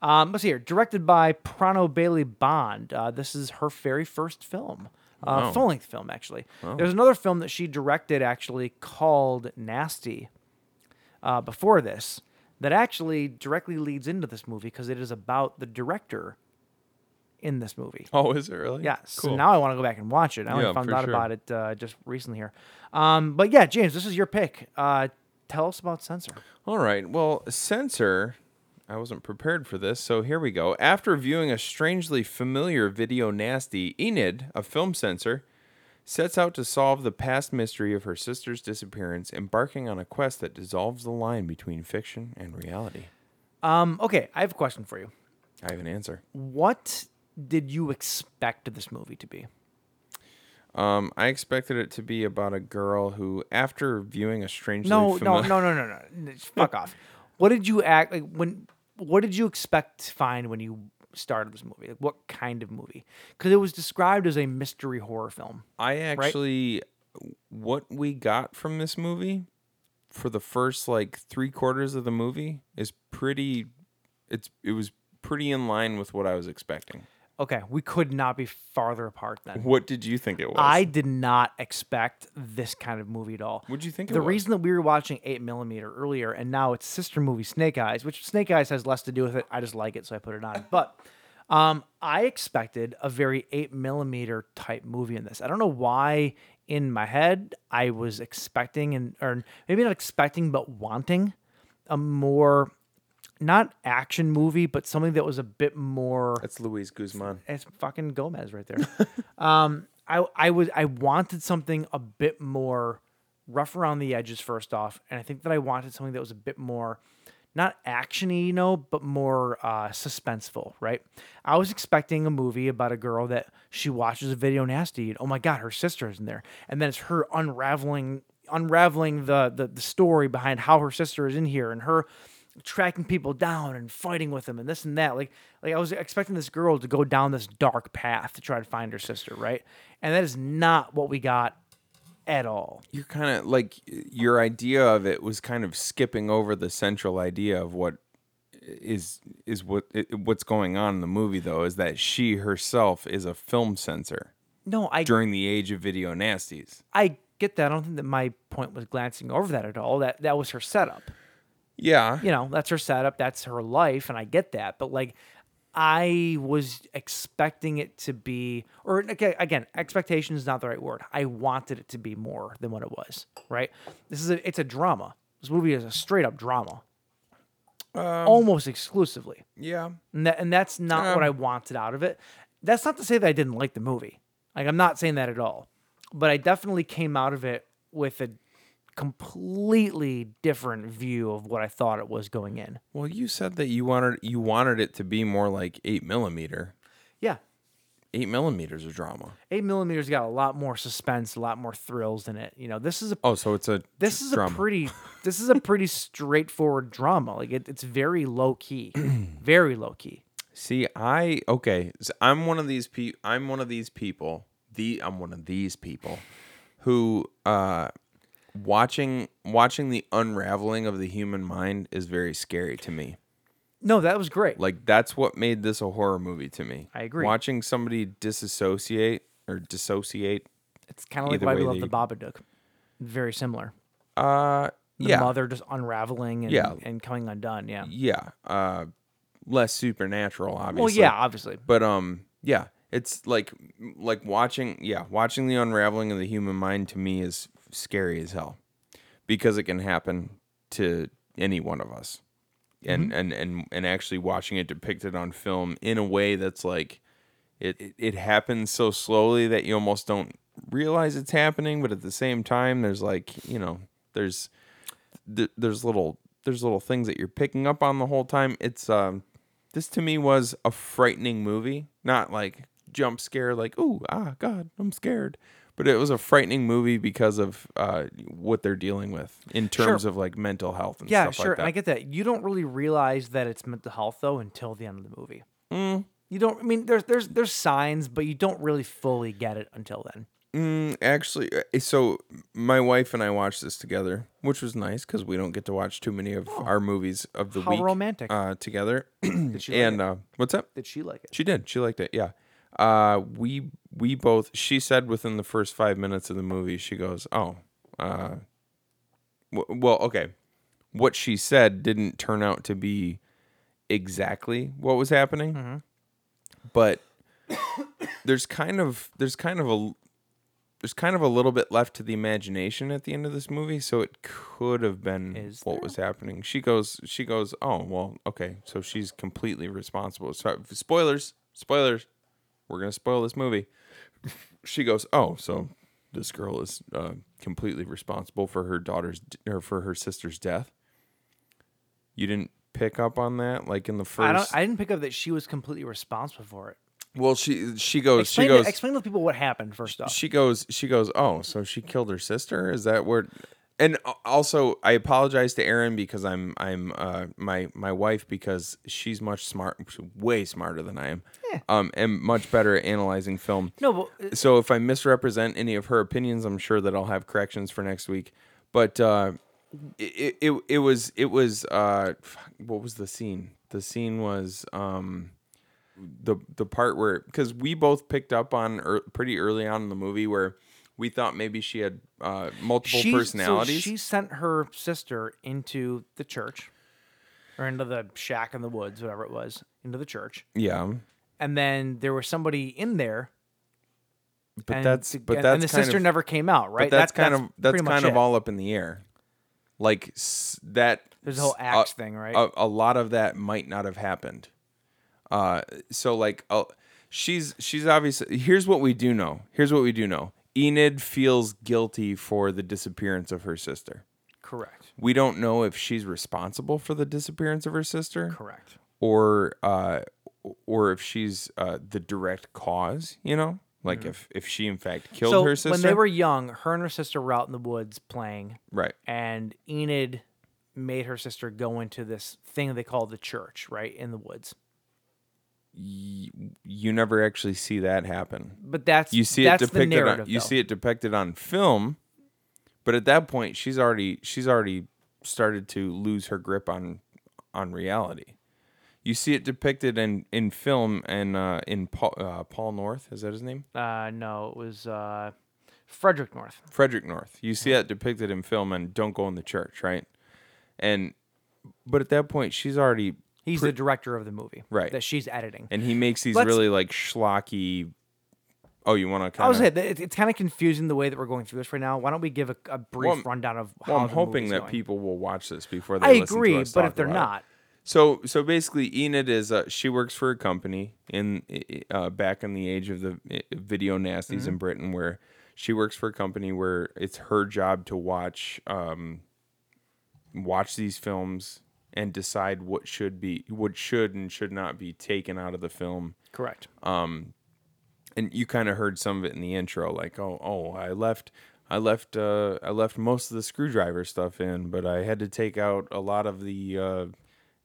[SPEAKER 6] Um, let's see here. Directed by Prano Bailey Bond. Uh, this is her very first film, uh,
[SPEAKER 7] Wow.
[SPEAKER 6] full length film, actually. There's another film that she directed, actually, called Nasty uh, before this, that actually directly leads into this movie because it is about the director in this movie.
[SPEAKER 7] oh, is it really?
[SPEAKER 6] Yeah, so now I want to go back and watch it. I only
[SPEAKER 7] Yeah,
[SPEAKER 6] found
[SPEAKER 7] for
[SPEAKER 6] out
[SPEAKER 7] sure.
[SPEAKER 6] about it uh, just recently here. Um, but yeah, James, this is your pick. Uh, tell us about Censor.
[SPEAKER 7] All right. Well, censor. I wasn't prepared for this, so here we go. After viewing a strangely familiar video nasty, Enid, a film censor, sets out to solve the past mystery of her sister's disappearance, embarking on a quest that dissolves the line between fiction and reality.
[SPEAKER 6] Um, okay, I have a question for you.
[SPEAKER 7] I have an answer.
[SPEAKER 6] what did you expect this movie to be?
[SPEAKER 7] Um, I expected it to be about a girl who, after viewing a strangely
[SPEAKER 6] No, no,
[SPEAKER 7] familiar,
[SPEAKER 6] no, no, no, no. N- Fuck off. What did you act like when? What did you expect to find when you started this movie? Like, what kind of movie? Because it was described as a mystery horror film.
[SPEAKER 7] I actually, what we got from this movie for the first like three quarters of the movie is pretty. It's it was pretty in line with what I was expecting.
[SPEAKER 6] Okay, we could not be farther apart then.
[SPEAKER 7] What did you think it was?
[SPEAKER 6] I did not expect this kind of movie at all.
[SPEAKER 7] What'd you think it
[SPEAKER 6] The
[SPEAKER 7] was?
[SPEAKER 6] reason that we were watching 8mm earlier and now it's sister movie Snake Eyes, which Snake Eyes has less to do with it. I just like it, so I put it on. But um, I expected a very 8mm type movie in this. I don't know why in my head I was expecting, and or maybe not expecting, but wanting a more, not action movie, but something that was a bit more
[SPEAKER 7] that's Luis Guzman.
[SPEAKER 6] it's fucking Gomez right there. um, I I was I wanted something a bit more rough around the edges first off, and I think that I wanted something that was a bit more not actiony, you know, but more uh, suspenseful, right? I was expecting a movie about a girl that she watches a video nasty, and oh my god, her sister is in there, and then it's her unraveling unraveling the, the the story behind how her sister is in here and her tracking people down and fighting with them and this and that. Like like I was expecting this girl to go down this dark path to try to find her sister, right? And that is not what we got at all.
[SPEAKER 7] You're kind of like your idea of it was kind of skipping over the central idea of what is is what what's going on in the movie though is that she herself is a film censor
[SPEAKER 6] No, I
[SPEAKER 7] during the age of video nasties.
[SPEAKER 6] I get that. I don't think that my point was glancing over that at all. That that was her setup.
[SPEAKER 7] Yeah.
[SPEAKER 6] You know, that's her setup, that's her life, and I get that. But like I was expecting it to be or okay, again, expectation is not the right word. I wanted it to be more than what it was, right? This is a it's a drama. This movie is a straight up drama. almost exclusively.
[SPEAKER 7] Yeah.
[SPEAKER 6] And, that, and that's not what I wanted out of it. That's not to say that I didn't like the movie. Like, I'm not saying that at all. But I definitely came out of it with a completely different view of what I thought it was going in.
[SPEAKER 7] Well, you said that you wanted you wanted it to be more like eight millimeter.
[SPEAKER 6] Yeah.
[SPEAKER 7] Eight millimeters of drama.
[SPEAKER 6] Eight millimeter's got a lot more suspense, a lot more thrills in it. You know, this is a
[SPEAKER 7] Oh, so it's a
[SPEAKER 6] this is
[SPEAKER 7] drama.
[SPEAKER 6] a pretty this is a pretty straightforward drama. Like it, it's very low key, very low key.
[SPEAKER 7] See, I okay. So I'm one of these pe. I'm one of these people. The I'm one of these people who uh watching watching the unraveling of the human mind is very scary to me.
[SPEAKER 6] No, that was great.
[SPEAKER 7] Like that's what made this a horror movie to me.
[SPEAKER 6] I agree.
[SPEAKER 7] Watching somebody disassociate or dissociate.
[SPEAKER 6] It's kind of like
[SPEAKER 7] Either
[SPEAKER 6] why we
[SPEAKER 7] way,
[SPEAKER 6] love the
[SPEAKER 7] they-
[SPEAKER 6] Babadook. Very similar.
[SPEAKER 7] Uh
[SPEAKER 6] the
[SPEAKER 7] yeah.
[SPEAKER 6] mother just unraveling and,
[SPEAKER 7] Yeah.
[SPEAKER 6] and coming undone. Yeah.
[SPEAKER 7] yeah uh less supernatural obviously
[SPEAKER 6] Well, yeah, obviously.
[SPEAKER 7] but um yeah it's like like watching yeah watching the unraveling of the human mind to me is scary as hell because it can happen to any one of us
[SPEAKER 6] Mm-hmm.
[SPEAKER 7] and and and and actually watching it depicted on film in a way that's like It, it it happens so slowly that you almost don't realize it's happening, but at the same time, there's like you know, there's th- there's little there's little things that you're picking up on the whole time. It's um, this to me was a frightening movie, not like jump scare, like oh ah god, I'm scared. But it was a frightening movie because of uh, what they're dealing with in terms of like mental health and
[SPEAKER 6] Yeah,
[SPEAKER 7] stuff
[SPEAKER 6] sure.
[SPEAKER 7] like that.
[SPEAKER 6] and I get that. You don't really realize that it's mental health though until the end of the movie.
[SPEAKER 7] Mm.
[SPEAKER 6] You don't. I mean, there's there's there's signs, but you don't really fully get it until then.
[SPEAKER 7] Mm, actually, uh, so my wife and I watched this together, which was nice because we don't get to watch too many of our movies of the
[SPEAKER 6] Oh. How
[SPEAKER 7] week.
[SPEAKER 6] romantic.
[SPEAKER 7] Uh, together.
[SPEAKER 6] like
[SPEAKER 7] and uh, what's up?
[SPEAKER 6] Did she like it?
[SPEAKER 7] She did. She liked it. Yeah. Uh, we we both. She said within the first five minutes of the movie, she goes, "Oh, uh, w- well, okay." What she said didn't turn out to be exactly what was happening, but there's kind of there's kind of a there's kind of a little bit left to the imagination at the end of this movie, so it could have been
[SPEAKER 6] Is
[SPEAKER 7] what was happening. She goes, she goes, oh well, okay, so she's completely responsible. So, spoilers, spoilers, we're gonna spoil this movie. she goes, oh, so this girl is uh, completely responsible for her daughter's or for her sister's death. You didn't pick up on that, like in the first.
[SPEAKER 6] I don't. I didn't pick up that she was completely responsible for it.
[SPEAKER 7] well, she she goes,
[SPEAKER 6] Explain,
[SPEAKER 7] she goes.
[SPEAKER 6] to, explain to people what happened first off.
[SPEAKER 7] she goes she goes oh so she killed her sister is that where and a- also i apologize to Erin because i'm i'm uh my my wife because she's much smart she's way smarter than i am um and much better at analyzing film
[SPEAKER 6] no, but uh,
[SPEAKER 7] so if i misrepresent any of her opinions i'm sure that i'll have corrections for next week but uh it it, it was it was uh fuck, what was the scene the scene was um the the part where because we both picked up on er, pretty early on in the movie where we thought maybe she had uh, multiple
[SPEAKER 6] she,
[SPEAKER 7] personalities.
[SPEAKER 6] So she sent her sister into the church, or into the shack in the woods, whatever it was, into the church,
[SPEAKER 7] yeah,
[SPEAKER 6] and then there was somebody in there.
[SPEAKER 7] but
[SPEAKER 6] and
[SPEAKER 7] that's
[SPEAKER 6] the-
[SPEAKER 7] but
[SPEAKER 6] and,
[SPEAKER 7] that's
[SPEAKER 6] and the
[SPEAKER 7] kind
[SPEAKER 6] sister
[SPEAKER 7] of,
[SPEAKER 6] never came out, right?
[SPEAKER 7] But that's,
[SPEAKER 6] That-
[SPEAKER 7] kind of that's
[SPEAKER 6] pretty much
[SPEAKER 7] kind of
[SPEAKER 6] it.
[SPEAKER 7] all up in the air. Like s- that.
[SPEAKER 6] There's a whole
[SPEAKER 7] s-
[SPEAKER 6] axe
[SPEAKER 7] a-
[SPEAKER 6] thing, right?
[SPEAKER 7] A, a lot of that might not have happened. Uh, so like, uh, she's she's obviously. Here's what we do know. Here's what we do know. Enid feels guilty for the disappearance of her sister.
[SPEAKER 6] correct.
[SPEAKER 7] We don't know if she's responsible for the disappearance of her sister,
[SPEAKER 6] Correct.
[SPEAKER 7] or uh, or if she's uh, the direct cause. You know, like if if she in fact killed
[SPEAKER 6] so
[SPEAKER 7] her sister.
[SPEAKER 6] when they were young, her and her sister were out in the woods playing,
[SPEAKER 7] right,
[SPEAKER 6] and Enid made her sister go into this thing they call the church, right, in the woods.
[SPEAKER 7] you never actually see that happen.
[SPEAKER 6] But that's
[SPEAKER 7] you see
[SPEAKER 6] that's
[SPEAKER 7] it depicted
[SPEAKER 6] the narrative.
[SPEAKER 7] on, you
[SPEAKER 6] though.
[SPEAKER 7] see it depicted on film but at that point she's already she's already started to lose her grip on on reality you see it depicted in in film and uh in paul, uh, paul north is that his name
[SPEAKER 6] Uh, no, it was uh, Frederick North.
[SPEAKER 7] Frederick North. You see that depicted in film and don't go in the church, right? And but at that point she's already
[SPEAKER 6] He's the director of the movie,
[SPEAKER 7] Right.
[SPEAKER 6] That she's editing.
[SPEAKER 7] and he makes these
[SPEAKER 6] Let's-
[SPEAKER 7] really like schlocky Oh, you want to
[SPEAKER 6] I
[SPEAKER 7] kind
[SPEAKER 6] was
[SPEAKER 7] of
[SPEAKER 6] saying that it- it's kind of confusing the way that we're going through this right now. Why don't we give a, a brief
[SPEAKER 7] Well, I'm-
[SPEAKER 6] rundown of how
[SPEAKER 7] Well, I'm
[SPEAKER 6] the
[SPEAKER 7] hoping
[SPEAKER 6] movie's
[SPEAKER 7] that
[SPEAKER 6] going.
[SPEAKER 7] people will watch this before they
[SPEAKER 6] I
[SPEAKER 7] listen to
[SPEAKER 6] agree,
[SPEAKER 7] us
[SPEAKER 6] but
[SPEAKER 7] talk
[SPEAKER 6] if they're
[SPEAKER 7] about it.
[SPEAKER 6] not,
[SPEAKER 7] So so basically, Enid is uh, she works for a company in uh, back in the age of the uh, video nasties in Britain, where she works for a company where it's her job to watch um, watch these films and decide what should be what should and should not be taken out of the film
[SPEAKER 6] correct.
[SPEAKER 7] and you kind of heard some of it in the intro like oh oh i left i left uh i left most of the screwdriver stuff in but i had to take out a lot of the uh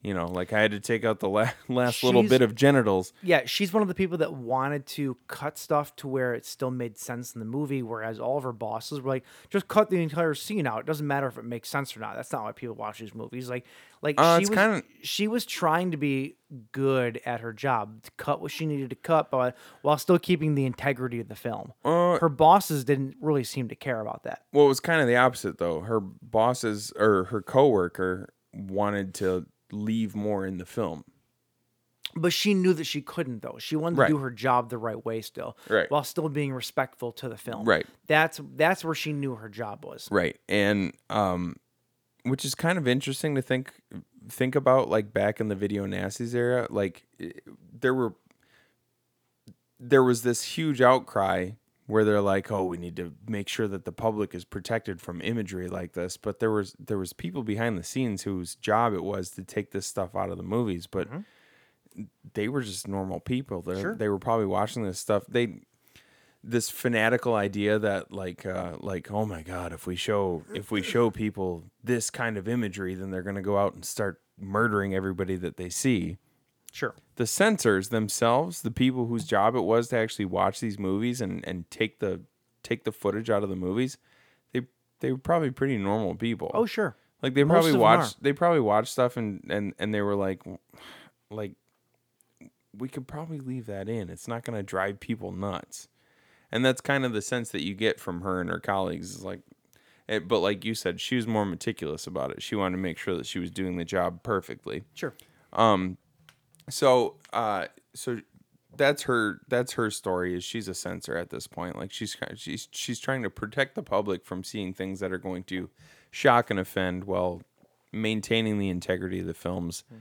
[SPEAKER 7] you know like i had to take out the la- last little
[SPEAKER 6] She's-
[SPEAKER 7] bit of genitals
[SPEAKER 6] Yeah, she's one of the people that wanted to cut stuff to where it still made sense in the movie, whereas all of her bosses were like, just cut the entire scene out. It doesn't matter if it makes sense or not. That's not why people watch these movies. Like like
[SPEAKER 7] Uh,
[SPEAKER 6] she
[SPEAKER 7] it's
[SPEAKER 6] was
[SPEAKER 7] kinda-
[SPEAKER 6] she was trying to be good at her job, to cut what she needed to cut, but while still keeping the integrity of the film.
[SPEAKER 7] Uh,
[SPEAKER 6] her bosses didn't really seem to care about that.
[SPEAKER 7] well it was kind of the opposite though her bosses or her coworker wanted to leave more in the film
[SPEAKER 6] But she knew that she couldn't though. She wanted
[SPEAKER 7] Right.
[SPEAKER 6] to do her job the right way still.
[SPEAKER 7] Right.
[SPEAKER 6] While still being respectful to the film.
[SPEAKER 7] Right.
[SPEAKER 6] That's that's where she knew her job was.
[SPEAKER 7] Right. And um which is kind of interesting to think think about like back in the video nasties era, like i- there were there was this huge outcry where they're like, "Oh, we need to make sure that the public is protected from imagery like this." But there was there was people behind the scenes whose job it was to take this stuff out of the movies, but they were just normal people. They're, They were probably watching this stuff. They this fanatical idea that like uh like oh my god if we show if we show people this kind of imagery then they're going to go out and start murdering everybody that they see
[SPEAKER 3] Sure.
[SPEAKER 7] the censors themselves, the people whose job it was to actually watch these movies and, and take the take the footage out of the movies, they they were probably pretty normal people.
[SPEAKER 6] Oh, sure.
[SPEAKER 7] Like they
[SPEAKER 6] Most
[SPEAKER 7] probably
[SPEAKER 6] of 'em
[SPEAKER 7] watched
[SPEAKER 6] are.
[SPEAKER 7] they probably watched stuff and and and they were like like we could probably leave that in. It's not going to drive people nuts. And that's kind of the sense that you get from her and her colleagues is like it, but like you said, she was more meticulous about it. She wanted to make sure that she was doing the job perfectly.
[SPEAKER 3] Sure.
[SPEAKER 7] So, uh, so that's her. That's her story. Is she's a censor at this point? Like she's kind- she's she's trying to protect the public from seeing things that are going to shock and offend, while maintaining the integrity of the films.
[SPEAKER 6] Hmm.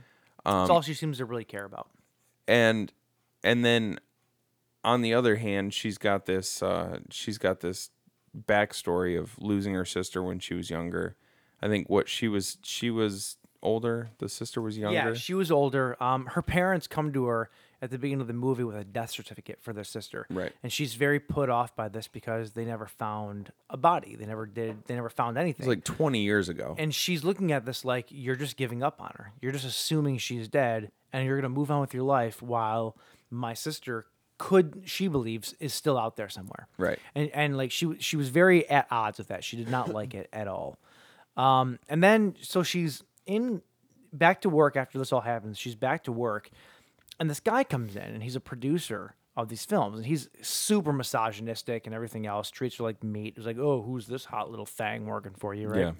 [SPEAKER 7] Um,
[SPEAKER 6] That's all she seems to really care about.
[SPEAKER 7] And and then on the other hand, she's got this. Uh, she's got this backstory of losing her sister when she was younger. I think what she was she was older. The sister was younger.
[SPEAKER 6] Yeah, she was older. Um, her parents come to her at the beginning of the movie with a death certificate for their sister.
[SPEAKER 7] Right.
[SPEAKER 6] And she's very put off by this because they never found a body. They never did. They never found anything.
[SPEAKER 7] it was like twenty years ago.
[SPEAKER 6] and she's looking at this like you're just giving up on her. You're just assuming she's dead, and you're gonna move on with your life while my sister could she believes is still out there somewhere.
[SPEAKER 7] Right.
[SPEAKER 6] And and like she w- she was very at odds with that. She did not like it at all. Um, and then so she's in back to work after this all happens. She's back to work, and this guy comes in and he's a producer of these films, and he's super misogynistic and everything else. Treats her like meat. He's like, oh, who's this hot little thing working for you, right?
[SPEAKER 7] Yeah.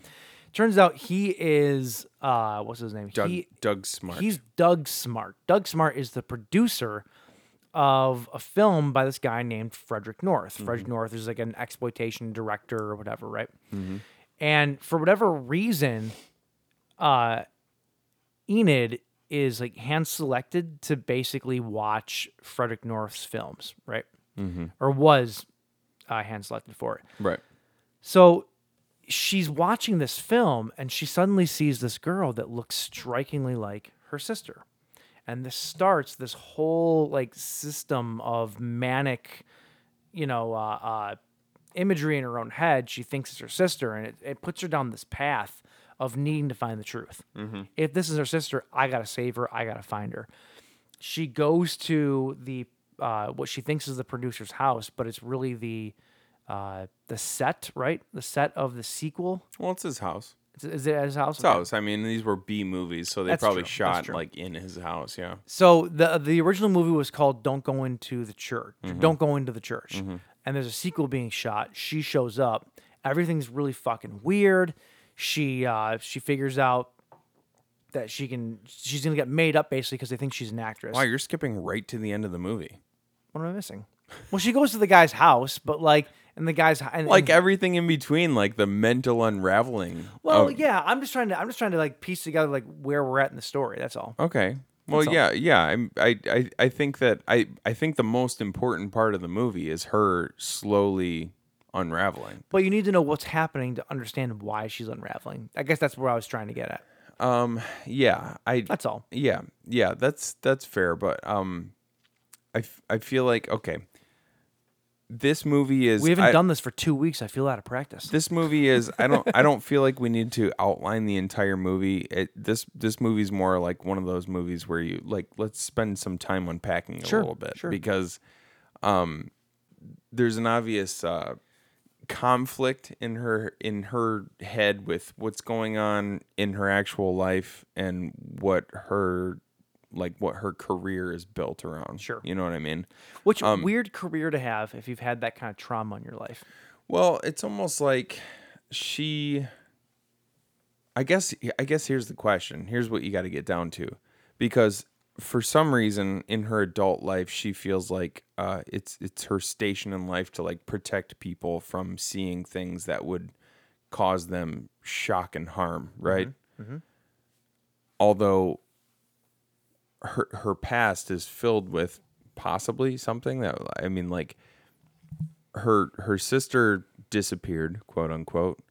[SPEAKER 6] Turns out he is uh, what's his name?
[SPEAKER 7] Doug
[SPEAKER 6] he,
[SPEAKER 7] Doug Smart.
[SPEAKER 6] He's Doug Smart. Doug Smart is the producer of a film by this guy named Frederick North.
[SPEAKER 7] Mm-hmm.
[SPEAKER 6] Frederick North is like an exploitation director or whatever, right?
[SPEAKER 7] Mm-hmm.
[SPEAKER 6] And for whatever reason, uh, Enid is like hand selected to basically watch Frederick North's films, right?
[SPEAKER 7] Mm-hmm.
[SPEAKER 6] Or was uh, hand selected for it.
[SPEAKER 7] right.
[SPEAKER 6] So she's watching this film and she suddenly sees this girl that looks strikingly like her sister. And this starts this whole like system of manic, you know, uh, uh, imagery in her own head. She thinks it's her sister and it, it puts her down this path of needing to find the truth. If this is her sister, I got to save her. I got to find her she goes to the uh, what she thinks is the producer's house, but it's really the uh, the set, right? The set of the sequel.
[SPEAKER 7] Well, it's his house.
[SPEAKER 6] Is, is it at his house?
[SPEAKER 7] His house. I mean, these were B movies, so they
[SPEAKER 6] That's
[SPEAKER 7] probably
[SPEAKER 6] true. That's
[SPEAKER 7] shot
[SPEAKER 6] true.
[SPEAKER 7] like in his house. Yeah.
[SPEAKER 6] So the the original movie was called "Don't Go Into the Church." Don't go into the church. And there's a sequel being shot. She shows up. Everything's really fucking weird. She uh, she figures out that she can she's gonna get made up basically because they think she's an actress.
[SPEAKER 7] Wow, you're skipping right to the end of the movie.
[SPEAKER 6] What am I missing? Well, she goes to the guy's house, but like, and the guy's and,
[SPEAKER 7] Like uh,
[SPEAKER 6] and,
[SPEAKER 7] everything in between, like the mental unraveling.
[SPEAKER 6] Well,
[SPEAKER 7] of-
[SPEAKER 6] yeah, I'm just trying to I'm just trying to like piece together like where we're at in the story. That's all.
[SPEAKER 7] Okay. Well,
[SPEAKER 6] all.
[SPEAKER 7] yeah, yeah. I'm- I, I, I think that I, I think the most important part of the movie is her slowly unraveling.
[SPEAKER 6] But you need to know what's happening to understand why she's unraveling. I guess that's where I was trying to get at.
[SPEAKER 7] Yeah, I.
[SPEAKER 6] That's all.
[SPEAKER 7] Yeah, yeah, that's that's fair, but um, I, f- I feel like okay. This movie is
[SPEAKER 6] We haven't
[SPEAKER 7] I-
[SPEAKER 6] done this for two weeks. I feel out of practice.
[SPEAKER 7] this movie is I don't I don't feel like we need to outline the entire movie. It, this this movie's more like one of those movies where you like let's spend some time unpacking it a
[SPEAKER 6] Sure,
[SPEAKER 7] little bit
[SPEAKER 6] sure.
[SPEAKER 7] because um there's an obvious uh conflict in her in her head with what's going on in her actual life and what her like what her career is built around.
[SPEAKER 6] Sure.
[SPEAKER 7] You know what I mean?
[SPEAKER 6] Which
[SPEAKER 7] um,
[SPEAKER 6] weird career to have if you've had that kind of trauma in your life.
[SPEAKER 7] Well, it's almost like she I guess I guess here's the question. Here's what you got to get down to because for some reason in her adult life she feels like uh, it's it's her station in life to like protect people from seeing things that would cause them shock and harm, right? Although her her past is filled with possibly something that I mean, like her her sister disappeared, quote unquote,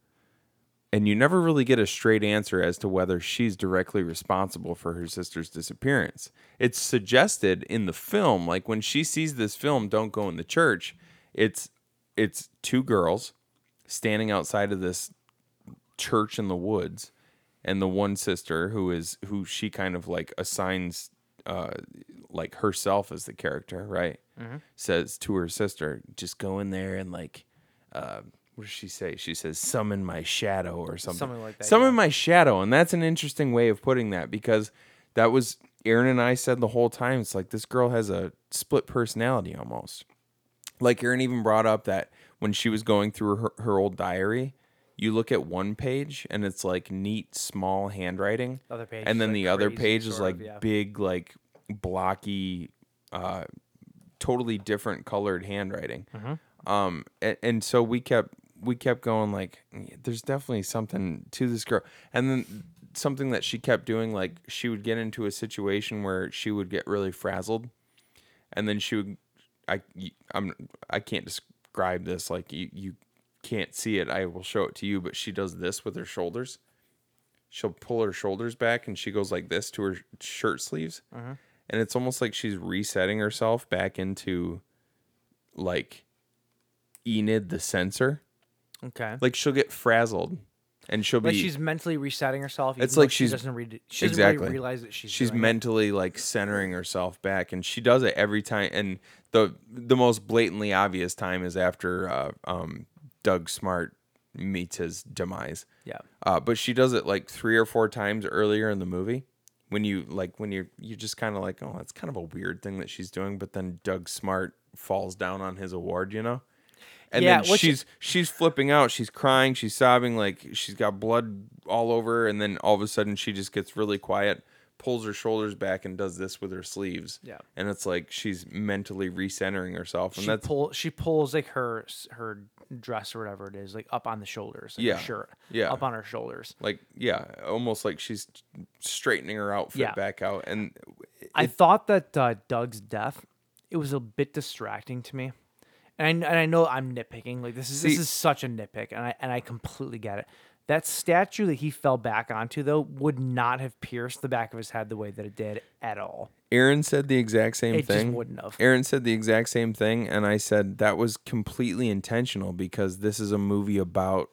[SPEAKER 7] and you never really get a straight answer as to whether she's directly responsible for her sister's disappearance. It's suggested in the film, like when she sees this film, "Don't Go in the Church," it's it's two girls standing outside of this church in the woods and the one sister who is who she kind of like assigns uh like herself as the character right
[SPEAKER 6] Mm-hmm.
[SPEAKER 7] says to her sister just go in there and like uh what does she say she says summon my shadow or something
[SPEAKER 6] Something like that,
[SPEAKER 7] summon my shadow and that's an interesting way of putting that because that was aaron and i said the whole time it's like this girl has a split personality almost like Erin even brought up that when she was going through her, her old diary, you look at one page and it's like neat, small handwriting.
[SPEAKER 6] Other page
[SPEAKER 7] And
[SPEAKER 6] is,
[SPEAKER 7] then
[SPEAKER 6] like,
[SPEAKER 7] the other
[SPEAKER 6] crazy
[SPEAKER 7] page is
[SPEAKER 6] sort
[SPEAKER 7] like
[SPEAKER 6] of, yeah.
[SPEAKER 7] big, like blocky, uh, totally different colored handwriting.
[SPEAKER 6] Mm-hmm.
[SPEAKER 7] Um, and, and so we kept we kept going like, there's definitely something to this girl. And then something that she kept doing, like she would get into a situation where she would get really frazzled and then she would i i'm i can't describe this like you you can't see it i will show it to you but she does this with her shoulders she'll pull her shoulders back and she goes like this to her shirt sleeves and it's almost like she's resetting herself back into like enid the censor
[SPEAKER 6] Okay.
[SPEAKER 7] like she'll get frazzled and she'll
[SPEAKER 6] Like
[SPEAKER 7] be
[SPEAKER 6] she's mentally resetting herself. even
[SPEAKER 7] It's
[SPEAKER 6] though
[SPEAKER 7] like
[SPEAKER 6] she
[SPEAKER 7] she's-
[SPEAKER 6] doesn't read. She doesn't
[SPEAKER 7] exactly.
[SPEAKER 6] really realize that she's.
[SPEAKER 7] she's
[SPEAKER 6] doing it.
[SPEAKER 7] mentally like centering herself back and she does it every time and the the most blatantly obvious time is after uh, um, doug smart meets his demise
[SPEAKER 6] Yeah.
[SPEAKER 7] uh, but she does it like three or four times earlier in the movie when you like when you're you're just kind of like oh that's kind of a weird thing that she's doing but then doug smart falls down on his award you know and
[SPEAKER 6] Yeah,
[SPEAKER 7] then
[SPEAKER 6] which-
[SPEAKER 7] she's she's flipping out she's crying she's sobbing like she's got blood all over her, and then all of a sudden she just gets really quiet pulls her shoulders back and does this with her sleeves
[SPEAKER 6] Yeah.
[SPEAKER 7] and it's like she's mentally recentering herself and
[SPEAKER 6] She
[SPEAKER 7] that's
[SPEAKER 6] pull. She pulls like her s- her dress or whatever it is like up on the shoulders. Like
[SPEAKER 7] Yeah.
[SPEAKER 6] Her shirt.
[SPEAKER 7] Yeah.
[SPEAKER 6] Up on her shoulders.
[SPEAKER 7] like yeah almost like she's straightening her outfit
[SPEAKER 6] Yeah.
[SPEAKER 7] back out and
[SPEAKER 6] I thought that uh, Doug's death, it was a bit distracting to me, and I, and I know I'm nitpicking. Like this is this
[SPEAKER 7] See-
[SPEAKER 6] is such a nitpick, and I and I completely get it. That statue that he fell back onto though would not have pierced the back of his head the way that it did at all.
[SPEAKER 7] Aaron said the exact same
[SPEAKER 6] It just
[SPEAKER 7] thing.
[SPEAKER 6] wouldn't have.
[SPEAKER 7] Aaron said the exact same thing, and I said that was completely intentional because this is a movie about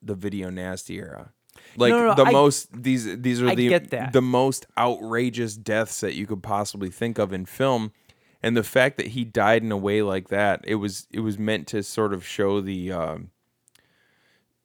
[SPEAKER 7] the video nasty era. Like
[SPEAKER 6] no, no,
[SPEAKER 7] the
[SPEAKER 6] I-
[SPEAKER 7] most these these are
[SPEAKER 6] I
[SPEAKER 7] the
[SPEAKER 6] get that.
[SPEAKER 7] the most outrageous deaths that you could possibly think of in film, and the fact that he died in a way like that, it was it was meant to sort of show the. Um,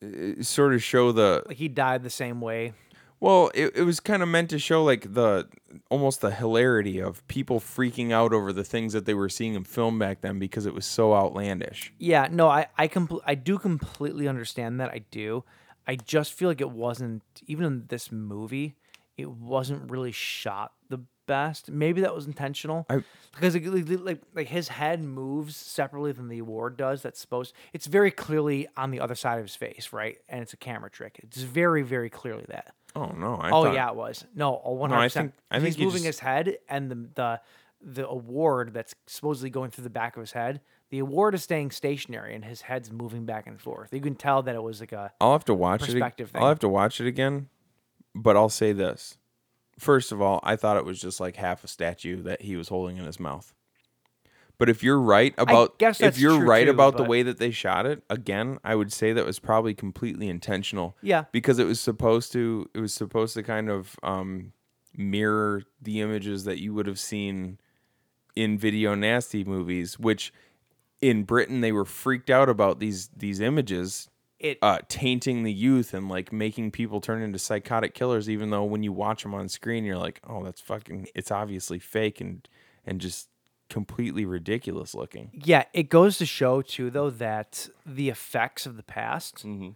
[SPEAKER 7] uh, sort of show the
[SPEAKER 6] Like he died the same way.
[SPEAKER 7] well, it, it was kind of meant to show like the almost the hilarity of people freaking out over the things that they were seeing in film back then because it was so outlandish.
[SPEAKER 6] Yeah, no, I I compl- I do completely understand that. I do. I just feel like it wasn't even in this movie. It wasn't really shot the best. Maybe that was intentional
[SPEAKER 7] I-
[SPEAKER 6] because like, like like- like his head moves separately than the award does. That's supposed. It's very clearly on the other side of his face, right? And it's a camera trick. It's very very clearly that.
[SPEAKER 7] Oh no! I
[SPEAKER 6] oh
[SPEAKER 7] thought-
[SPEAKER 6] yeah, it was. No, one
[SPEAKER 7] I
[SPEAKER 6] hundred percent.
[SPEAKER 7] think- I think
[SPEAKER 6] he's
[SPEAKER 7] you
[SPEAKER 6] moving
[SPEAKER 7] just-
[SPEAKER 6] his head, and the the the award that's supposedly going through the back of his head. The award is staying stationary, and his head's moving back and forth. You can tell that it was like a
[SPEAKER 7] I'll have to watch it. ag-
[SPEAKER 6] Perspective
[SPEAKER 7] I'll
[SPEAKER 6] thing.
[SPEAKER 7] have to watch it again, but I'll say this: first of all, I thought it was just like half a statue that he was holding in his mouth. But if you're right about
[SPEAKER 6] guess
[SPEAKER 7] if
[SPEAKER 6] that's
[SPEAKER 7] you're
[SPEAKER 6] true,
[SPEAKER 7] right
[SPEAKER 6] too,
[SPEAKER 7] about the
[SPEAKER 6] but-
[SPEAKER 7] way that they shot it, again, I would say that was probably completely intentional.
[SPEAKER 6] Yeah.
[SPEAKER 7] Because it was supposed to it was supposed to kind of um mirror the images that you would have seen in video nasty movies, which in Britain they were freaked out about these these images
[SPEAKER 6] it.
[SPEAKER 7] uh, tainting the youth and like making people turn into psychotic killers. Even though when you watch them on screen, you're like, oh, that's fucking. It's obviously fake and and just completely ridiculous looking.
[SPEAKER 6] yeah, it goes to show too, though, that the effects of the past
[SPEAKER 7] Mm-hmm.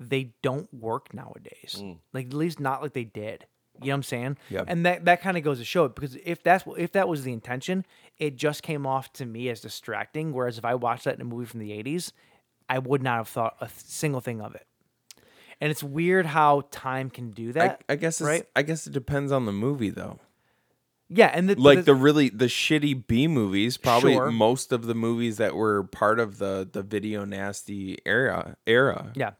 [SPEAKER 6] they don't work nowadays.
[SPEAKER 7] Mm.
[SPEAKER 6] Like at least not like they did. You know what I'm saying?
[SPEAKER 7] Yep.
[SPEAKER 6] And that that kind of goes to show it because if that's if that was the intention, it just came off to me as distracting. Whereas if I watched that in a movie from the '80s, I would not have thought a th- single thing of it. And it's weird how time can do
[SPEAKER 7] I,
[SPEAKER 6] that.
[SPEAKER 7] I guess it's,
[SPEAKER 6] right.
[SPEAKER 7] I guess it depends on the movie though.
[SPEAKER 6] Yeah, and the,
[SPEAKER 7] like the really the shitty B movies, probably
[SPEAKER 6] Sure.
[SPEAKER 7] most of the movies that were part of the the video nasty era era.
[SPEAKER 6] yeah,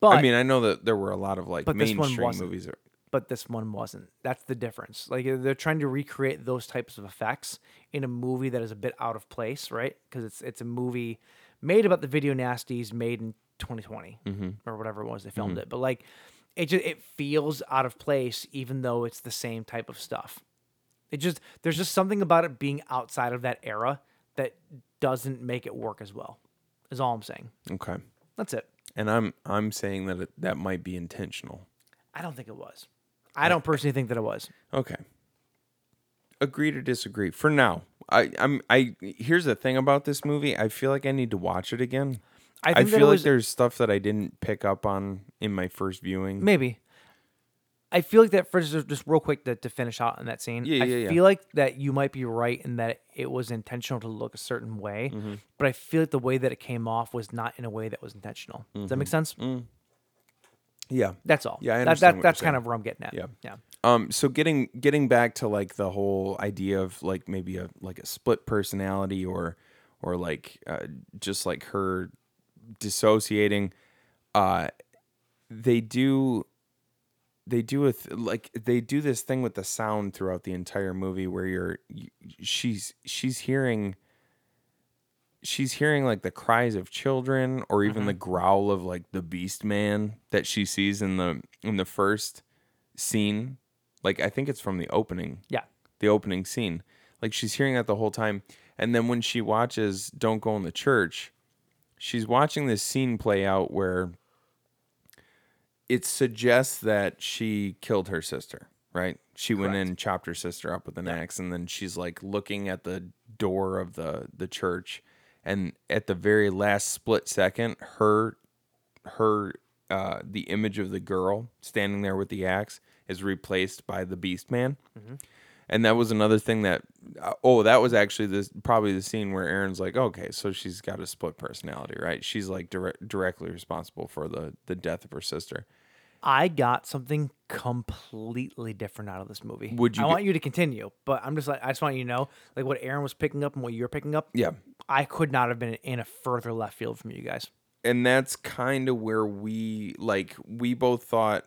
[SPEAKER 6] but
[SPEAKER 7] I mean, I know that there were a lot of like
[SPEAKER 6] but this one
[SPEAKER 7] mainstream
[SPEAKER 6] wasn't.
[SPEAKER 7] movies. that-
[SPEAKER 6] but this one wasn't. That's the difference. Like they're trying to recreate those types of effects in a movie that is a bit out of place, right? Because it's it's a movie made about the video nasties made in 2020 or whatever it was they filmed it. But like it just it feels out of place, even though it's the same type of stuff. It just there's just something about it being outside of that era that doesn't make it work as well. Is all I'm saying.
[SPEAKER 7] Okay,
[SPEAKER 6] That's it.
[SPEAKER 7] and I'm I'm saying that it, that might be intentional.
[SPEAKER 6] I don't think it was. I don't personally think that it was.
[SPEAKER 7] Okay. Agree to disagree for now. I I'm I here's the thing about this movie. I feel like I need to watch it again. I,
[SPEAKER 6] I think that it
[SPEAKER 7] feel like
[SPEAKER 6] was-
[SPEAKER 7] there's stuff that I didn't pick up on in my first viewing.
[SPEAKER 6] Maybe. I feel like that first, just real quick to, to finish out on that scene.
[SPEAKER 7] Yeah,
[SPEAKER 6] I
[SPEAKER 7] yeah, yeah.
[SPEAKER 6] feel like that you might be right in that it was intentional to look a certain way,
[SPEAKER 7] Mm-hmm.
[SPEAKER 6] but I feel like the way that it came off was not in a way that was intentional. Does that make sense?
[SPEAKER 7] Yeah.
[SPEAKER 6] That's all.
[SPEAKER 7] Mm-hmm. Mm. Yeah, I
[SPEAKER 6] That-
[SPEAKER 7] understand
[SPEAKER 6] that,
[SPEAKER 7] what you're
[SPEAKER 6] that's kind
[SPEAKER 7] saying.
[SPEAKER 6] of where I'm getting at.
[SPEAKER 7] Yeah.
[SPEAKER 6] yeah.
[SPEAKER 7] Um, so getting getting back to like the whole idea of like maybe a like a split personality or or like uh, just like her dissociating, uh, they do they do a th- like they do this thing with the sound throughout the entire movie where you're y- she's she's hearing she's hearing like the cries of children or even the growl of like the beast man that she sees in the in the first scene like i think it's from the opening
[SPEAKER 6] Yeah.
[SPEAKER 7] the opening scene like she's hearing that the whole time and then when she watches don't go in the church she's watching this scene play out where it suggests that she killed her sister right she went in chopped her sister up with an axe and then she's like looking at the door of the the church and at the very last split second her her uh, the image of the girl standing there with the axe is replaced by the beast man and that was another thing that uh, oh that was actually this probably the scene where aaron's like okay so she's got a split personality right she's like dire- directly responsible for the the death of her sister
[SPEAKER 6] I got something completely different out of this movie.
[SPEAKER 7] Would you
[SPEAKER 6] I
[SPEAKER 7] get-
[SPEAKER 6] want you to continue, but I'm just like I just want you to know like what Aaron was picking up and what you're picking up.
[SPEAKER 7] Yeah.
[SPEAKER 6] I could not have been in a further left field from you guys.
[SPEAKER 7] and that's kind of where we like we both thought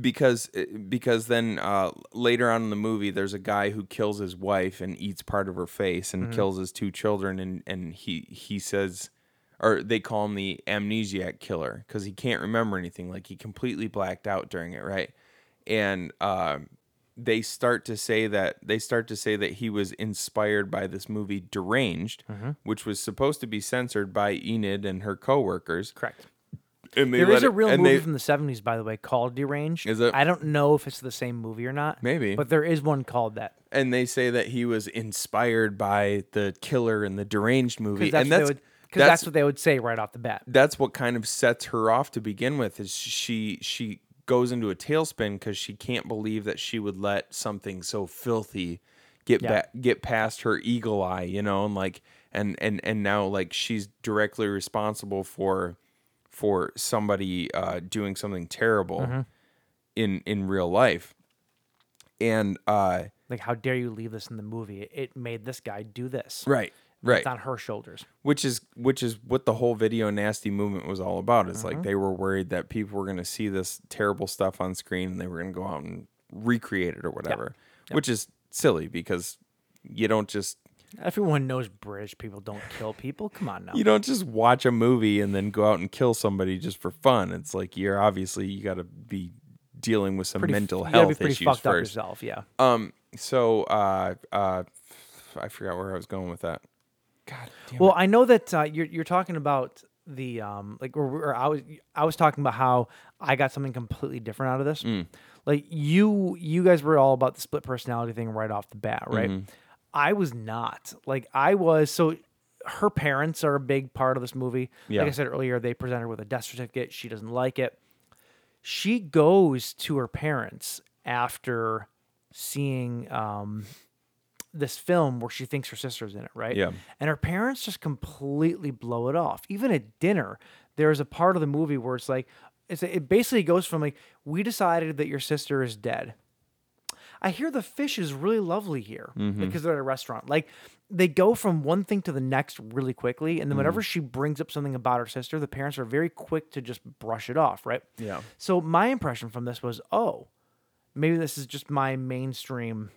[SPEAKER 7] because eh, because then uh, later on in the movie there's a guy who kills his wife and eats part of her face
[SPEAKER 6] Mm-hmm.
[SPEAKER 7] and kills his two children and and he he says or they call him the amnesiac killer because he can't remember anything like he completely blacked out during it right and uh, they start to say that they start to say that he was inspired by this movie deranged
[SPEAKER 6] Mm-hmm.
[SPEAKER 7] which was supposed to be censored by enid and her coworkers
[SPEAKER 6] Correct.
[SPEAKER 7] and they
[SPEAKER 6] There is
[SPEAKER 7] let
[SPEAKER 6] a
[SPEAKER 7] it-
[SPEAKER 6] real
[SPEAKER 7] and
[SPEAKER 6] movie
[SPEAKER 7] they-
[SPEAKER 6] from the seventies, by the way, called Deranged.
[SPEAKER 7] Is it?
[SPEAKER 6] I don't know if it's the same movie or not.
[SPEAKER 7] Maybe.
[SPEAKER 6] but there is one called that.
[SPEAKER 7] and they say that he was inspired by the killer in the deranged movie
[SPEAKER 6] Because that's,
[SPEAKER 7] and
[SPEAKER 6] what they
[SPEAKER 7] that's
[SPEAKER 6] would- 'cause
[SPEAKER 7] that's,
[SPEAKER 6] that's what they would say right off the bat.
[SPEAKER 7] that's what kind of sets her off to begin with is she she goes into a tailspin because she can't believe that she would let something so filthy get
[SPEAKER 6] Yeah.
[SPEAKER 7] ba- get past her eagle eye you know and like and and and now like she's directly responsible for for somebody uh doing something terrible
[SPEAKER 6] Mm-hmm.
[SPEAKER 7] in in real life and uh
[SPEAKER 6] Like, how dare you leave this in the movie? It made this guy do this.
[SPEAKER 7] right right
[SPEAKER 6] It's on her shoulders.
[SPEAKER 7] which is which is what the whole video nasty movement was all about. It's
[SPEAKER 6] Mm-hmm.
[SPEAKER 7] like they were worried that people were going to see this terrible stuff on screen and they were going to go out and recreate it or whatever, which is silly because you don't just
[SPEAKER 6] Everyone knows British people don't kill people. Come on now.
[SPEAKER 7] you don't just watch a movie and then go out and kill somebody just for fun. It's like you're obviously you got to be dealing with some
[SPEAKER 6] Pretty f-
[SPEAKER 7] mental
[SPEAKER 6] you gotta
[SPEAKER 7] health
[SPEAKER 6] be pretty
[SPEAKER 7] issues
[SPEAKER 6] fucked up
[SPEAKER 7] first.
[SPEAKER 6] yourself. Yeah.
[SPEAKER 7] Um, so uh, uh, I forgot where I was going with that. God damn
[SPEAKER 6] Well, I know that uh, you're you're talking about the um like or, or I was I was talking about how I got something completely different out of this.
[SPEAKER 7] Mm.
[SPEAKER 6] Like you you guys were all about the split personality thing right off the bat, right?
[SPEAKER 7] Mm-hmm.
[SPEAKER 6] I was not. Like I was so her parents are a big part of this movie.
[SPEAKER 7] Yeah.
[SPEAKER 6] Like I said earlier, they present her with a death certificate. She doesn't like it. She goes to her parents after seeing um this film where she thinks her sister's in it, right?
[SPEAKER 7] Yeah.
[SPEAKER 6] And her parents just completely blow it off. Even at dinner, there's a part of the movie where it's like, it's, it basically goes from like, we decided that your sister is dead. I hear the fish is really lovely here because they're at a restaurant. Like they go from one thing to the next really quickly. And then whenever she brings up something about her sister, the parents are very quick to just brush it off, right?
[SPEAKER 7] Yeah.
[SPEAKER 6] So my impression from this was, oh, maybe this is just my mainstream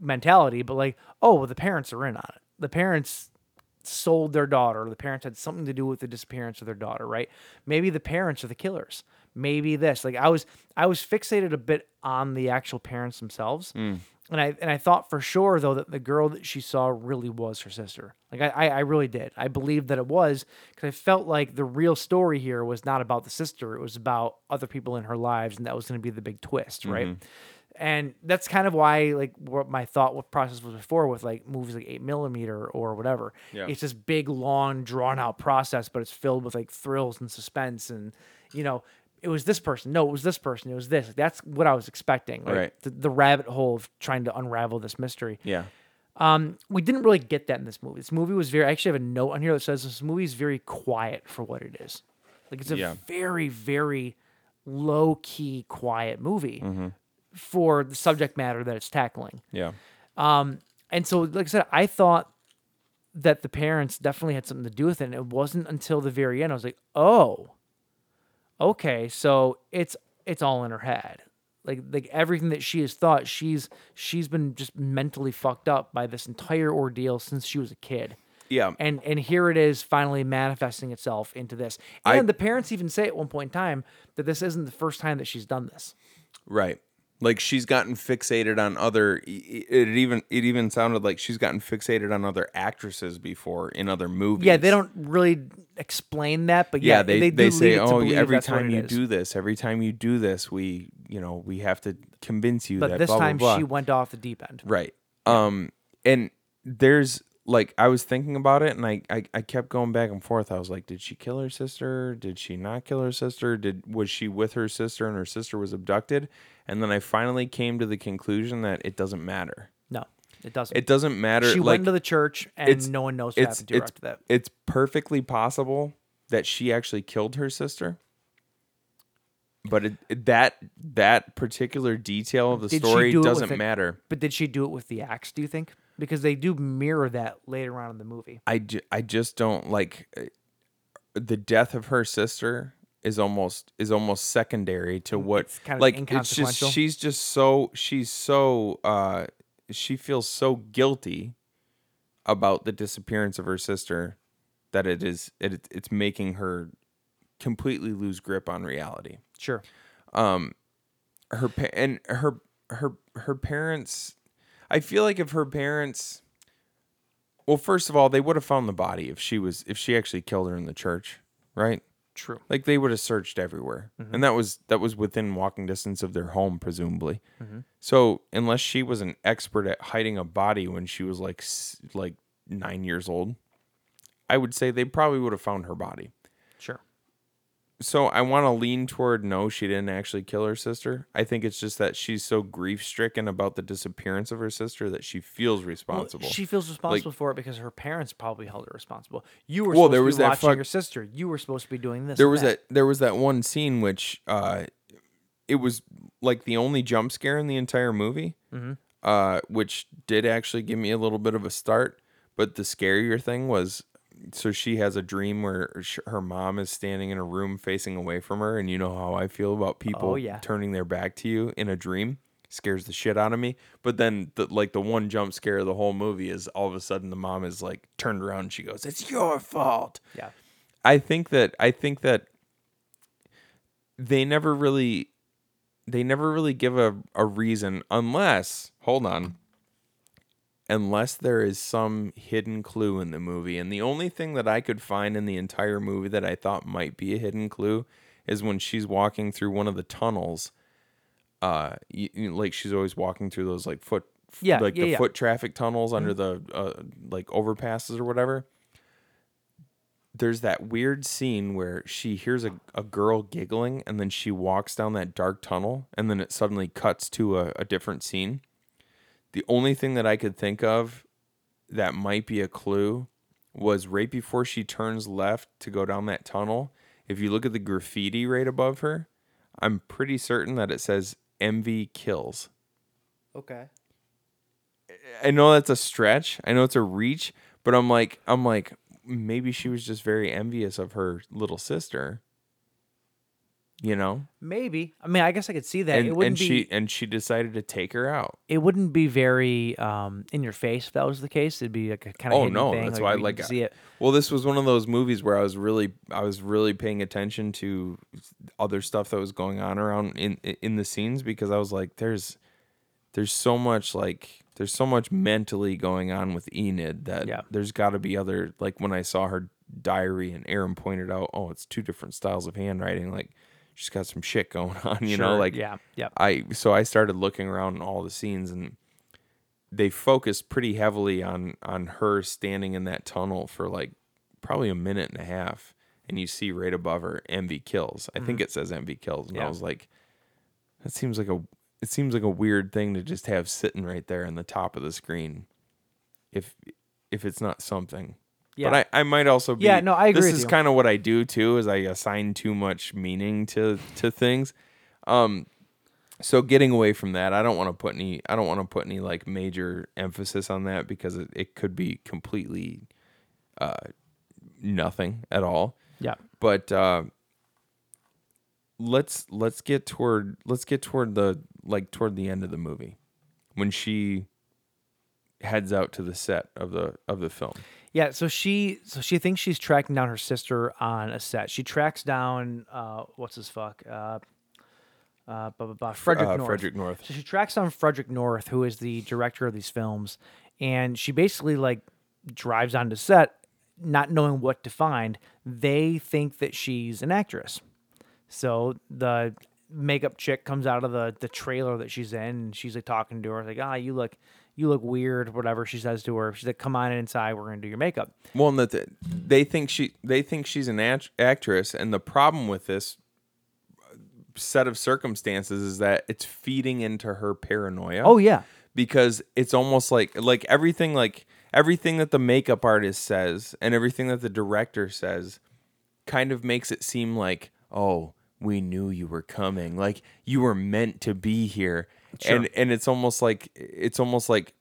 [SPEAKER 6] mentality, but like, oh, well, the parents are in on it. The parents sold their daughter. The parents had something to do with the disappearance of their daughter, right? Maybe the parents are the killers. Maybe this. Like I was I was fixated a bit on the actual parents themselves. And I and I thought for sure though that the girl that she saw really was her sister. Like I I, I really did. I believed that it was because I felt like the real story here was not about the sister. It was about other people in her lives, and that was going to be the big twist, right? and that's kind of why like what my thought what process was before with like movies like eight millimeter or whatever
[SPEAKER 7] Yeah.
[SPEAKER 6] it's this big long drawn out process but it's filled with like thrills and suspense and you know it was this person no it was this person it was this that's what i was expecting like,
[SPEAKER 7] Right.
[SPEAKER 6] the, the rabbit hole of trying to unravel this mystery
[SPEAKER 7] Yeah.
[SPEAKER 6] we didn't really get that in this movie. This movie was very. I actually have a note on here that says this movie is very quiet for what it is. Like it's a
[SPEAKER 7] Yeah.
[SPEAKER 6] very, very low key, quiet movie
[SPEAKER 7] Mm-hmm.
[SPEAKER 6] for the subject matter that it's tackling.
[SPEAKER 7] Yeah.
[SPEAKER 6] Um, And so, like I said, I thought that the parents definitely had something to do with it. And it wasn't until the very end I was like, oh, okay, so it's it's all in her head. Like like everything that she has thought, she's she's been just mentally fucked up by this entire ordeal since she was a kid.
[SPEAKER 7] Yeah.
[SPEAKER 6] And and here it is finally manifesting itself into this.
[SPEAKER 7] I-
[SPEAKER 6] And the parents even say at one point in time that this isn't the first time that she's done this.
[SPEAKER 7] Right. Like she's gotten fixated on other. i- It even it even sounded like she's gotten fixated on other actresses before in other movies.
[SPEAKER 6] Yeah, they don't really explain that, but
[SPEAKER 7] Yeah,
[SPEAKER 6] yeah,
[SPEAKER 7] they, they,
[SPEAKER 6] do lead
[SPEAKER 7] say,
[SPEAKER 6] it to
[SPEAKER 7] oh,
[SPEAKER 6] believe
[SPEAKER 7] every
[SPEAKER 6] that's what
[SPEAKER 7] time
[SPEAKER 6] it
[SPEAKER 7] you
[SPEAKER 6] is."
[SPEAKER 7] do this, every time you do this, we you know we have to convince you
[SPEAKER 6] but
[SPEAKER 7] that
[SPEAKER 6] this
[SPEAKER 7] blah, blah,
[SPEAKER 6] time
[SPEAKER 7] blah."
[SPEAKER 6] she went off the deep end.
[SPEAKER 7] Right. Um and there's like I was thinking about it and I, I I kept going back and forth. I was like, did she kill her sister? Did she not kill her sister? Did was she with her sister and her sister was abducted? And then I finally came to the conclusion that it doesn't matter.
[SPEAKER 6] No, it doesn't.
[SPEAKER 7] It doesn't matter.
[SPEAKER 6] she
[SPEAKER 7] like,
[SPEAKER 6] went to the church, and no one knows what happened to her after that.
[SPEAKER 7] It's perfectly possible that she actually killed her sister. But it, it- that that particular detail of the
[SPEAKER 6] Did she
[SPEAKER 7] story
[SPEAKER 6] do it with
[SPEAKER 7] doesn't
[SPEAKER 6] a-
[SPEAKER 7] matter.
[SPEAKER 6] But did she do it with the axe? Do you think? Because they do mirror that later on in the movie.
[SPEAKER 7] I, ju- I just don't like uh, the death of her sister is almost is almost secondary to what
[SPEAKER 6] Mm, it's kind of
[SPEAKER 7] like it's just
[SPEAKER 6] inconsequential.
[SPEAKER 7] she's just so she's so uh she feels so guilty about the disappearance of her sister that it is it it's making her completely lose grip on reality
[SPEAKER 6] Sure.
[SPEAKER 7] her pa- and her her her parents I feel like if her parents well first of all they would have found the body if she was if she actually killed her in the church right
[SPEAKER 6] True.
[SPEAKER 7] like they would have searched everywhere and that was that was within walking distance of their home presumably so unless she was an expert at hiding a body when she was like s- like 9 years old I would say they probably would have found her body
[SPEAKER 6] Sure.
[SPEAKER 7] so I want to lean toward no, she didn't actually kill her sister. I think it's just that she's so grief stricken about the disappearance of her sister that she feels
[SPEAKER 6] Well,
[SPEAKER 7] responsible.
[SPEAKER 6] she feels responsible for it because her parents probably held her responsible. You were
[SPEAKER 7] Well,
[SPEAKER 6] supposed
[SPEAKER 7] there
[SPEAKER 6] to
[SPEAKER 7] was
[SPEAKER 6] be
[SPEAKER 7] that
[SPEAKER 6] watching
[SPEAKER 7] fuck-
[SPEAKER 6] your sister. You were supposed to be doing this.
[SPEAKER 7] there
[SPEAKER 6] and
[SPEAKER 7] was that. there was that one scene which uh, it was like the only jump scare in the entire movie,
[SPEAKER 6] Mm-hmm.
[SPEAKER 7] uh, which did actually give me a little bit of a start. But the scarier thing was, so she has a dream where sh- her mom is standing in a room facing away from her, and you know how I feel about people
[SPEAKER 6] Oh, yeah.
[SPEAKER 7] turning their back to you in a dream scares the shit out of me. But then, the, like the one jump scare of the whole movie is all of a sudden the mom is like turned around, and she goes, "It's your fault."
[SPEAKER 6] Yeah.
[SPEAKER 7] I think that I think that they never really they never really give a, a reason unless hold on unless there is some hidden clue in the movie and the only thing that i could find in the entire movie that i thought might be a hidden clue is when she's walking through one of the tunnels uh you, like she's always walking through those like foot
[SPEAKER 6] Yeah,
[SPEAKER 7] like
[SPEAKER 6] yeah,
[SPEAKER 7] the
[SPEAKER 6] yeah. Mm-hmm.
[SPEAKER 7] foot traffic tunnels under the uh, like overpasses or whatever there's that weird scene where she hears a, a girl giggling and then she walks down that dark tunnel and then it suddenly cuts to a, a different scene. The only thing that I could think of that might be a clue was right before she turns left to go down that tunnel. If you look at the graffiti right above her, I'm pretty certain that it says envy kills.
[SPEAKER 6] Okay.
[SPEAKER 7] I know that's a stretch. I know it's a reach, but I'm like, I'm like, maybe she was just very envious of her little sister. You know,
[SPEAKER 6] Maybe. I mean, I guess I could see that. it
[SPEAKER 7] and
[SPEAKER 6] wouldn't
[SPEAKER 7] and
[SPEAKER 6] be,
[SPEAKER 7] she and she decided to take her out.
[SPEAKER 6] It wouldn't be very um, in your face if that was the case. It'd be like a kind of.
[SPEAKER 7] oh no, that's why I like
[SPEAKER 6] see it.
[SPEAKER 7] Well, this was one of those movies where I was really, I was really paying attention to other stuff that was going on around in in the scenes because I was like, there's, there's so much like, there's so much mentally going on with Enid that
[SPEAKER 6] Yeah.
[SPEAKER 7] there's got to be other like when I saw her diary and Aaron pointed out, oh, it's two different styles of handwriting, like. She's got some shit going on, you know.
[SPEAKER 6] Sure,
[SPEAKER 7] Like,
[SPEAKER 6] yeah, yeah.
[SPEAKER 7] I so I started looking around in all the scenes, and they focused pretty heavily on on her standing in that tunnel for like probably a minute and a half and you see right above her envy kills i think it says envy kills and i
[SPEAKER 6] Mm-hmm. Yeah.
[SPEAKER 7] was like that seems like a it seems like a weird thing to just have sitting right there on the top of the screen if if it's not something
[SPEAKER 6] Yeah.
[SPEAKER 7] but I, I might also be
[SPEAKER 6] Yeah, no, I agree
[SPEAKER 7] this
[SPEAKER 6] with
[SPEAKER 7] is
[SPEAKER 6] you.
[SPEAKER 7] kind of what i do too is i assign too much meaning to to things um so getting away from that i don't want to put any i don't want to put any like major emphasis on that because it, it could be completely uh nothing at all
[SPEAKER 6] Yeah.
[SPEAKER 7] but uh let's let's get toward let's get toward the like toward the end of the movie when she heads out to the set of the of the film
[SPEAKER 6] Yeah, so she so she thinks she's tracking down her sister on a set. She tracks down uh what's his fuck? Uh uh, blah, blah, blah. Frederick
[SPEAKER 7] uh,
[SPEAKER 6] North.
[SPEAKER 7] Frederick North.
[SPEAKER 6] So she tracks down Frederick North, who is the director of these films, and she basically like drives onto set, not knowing what to find. They think that she's an actress, so the makeup chick comes out of the the trailer that she's in and she's like talking to her like ah you look you look weird whatever she says to her she's like come on inside we're gonna do your makeup
[SPEAKER 7] Well, and that the, they think she they think she's an act- actress, and the problem with this uh, set of circumstances is that it's feeding into her paranoia.
[SPEAKER 6] oh yeah
[SPEAKER 7] because it's almost like like everything like everything that the makeup artist says and everything that the director says kind of makes it seem like oh we knew you were coming like you were meant to be here and and it's almost like it's almost like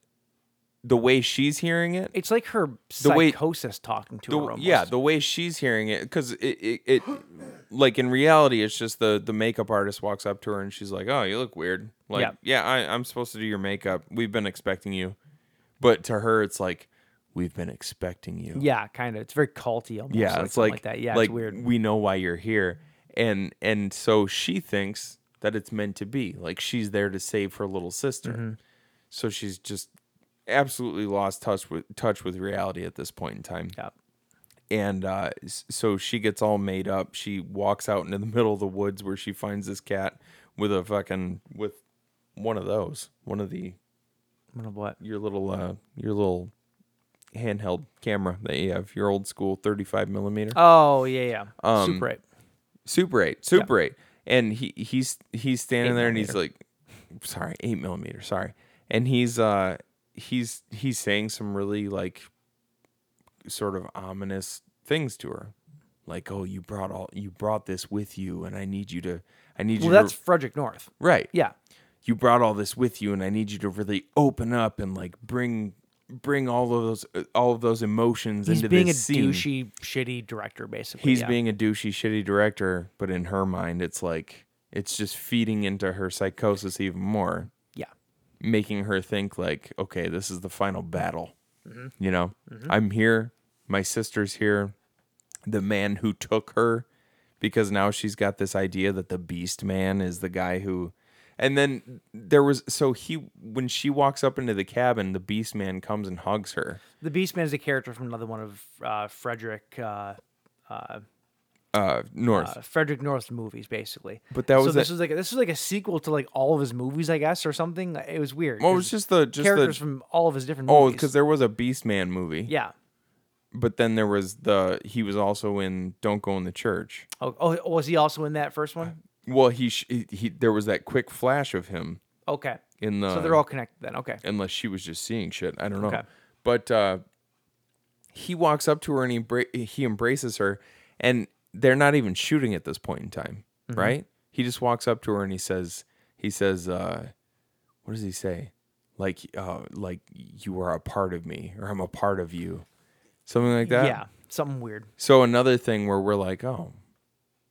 [SPEAKER 7] the way she's hearing it
[SPEAKER 6] it's like her
[SPEAKER 7] The way-
[SPEAKER 6] psychosis talking to
[SPEAKER 7] the-
[SPEAKER 6] her almost.
[SPEAKER 7] yeah the way she's hearing it because it, it, it like in reality it's just the the makeup artist walks up to her and she's like oh you look weird like
[SPEAKER 6] Yeah.
[SPEAKER 7] yeah I, i'm supposed to do your makeup we've been expecting you but to her it's like we've been expecting you
[SPEAKER 6] yeah kind of it's very culty almost
[SPEAKER 7] yeah
[SPEAKER 6] like
[SPEAKER 7] it's like,
[SPEAKER 6] something like that yeah
[SPEAKER 7] like
[SPEAKER 6] it's weird
[SPEAKER 7] we know why you're here and and so she thinks that it's meant to be like she's there to save her little sister
[SPEAKER 6] Mm-hmm.
[SPEAKER 7] so she's just absolutely lost touch with touch with reality at this point in time
[SPEAKER 6] yeah
[SPEAKER 7] and uh, s- so she gets all made up. She walks out into the middle of the woods where she finds this cat with a fucking with one of those, one of the
[SPEAKER 6] One of what
[SPEAKER 7] your little uh, your little handheld camera that you have, your old school thirty five millimeter.
[SPEAKER 6] Oh yeah, yeah.
[SPEAKER 7] Um,
[SPEAKER 6] Super eight.
[SPEAKER 7] Super eight, Super eight, and he he's he's standing there and he's like, sorry, eight millimeter, sorry, and he's uh he's he's saying some really like sort of ominous things to her, like oh you brought all you brought this with you and I need you to I need
[SPEAKER 6] Well,
[SPEAKER 7] you to
[SPEAKER 6] that's Frederick North.
[SPEAKER 7] right
[SPEAKER 6] Yeah,
[SPEAKER 7] you brought all this with you and I need you to really open up and like bring bring all of those uh, all of those emotions
[SPEAKER 6] he's
[SPEAKER 7] into
[SPEAKER 6] being a
[SPEAKER 7] this scene
[SPEAKER 6] douchey, shitty director, basically.
[SPEAKER 7] he's
[SPEAKER 6] yeah.
[SPEAKER 7] being a douchey, shitty director, but in her mind, it's like it's just feeding into her psychosis even more,
[SPEAKER 6] yeah,
[SPEAKER 7] making her think like, okay, this is the final battle.
[SPEAKER 6] Mm-hmm.
[SPEAKER 7] You know, I'm here, my sister's here, the man who took her, because now she's got this idea that the Beast Man is the guy who. And then there was so he when she walks up into the cabin, the Beast Man comes and hugs her.
[SPEAKER 6] the Beastman is a character from another one of uh, Frederick uh,
[SPEAKER 7] Uh, North.
[SPEAKER 6] uh, Frederick North's movies, basically.
[SPEAKER 7] But that
[SPEAKER 6] so
[SPEAKER 7] was
[SPEAKER 6] this
[SPEAKER 7] a-
[SPEAKER 6] was like this was like a sequel to like all of his movies, I guess, or something. It was weird.
[SPEAKER 7] Well, it was
[SPEAKER 6] 'cause
[SPEAKER 7] just the- just the-
[SPEAKER 6] characters from all of his different
[SPEAKER 7] oh,
[SPEAKER 6] movies.
[SPEAKER 7] because there was a Beast Man movie.
[SPEAKER 6] yeah.
[SPEAKER 7] but then there was the he was also in don't go in the church
[SPEAKER 6] Oh, oh, was he also in that first one?
[SPEAKER 7] well he, sh- he, he there was that quick flash of him
[SPEAKER 6] Okay.
[SPEAKER 7] Uh, in the
[SPEAKER 6] so they're all connected then. Okay.
[SPEAKER 7] unless she was just seeing shit i don't know
[SPEAKER 6] Okay.
[SPEAKER 7] but uh he walks up to her and he, bra- he embraces her and they're not even shooting at this point in time
[SPEAKER 6] Mm-hmm.
[SPEAKER 7] right he just walks up to her and he says he says uh what does he say like uh, like you are a part of me or I'm a part of you, something like that.
[SPEAKER 6] yeah, something weird.
[SPEAKER 7] So another thing where we're like, oh,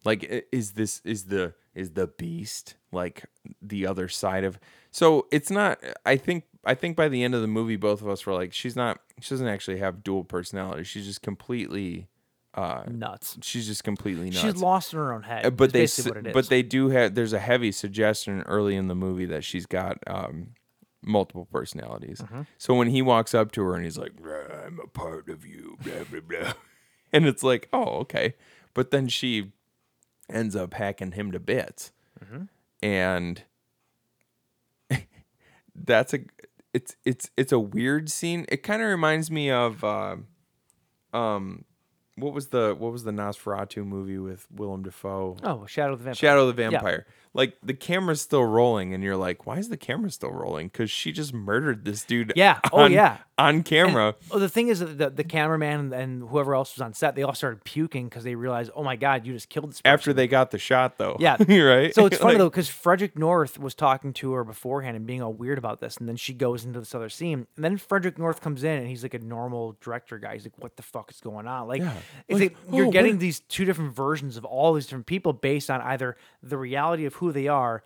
[SPEAKER 7] like i- is this is the is the beast like the other side of? So it's not. I think I think by the end of the movie, both of us were like, she's not. She doesn't actually have dual personality. She's just completely. Uh,
[SPEAKER 6] Nuts.
[SPEAKER 7] she's just completely nuts.
[SPEAKER 6] She's lost in her own head.
[SPEAKER 7] Uh, but
[SPEAKER 6] is
[SPEAKER 7] they
[SPEAKER 6] basically
[SPEAKER 7] su-
[SPEAKER 6] what it is.
[SPEAKER 7] but they do have there's a heavy suggestion early in the movie that she's got um multiple personalities
[SPEAKER 6] Mm-hmm.
[SPEAKER 7] so when he walks up to her and he's like "Bruh, i'm a part of you blah blah blah and it's like oh okay but then she ends up hacking him to bits
[SPEAKER 6] Mm-hmm.
[SPEAKER 7] and that's a it's it's it's a weird scene it kind of reminds me of uh, um what was the what was the Nosferatu movie with Willem Dafoe?
[SPEAKER 6] oh, Shadow of the Vampire.
[SPEAKER 7] Shadow of the
[SPEAKER 6] Yeah.
[SPEAKER 7] Vampire. Like the camera's still rolling, and you're like, why is the camera still rolling? Because she just murdered this dude.
[SPEAKER 6] Yeah. Oh,
[SPEAKER 7] on-
[SPEAKER 6] yeah.
[SPEAKER 7] On camera.
[SPEAKER 6] Oh, the thing is that the, the cameraman and whoever else was on set, they all started puking because they realized, oh my god, you just killed this. Person.
[SPEAKER 7] after they got the shot, though.
[SPEAKER 6] Yeah.
[SPEAKER 7] right.
[SPEAKER 6] So it's funny
[SPEAKER 7] Like,
[SPEAKER 6] though, because Frederick North was talking to her beforehand and being all weird about this, and then she goes into this other scene, and then Frederick North comes in and he's like a normal director guy. He's like, "What the fuck is going on?" Like, it's like,
[SPEAKER 7] Like,
[SPEAKER 6] you're
[SPEAKER 7] oh,
[SPEAKER 6] getting
[SPEAKER 7] what-
[SPEAKER 6] these two different versions of all these different people based on either the reality of who they are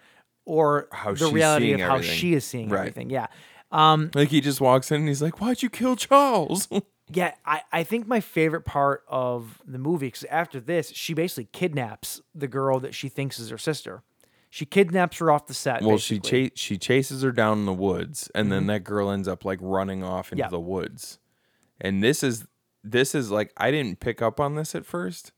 [SPEAKER 6] or
[SPEAKER 7] How
[SPEAKER 6] the
[SPEAKER 7] she's
[SPEAKER 6] reality of
[SPEAKER 7] seeing
[SPEAKER 6] how
[SPEAKER 7] everything.
[SPEAKER 6] she is seeing
[SPEAKER 7] Right.
[SPEAKER 6] everything. Yeah. Um,
[SPEAKER 7] Like he just walks in and he's like, "Why'd you kill Charles?"
[SPEAKER 6] Yeah, I, I think my favorite part of the movie, because after this, she basically kidnaps the girl that she thinks is her sister. She kidnaps her off the set.
[SPEAKER 7] well, she
[SPEAKER 6] basically.
[SPEAKER 7] cha-
[SPEAKER 6] Mm-hmm.
[SPEAKER 7] she chases her down in the woods, and then that girl ends up like running off into
[SPEAKER 6] Yeah.
[SPEAKER 7] the woods. And this is this is like I didn't pick up on this at first.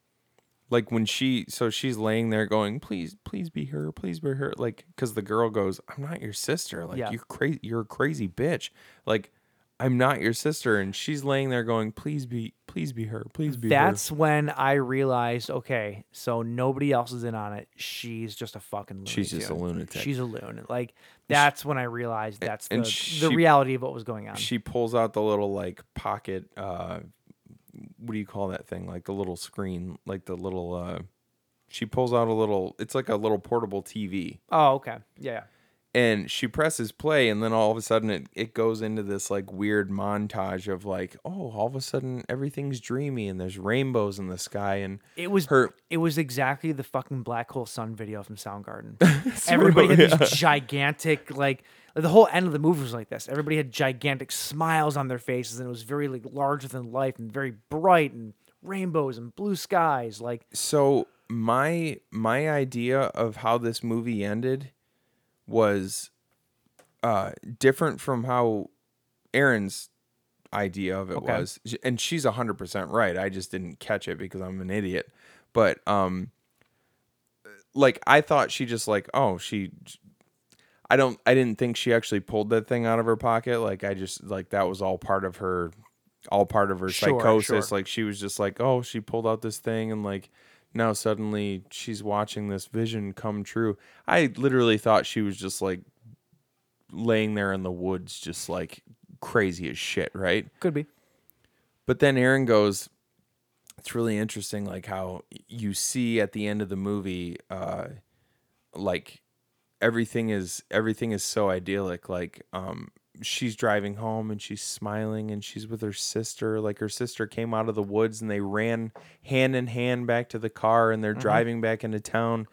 [SPEAKER 7] Like when she so she's laying there going, "Please, please be her, please be her." Like cuz the girl goes, "I'm not your sister." Like
[SPEAKER 6] Yeah.
[SPEAKER 7] you crazy you're a crazy bitch. Like I'm not your sister and she's laying there going, "Please be please be her, please be her."
[SPEAKER 6] That's when I realized, okay, so nobody else is in on it. She's just a fucking loon.
[SPEAKER 7] She's just a lunatic.
[SPEAKER 6] She's a loon. Like that's when I realized that's
[SPEAKER 7] and
[SPEAKER 6] the,
[SPEAKER 7] she-
[SPEAKER 6] the reality of what was going on.
[SPEAKER 7] she pulls out the little like pocket uh what do you call that thing like the little screen like the little uh she pulls out a little it's like a little portable tv
[SPEAKER 6] oh, okay. Yeah.
[SPEAKER 7] and she presses play and then all of a sudden it, it goes into this like weird montage of like oh all of a sudden everything's dreamy and there's rainbows in the sky and
[SPEAKER 6] It was
[SPEAKER 7] her
[SPEAKER 6] It was exactly the fucking black hole sun video from Soundgarden. Everybody had these gigantic like the whole end of the movie was like this. Everybody had gigantic smiles on their faces, and it was very like larger than life and very bright and rainbows and blue skies. Like
[SPEAKER 7] so my my idea of how this movie ended was uh different from how Aaron's idea of it
[SPEAKER 6] Okay.
[SPEAKER 7] was Sh- and she's 100% right. I just didn't catch it because I'm an idiot. But um like I thought she just like oh she I don't I didn't think she actually pulled that thing out of her pocket like I just like that was all part of her all part of her
[SPEAKER 6] Sure,
[SPEAKER 7] psychosis
[SPEAKER 6] sure.
[SPEAKER 7] like she was just like oh she pulled out this thing and like now suddenly she's watching this vision come true. I literally thought she was just like laying there in the woods just like crazy as shit, right?
[SPEAKER 6] could be.
[SPEAKER 7] But then Aaron goes, it's really interesting, like how you see at the end of the movie, uh, like everything is everything is so idyllic. Like, um, she's driving home and she's smiling and she's with her sister. Like her sister came out of the woods and they ran hand in hand back to the car and they're driving back into town.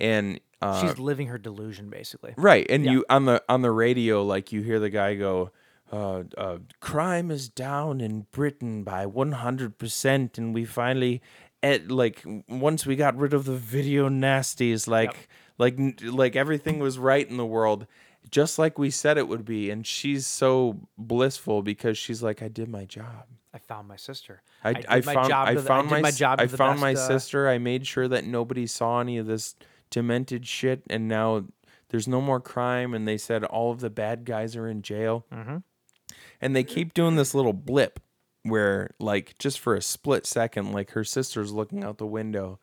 [SPEAKER 7] And uh,
[SPEAKER 6] She's living her delusion, basically.
[SPEAKER 7] Right, and you on the on the radio, like you hear the guy go, uh, uh, "Crime is down in Britain by one hundred percent," and we finally, at like once we got rid of the video nasties, like like like like everything was right in the world, just like we said it would be. And she's so blissful because she's like, "I did my job."
[SPEAKER 6] I found my sister.
[SPEAKER 7] I,
[SPEAKER 6] did
[SPEAKER 7] I, found I
[SPEAKER 6] to the-
[SPEAKER 7] found
[SPEAKER 6] did
[SPEAKER 7] my, s-
[SPEAKER 6] job.
[SPEAKER 7] I
[SPEAKER 6] to the
[SPEAKER 7] found my
[SPEAKER 6] best, uh,
[SPEAKER 7] sister. I made sure that nobody saw any of this demented shit, and now there's no more crime. And they said all of the bad guys are in jail,
[SPEAKER 6] Mm-hmm.
[SPEAKER 7] and they keep doing this little blip where, like, just for a split second, like her sister's looking out the window,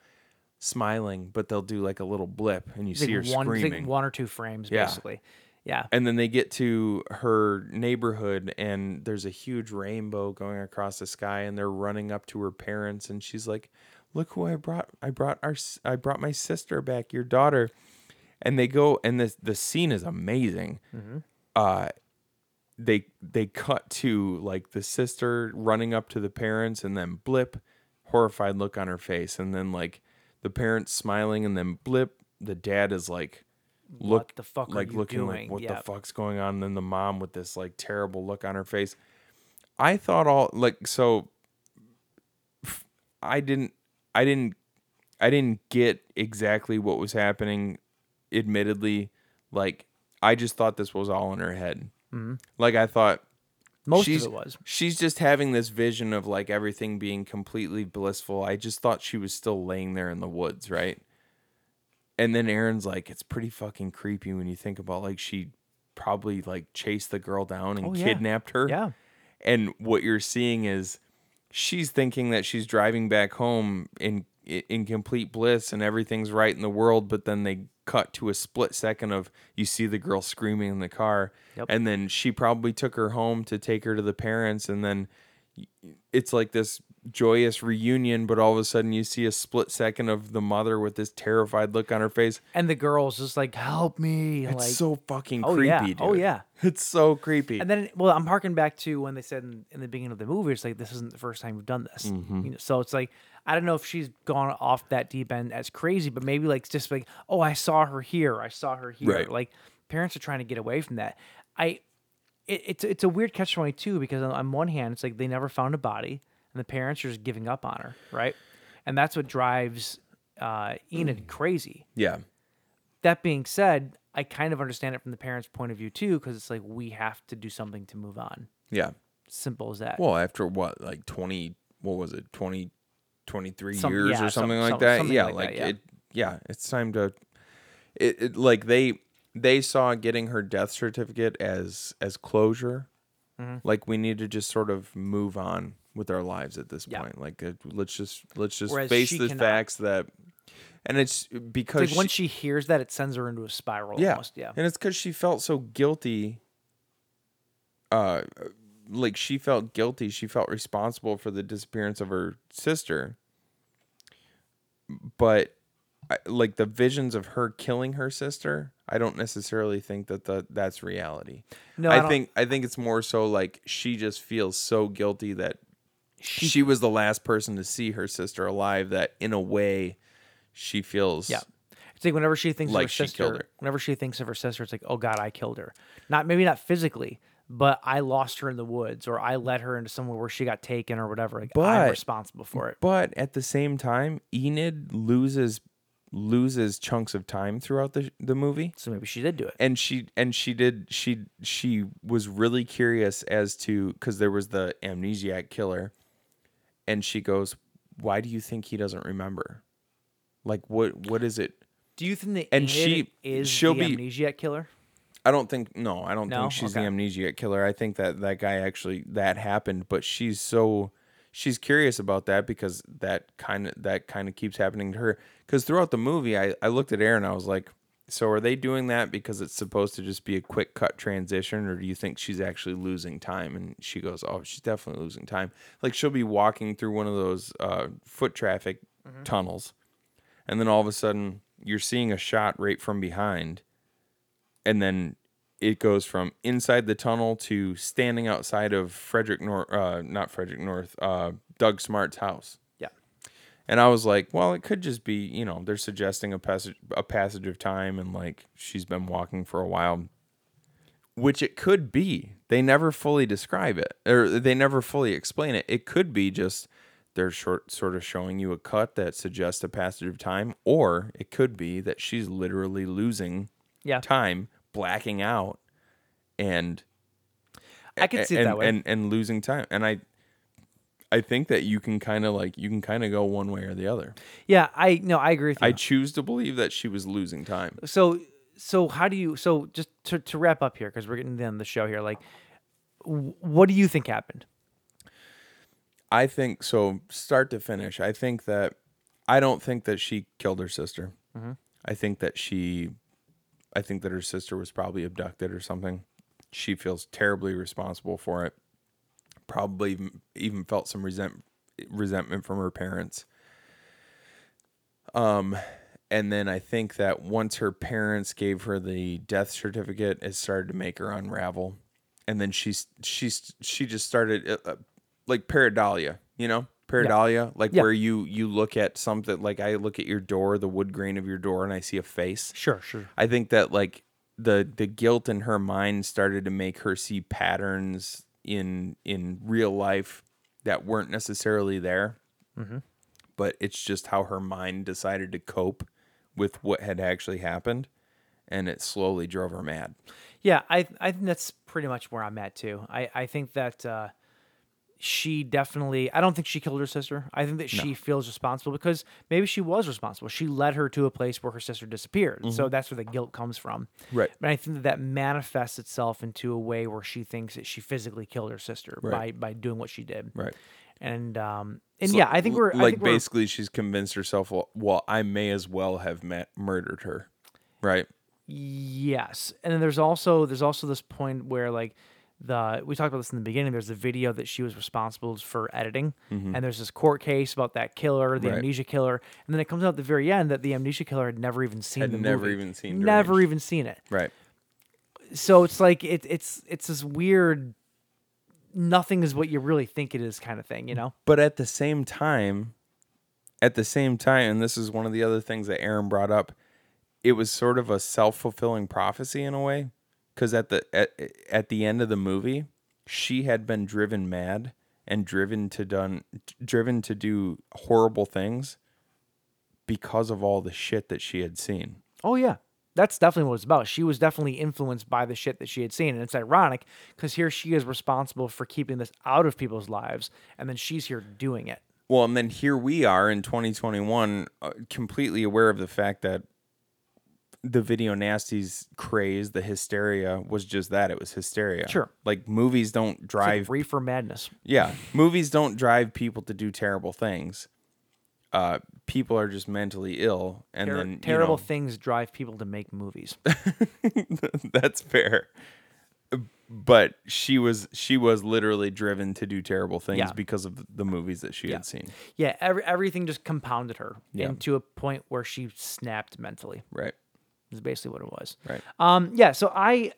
[SPEAKER 7] smiling, but they'll do like a little blip, and you
[SPEAKER 6] like
[SPEAKER 7] see her
[SPEAKER 6] one, like
[SPEAKER 7] screaming
[SPEAKER 6] one or two frames,
[SPEAKER 7] Yeah.
[SPEAKER 6] basically. Yeah.
[SPEAKER 7] and then they get to her neighborhood and there's a huge rainbow going across the sky and they're running up to her parents and she's like look who i brought i brought our s- i brought my sister back your daughter and they go and this the scene is amazing uh they they cut to like the sister running up to the parents and then blip horrified look on her face and then like the parents smiling and then blip the dad is like look
[SPEAKER 6] What the fuck are
[SPEAKER 7] like
[SPEAKER 6] you
[SPEAKER 7] looking
[SPEAKER 6] doing?
[SPEAKER 7] like what
[SPEAKER 6] Yeah.
[SPEAKER 7] the fuck's going on and then the mom with this like terrible look on her face i thought all like so f- i didn't i didn't I didn't get exactly what was happening. Admittedly, like I just thought this was all in her head. Like I thought
[SPEAKER 6] Most
[SPEAKER 7] she's,
[SPEAKER 6] of it was.
[SPEAKER 7] She's just having this vision of like everything being completely blissful. I just thought she was still laying there in the woods, right? And then Aaron's like, it's pretty fucking creepy when you think about like she probably like chased the girl down and
[SPEAKER 6] Oh, yeah.
[SPEAKER 7] kidnapped her.
[SPEAKER 6] Yeah.
[SPEAKER 7] And what you're seeing is she's thinking that she's driving back home in in complete bliss and everything's right in the world, but then they cut to a split second of you see the girl screaming in the car,
[SPEAKER 6] Yep.
[SPEAKER 7] and then she probably took her home to take her to the parents, and then it's like this joyous reunion, but all of a sudden you see a split second of the mother with this terrified look on her face.
[SPEAKER 6] And the girl's just like, help me.
[SPEAKER 7] It's
[SPEAKER 6] like,
[SPEAKER 7] so fucking
[SPEAKER 6] Oh,
[SPEAKER 7] creepy,
[SPEAKER 6] yeah.
[SPEAKER 7] dude.
[SPEAKER 6] Oh, yeah.
[SPEAKER 7] It's so creepy.
[SPEAKER 6] And then, well, I'm harking back to when they said in, in the beginning of the movie, it's like this isn't the first time we've done this. You know, so it's like I don't know if she's gone off that deep end as crazy, but maybe like just like, oh, I saw her here, I saw her here.
[SPEAKER 7] Right.
[SPEAKER 6] Like parents are trying to get away from that. I, it, it's it's a weird catch twenty two because on, on one hand, it's like they never found a body, and the parents are just giving up on her, right? And that's what drives uh, Enid crazy
[SPEAKER 7] yeah.
[SPEAKER 6] that being said, I kind of understand it from the parents' point of view too, because it's like we have to do something to move on.
[SPEAKER 7] Yeah.
[SPEAKER 6] Simple as that.
[SPEAKER 7] Well, after what, like 20, what was it, 20, 23
[SPEAKER 6] Some-
[SPEAKER 7] years
[SPEAKER 6] yeah,
[SPEAKER 7] or
[SPEAKER 6] some-
[SPEAKER 7] something like
[SPEAKER 6] some-
[SPEAKER 7] that?
[SPEAKER 6] something
[SPEAKER 7] yeah.
[SPEAKER 6] like that,
[SPEAKER 7] Like,
[SPEAKER 6] yeah.
[SPEAKER 7] it, yeah, it's time to, it, it like they, they saw getting her death certificate as, as closure.
[SPEAKER 6] Mm-hmm.
[SPEAKER 7] Like we need to just sort of move on with our lives at this
[SPEAKER 6] Yeah.
[SPEAKER 7] point. Like, uh, let's just, let's just
[SPEAKER 6] Whereas
[SPEAKER 7] face
[SPEAKER 6] she
[SPEAKER 7] the
[SPEAKER 6] cannot.
[SPEAKER 7] facts that, and it's
[SPEAKER 6] It's
[SPEAKER 7] because
[SPEAKER 6] like once
[SPEAKER 7] she-
[SPEAKER 6] she hears that, it sends her into a spiral.
[SPEAKER 7] yeah.
[SPEAKER 6] Almost. Yeah.
[SPEAKER 7] And it's because she felt so guilty. Uh, like she felt guilty. She felt responsible for the disappearance of her sister. But, I, like the visions of her killing her sister, I don't necessarily think that the, that's reality.
[SPEAKER 6] No, I
[SPEAKER 7] I,
[SPEAKER 6] don't-
[SPEAKER 7] think I think it's more so like she just feels so guilty that she, was the last person to see her sister alive. That in a way, she feels
[SPEAKER 6] Yeah. It's like whenever she thinks
[SPEAKER 7] Like
[SPEAKER 6] of her
[SPEAKER 7] she killed
[SPEAKER 6] sister,
[SPEAKER 7] her.
[SPEAKER 6] whenever she thinks of her sister, it's like, oh God, I killed her. Not maybe not physically, but I lost her in the woods, or I led her into somewhere where she got taken, or whatever. Like I'm
[SPEAKER 7] But-
[SPEAKER 6] responsible for it.
[SPEAKER 7] But at the same time, Enid loses loses chunks of time throughout the the movie.
[SPEAKER 6] So maybe she did do it.
[SPEAKER 7] And she and she did she she was really curious as to cuz there was the amnesiac killer and she goes, "Why do you think he doesn't remember?" Like what what is it?
[SPEAKER 6] Do you think that
[SPEAKER 7] And
[SPEAKER 6] Enid
[SPEAKER 7] she-
[SPEAKER 6] is
[SPEAKER 7] she'll
[SPEAKER 6] the
[SPEAKER 7] be-
[SPEAKER 6] amnesiac killer?
[SPEAKER 7] I don't think no, I don't
[SPEAKER 6] No?
[SPEAKER 7] think she's
[SPEAKER 6] Okay.
[SPEAKER 7] the amnesiac killer. I think that that guy actually that happened, but she's so she's curious about that because that kind of that kind of keeps happening to her cuz throughout the movie I I looked at Aaron I was like so are they doing that because it's supposed to just be a quick cut transition or do you think she's actually losing time and she goes oh she's definitely losing time like she'll be walking through one of those uh, foot traffic
[SPEAKER 6] Mm-hmm.
[SPEAKER 7] tunnels and then all of a sudden you're seeing a shot right from behind and then it goes from inside the tunnel to standing outside of Frederick North, uh, not Frederick North, uh, Doug Smart's house.
[SPEAKER 6] Yeah.
[SPEAKER 7] And I was like, well, it could just be, you know, they're suggesting a passage, a passage of time, and like she's been walking for a while, which it could be. They never fully describe it, or they never fully explain it. It could be just they're short, sort of showing you a cut that suggests a passage of time, or it could be that she's literally losing
[SPEAKER 6] Yeah.
[SPEAKER 7] time, blacking out, and
[SPEAKER 6] I could see it
[SPEAKER 7] and,
[SPEAKER 6] that way.
[SPEAKER 7] and and losing time. And I, I think that you can kind of like you can kind of go one way or the other.
[SPEAKER 6] yeah, I no, I agree with you.
[SPEAKER 7] I choose to believe that she was losing time.
[SPEAKER 6] so so how do you so just to, to wrap up here because we're getting to the end of the show here like wh- what do you think happened
[SPEAKER 7] I think so. Start to finish, I think that I don't think that she killed her sister.
[SPEAKER 6] Mm-hmm.
[SPEAKER 7] I think that she, I think that her sister was probably abducted or something. She feels terribly responsible for it. Probably even- even felt some resent, resentment from her parents. Um, and then I think that once her parents gave her the death certificate, it started to make her unravel. and then she's she's she just started uh, uh, like pareidolia, you know, pareidolia, like
[SPEAKER 6] Yeah.
[SPEAKER 7] where you you look at something like I look at your door, the wood grain of your door, and I see a face.
[SPEAKER 6] Sure, sure.
[SPEAKER 7] I think that like the the guilt in her mind started to make her see patterns in in real life that weren't necessarily there. Mm-hmm. But it's just how her mind decided to cope with what had actually happened, and it slowly drove her mad.
[SPEAKER 6] Yeah, I I think that's pretty much where I'm at too. I I think that uh, she definitely. I don't think she killed her sister. I think that she feels responsible because maybe she was responsible. She led her to a place where her sister disappeared, so that's where the guilt comes from.
[SPEAKER 7] Mm-hmm. Right.
[SPEAKER 6] But I think that that manifests itself into a way where she thinks that she physically killed her sister
[SPEAKER 7] Right.
[SPEAKER 6] by by doing what she did.
[SPEAKER 7] Right.
[SPEAKER 6] And um and
[SPEAKER 7] So,
[SPEAKER 6] yeah, I think
[SPEAKER 7] l-
[SPEAKER 6] we're I
[SPEAKER 7] like
[SPEAKER 6] think we're-
[SPEAKER 7] basically she's convinced herself. Well, well, I may as well have met, murdered her, right?
[SPEAKER 6] Yes, and then there's also there's also this point where like the we talked about this in the beginning. There's the video that she was responsible for editing, and there's this court case about that killer, the
[SPEAKER 7] Mm-hmm. Right.
[SPEAKER 6] amnesia killer, and then it comes out at the very end that the amnesia killer had never even seen
[SPEAKER 7] Had
[SPEAKER 6] the
[SPEAKER 7] never
[SPEAKER 6] movie.
[SPEAKER 7] even seen
[SPEAKER 6] never
[SPEAKER 7] Deranged.
[SPEAKER 6] even seen it.
[SPEAKER 7] Right.
[SPEAKER 6] So it's like it, it's it's this weird nothing is what you really think it is kind of thing, you know?
[SPEAKER 7] But at the same time, at the same time, and this is one of the other things that Aaron brought up, it was sort of a self fulfilling prophecy in a way, because at the at, at the end of the movie, she had been driven mad and driven to done driven to do horrible things because of all the shit that she had seen.
[SPEAKER 6] Oh yeah. That's definitely what it's about. She was definitely influenced by the shit that she had seen. And it's ironic because here she is responsible for keeping this out of people's lives. And then she's here doing it.
[SPEAKER 7] Well, and then here we are in 2021, uh, completely aware of the fact that the video nasties craze, the hysteria was just that. It was hysteria.
[SPEAKER 6] Sure.
[SPEAKER 7] Like movies don't
[SPEAKER 6] It's like
[SPEAKER 7] drive.
[SPEAKER 6] reefer madness.
[SPEAKER 7] yeah. Movies don't drive people to do terrible things. Uh, people are just mentally ill. And
[SPEAKER 6] Ter-
[SPEAKER 7] then, you
[SPEAKER 6] terrible
[SPEAKER 7] know,
[SPEAKER 6] things drive people to make movies.
[SPEAKER 7] That's fair. But she was she was literally driven to do terrible things
[SPEAKER 6] Yeah.
[SPEAKER 7] because of the movies that she had seen.
[SPEAKER 6] yeah, every, everything just compounded her
[SPEAKER 7] Yeah.
[SPEAKER 6] into a point where she snapped mentally.
[SPEAKER 7] Right.
[SPEAKER 6] Is basically what it was.
[SPEAKER 7] Right.
[SPEAKER 6] Um, yeah, so I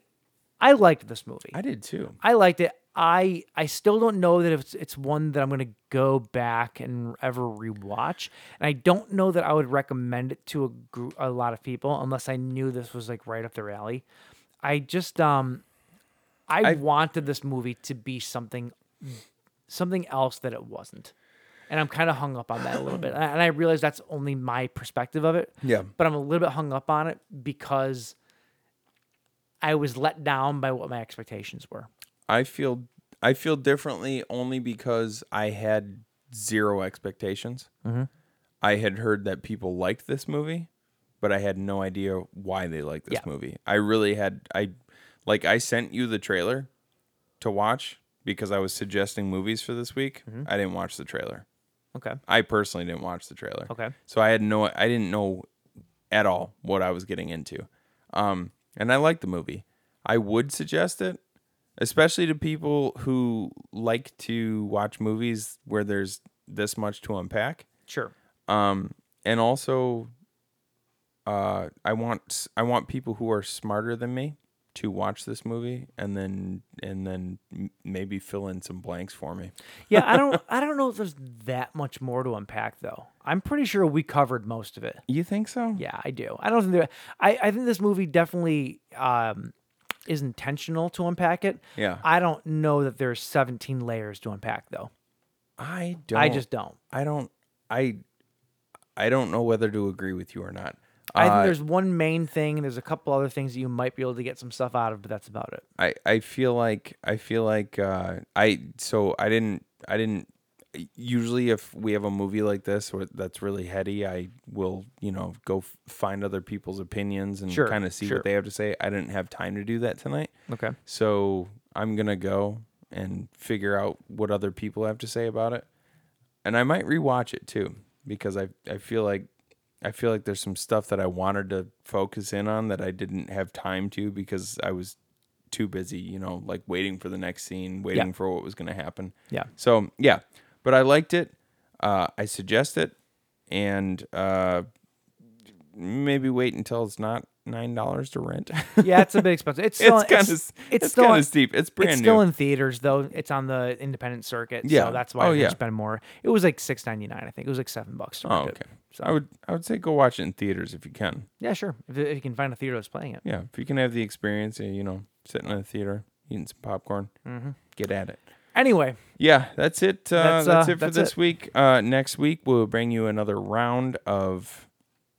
[SPEAKER 6] I liked this movie.
[SPEAKER 7] I did too.
[SPEAKER 6] I liked it. I I still don't know that it's it's one that I'm gonna go back and ever rewatch, and I don't know that I would recommend it to a group, a lot of people unless I knew this was like right up their alley. I just um, I, wanted this movie to be something something else that it wasn't, and I'm kind of hung up on that a little bit. And I- and I realize that's only my perspective of it.
[SPEAKER 7] Yeah.
[SPEAKER 6] but I'm a little bit hung up on it because I was let down by what my expectations were.
[SPEAKER 7] I feel I feel differently only because I had zero expectations. I had heard that people liked this movie, but I had no idea why they liked this
[SPEAKER 6] Yeah.
[SPEAKER 7] movie. I really had I like I sent you the trailer to watch because I was suggesting movies for this week. I didn't watch the trailer.
[SPEAKER 6] Okay.
[SPEAKER 7] I personally didn't watch the trailer.
[SPEAKER 6] Okay.
[SPEAKER 7] So I had no I didn't know at all what I was getting into. Um and I like the movie. I would suggest it especially to people who like to watch movies where there's this much to unpack.
[SPEAKER 6] Sure.
[SPEAKER 7] Um and also uh I want I want people who are smarter than me to watch this movie and then and then m- maybe fill in some blanks for me.
[SPEAKER 6] Yeah, I don't I don't know if there's that much more to unpack though. I'm pretty sure we covered most of it.
[SPEAKER 7] You think so?
[SPEAKER 6] Yeah, I do. I don't think there I, I think this movie definitely um is intentional to unpack it.
[SPEAKER 7] Yeah.
[SPEAKER 6] I don't know that there's 17 layers to unpack though.
[SPEAKER 7] I don't
[SPEAKER 6] I just don't.
[SPEAKER 7] I don't I I don't know whether to agree with you or not.
[SPEAKER 6] I think
[SPEAKER 7] Uh,
[SPEAKER 6] there's one main thing and there's a couple other things that you might be able to get some stuff out of, but that's about it.
[SPEAKER 7] I I feel like I feel like uh, I so I didn't I didn't usually if we have a movie like this or that's really heady I will you know go f- find other people's opinions and
[SPEAKER 6] Sure,
[SPEAKER 7] kind of see
[SPEAKER 6] sure.
[SPEAKER 7] what they have to say. I didn't have time to do that tonight.
[SPEAKER 6] Okay.
[SPEAKER 7] So I'm gonna go and figure out what other people have to say about it, and I might rewatch it too because I I feel like I feel like there's some stuff that I wanted to focus in on that I didn't have time to because I was too busy, you know, like waiting for the next scene, waiting for what was gonna happen.
[SPEAKER 6] Yeah.
[SPEAKER 7] So yeah, but I liked it. Uh, I suggest it, and uh, maybe wait until it's not nine dollars to rent.
[SPEAKER 6] Yeah, it's a bit expensive. It's still
[SPEAKER 7] it's kind of
[SPEAKER 6] it's,
[SPEAKER 7] it's,
[SPEAKER 6] it's still
[SPEAKER 7] kind
[SPEAKER 6] in-
[SPEAKER 7] of steep. It's brand
[SPEAKER 6] it's
[SPEAKER 7] new.
[SPEAKER 6] still in theaters though. It's on the independent circuit,
[SPEAKER 7] Yeah.
[SPEAKER 6] so that's why
[SPEAKER 7] Oh,
[SPEAKER 6] I didn't
[SPEAKER 7] yeah.
[SPEAKER 6] spend more. It was like six ninety nine, I think. It was like seven bucks. To
[SPEAKER 7] oh,
[SPEAKER 6] rent it.
[SPEAKER 7] okay. So I would I would say go watch it in theaters if you can.
[SPEAKER 6] Yeah, sure. If, if you can find a theater that's playing it.
[SPEAKER 7] Yeah, if you can have the experience, of, you know, sitting in a theater, eating some popcorn, get at it.
[SPEAKER 6] Anyway,
[SPEAKER 7] Yeah, that's it. Uh,
[SPEAKER 6] Mm-hmm. That's,
[SPEAKER 7] that's,
[SPEAKER 6] uh,
[SPEAKER 7] it for
[SPEAKER 6] that's
[SPEAKER 7] this
[SPEAKER 6] it.
[SPEAKER 7] week. Uh, next week we'll bring you another round of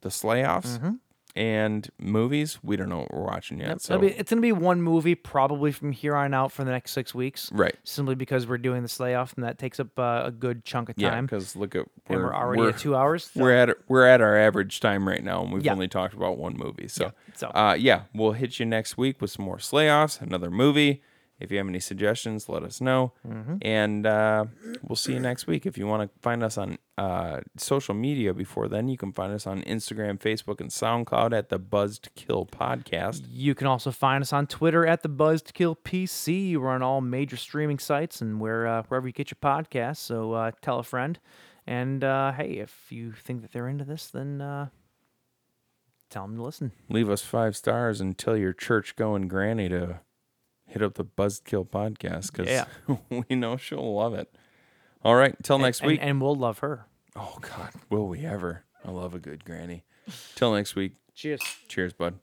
[SPEAKER 7] the slayoffs
[SPEAKER 6] Mm-hmm.
[SPEAKER 7] and movies. We don't know what we're watching yet. so
[SPEAKER 6] it'll be, it's gonna be one movie probably from here on out for the next six weeks.
[SPEAKER 7] Right.
[SPEAKER 6] Simply because we're doing the layoff and that takes up uh, a good chunk of
[SPEAKER 7] yeah,
[SPEAKER 6] time.
[SPEAKER 7] because look at
[SPEAKER 6] and we're already at two hours. so-
[SPEAKER 7] We're at we're at our average time right now, and we've
[SPEAKER 6] Yeah.
[SPEAKER 7] only talked about one movie. So,
[SPEAKER 6] so-
[SPEAKER 7] Uh, yeah, we'll hit you next week with some more slayoffs, another movie. If you have any suggestions, let us know,
[SPEAKER 6] Mm-hmm.
[SPEAKER 7] and uh, we'll see you next week. If you want to find us on uh, social media before then, you can find us on Instagram, Facebook, and SoundCloud at the Buzzed Kill Podcast.
[SPEAKER 6] You can also find us on Twitter at the Buzzed Kill PC. We're on all major streaming sites and where uh, wherever you get your podcasts. So uh, tell a friend. And uh, hey, if you think that they're into this, then uh, tell them to listen.
[SPEAKER 7] Leave us five stars and tell your church going granny to hit up the Buzzkill podcast because
[SPEAKER 6] Yeah.
[SPEAKER 7] we know she'll love it. All right, till next
[SPEAKER 6] And-
[SPEAKER 7] week.
[SPEAKER 6] and we'll love her.
[SPEAKER 7] oh God, will we ever? I love a good granny. Till next week.
[SPEAKER 6] Cheers.
[SPEAKER 7] Cheers, bud.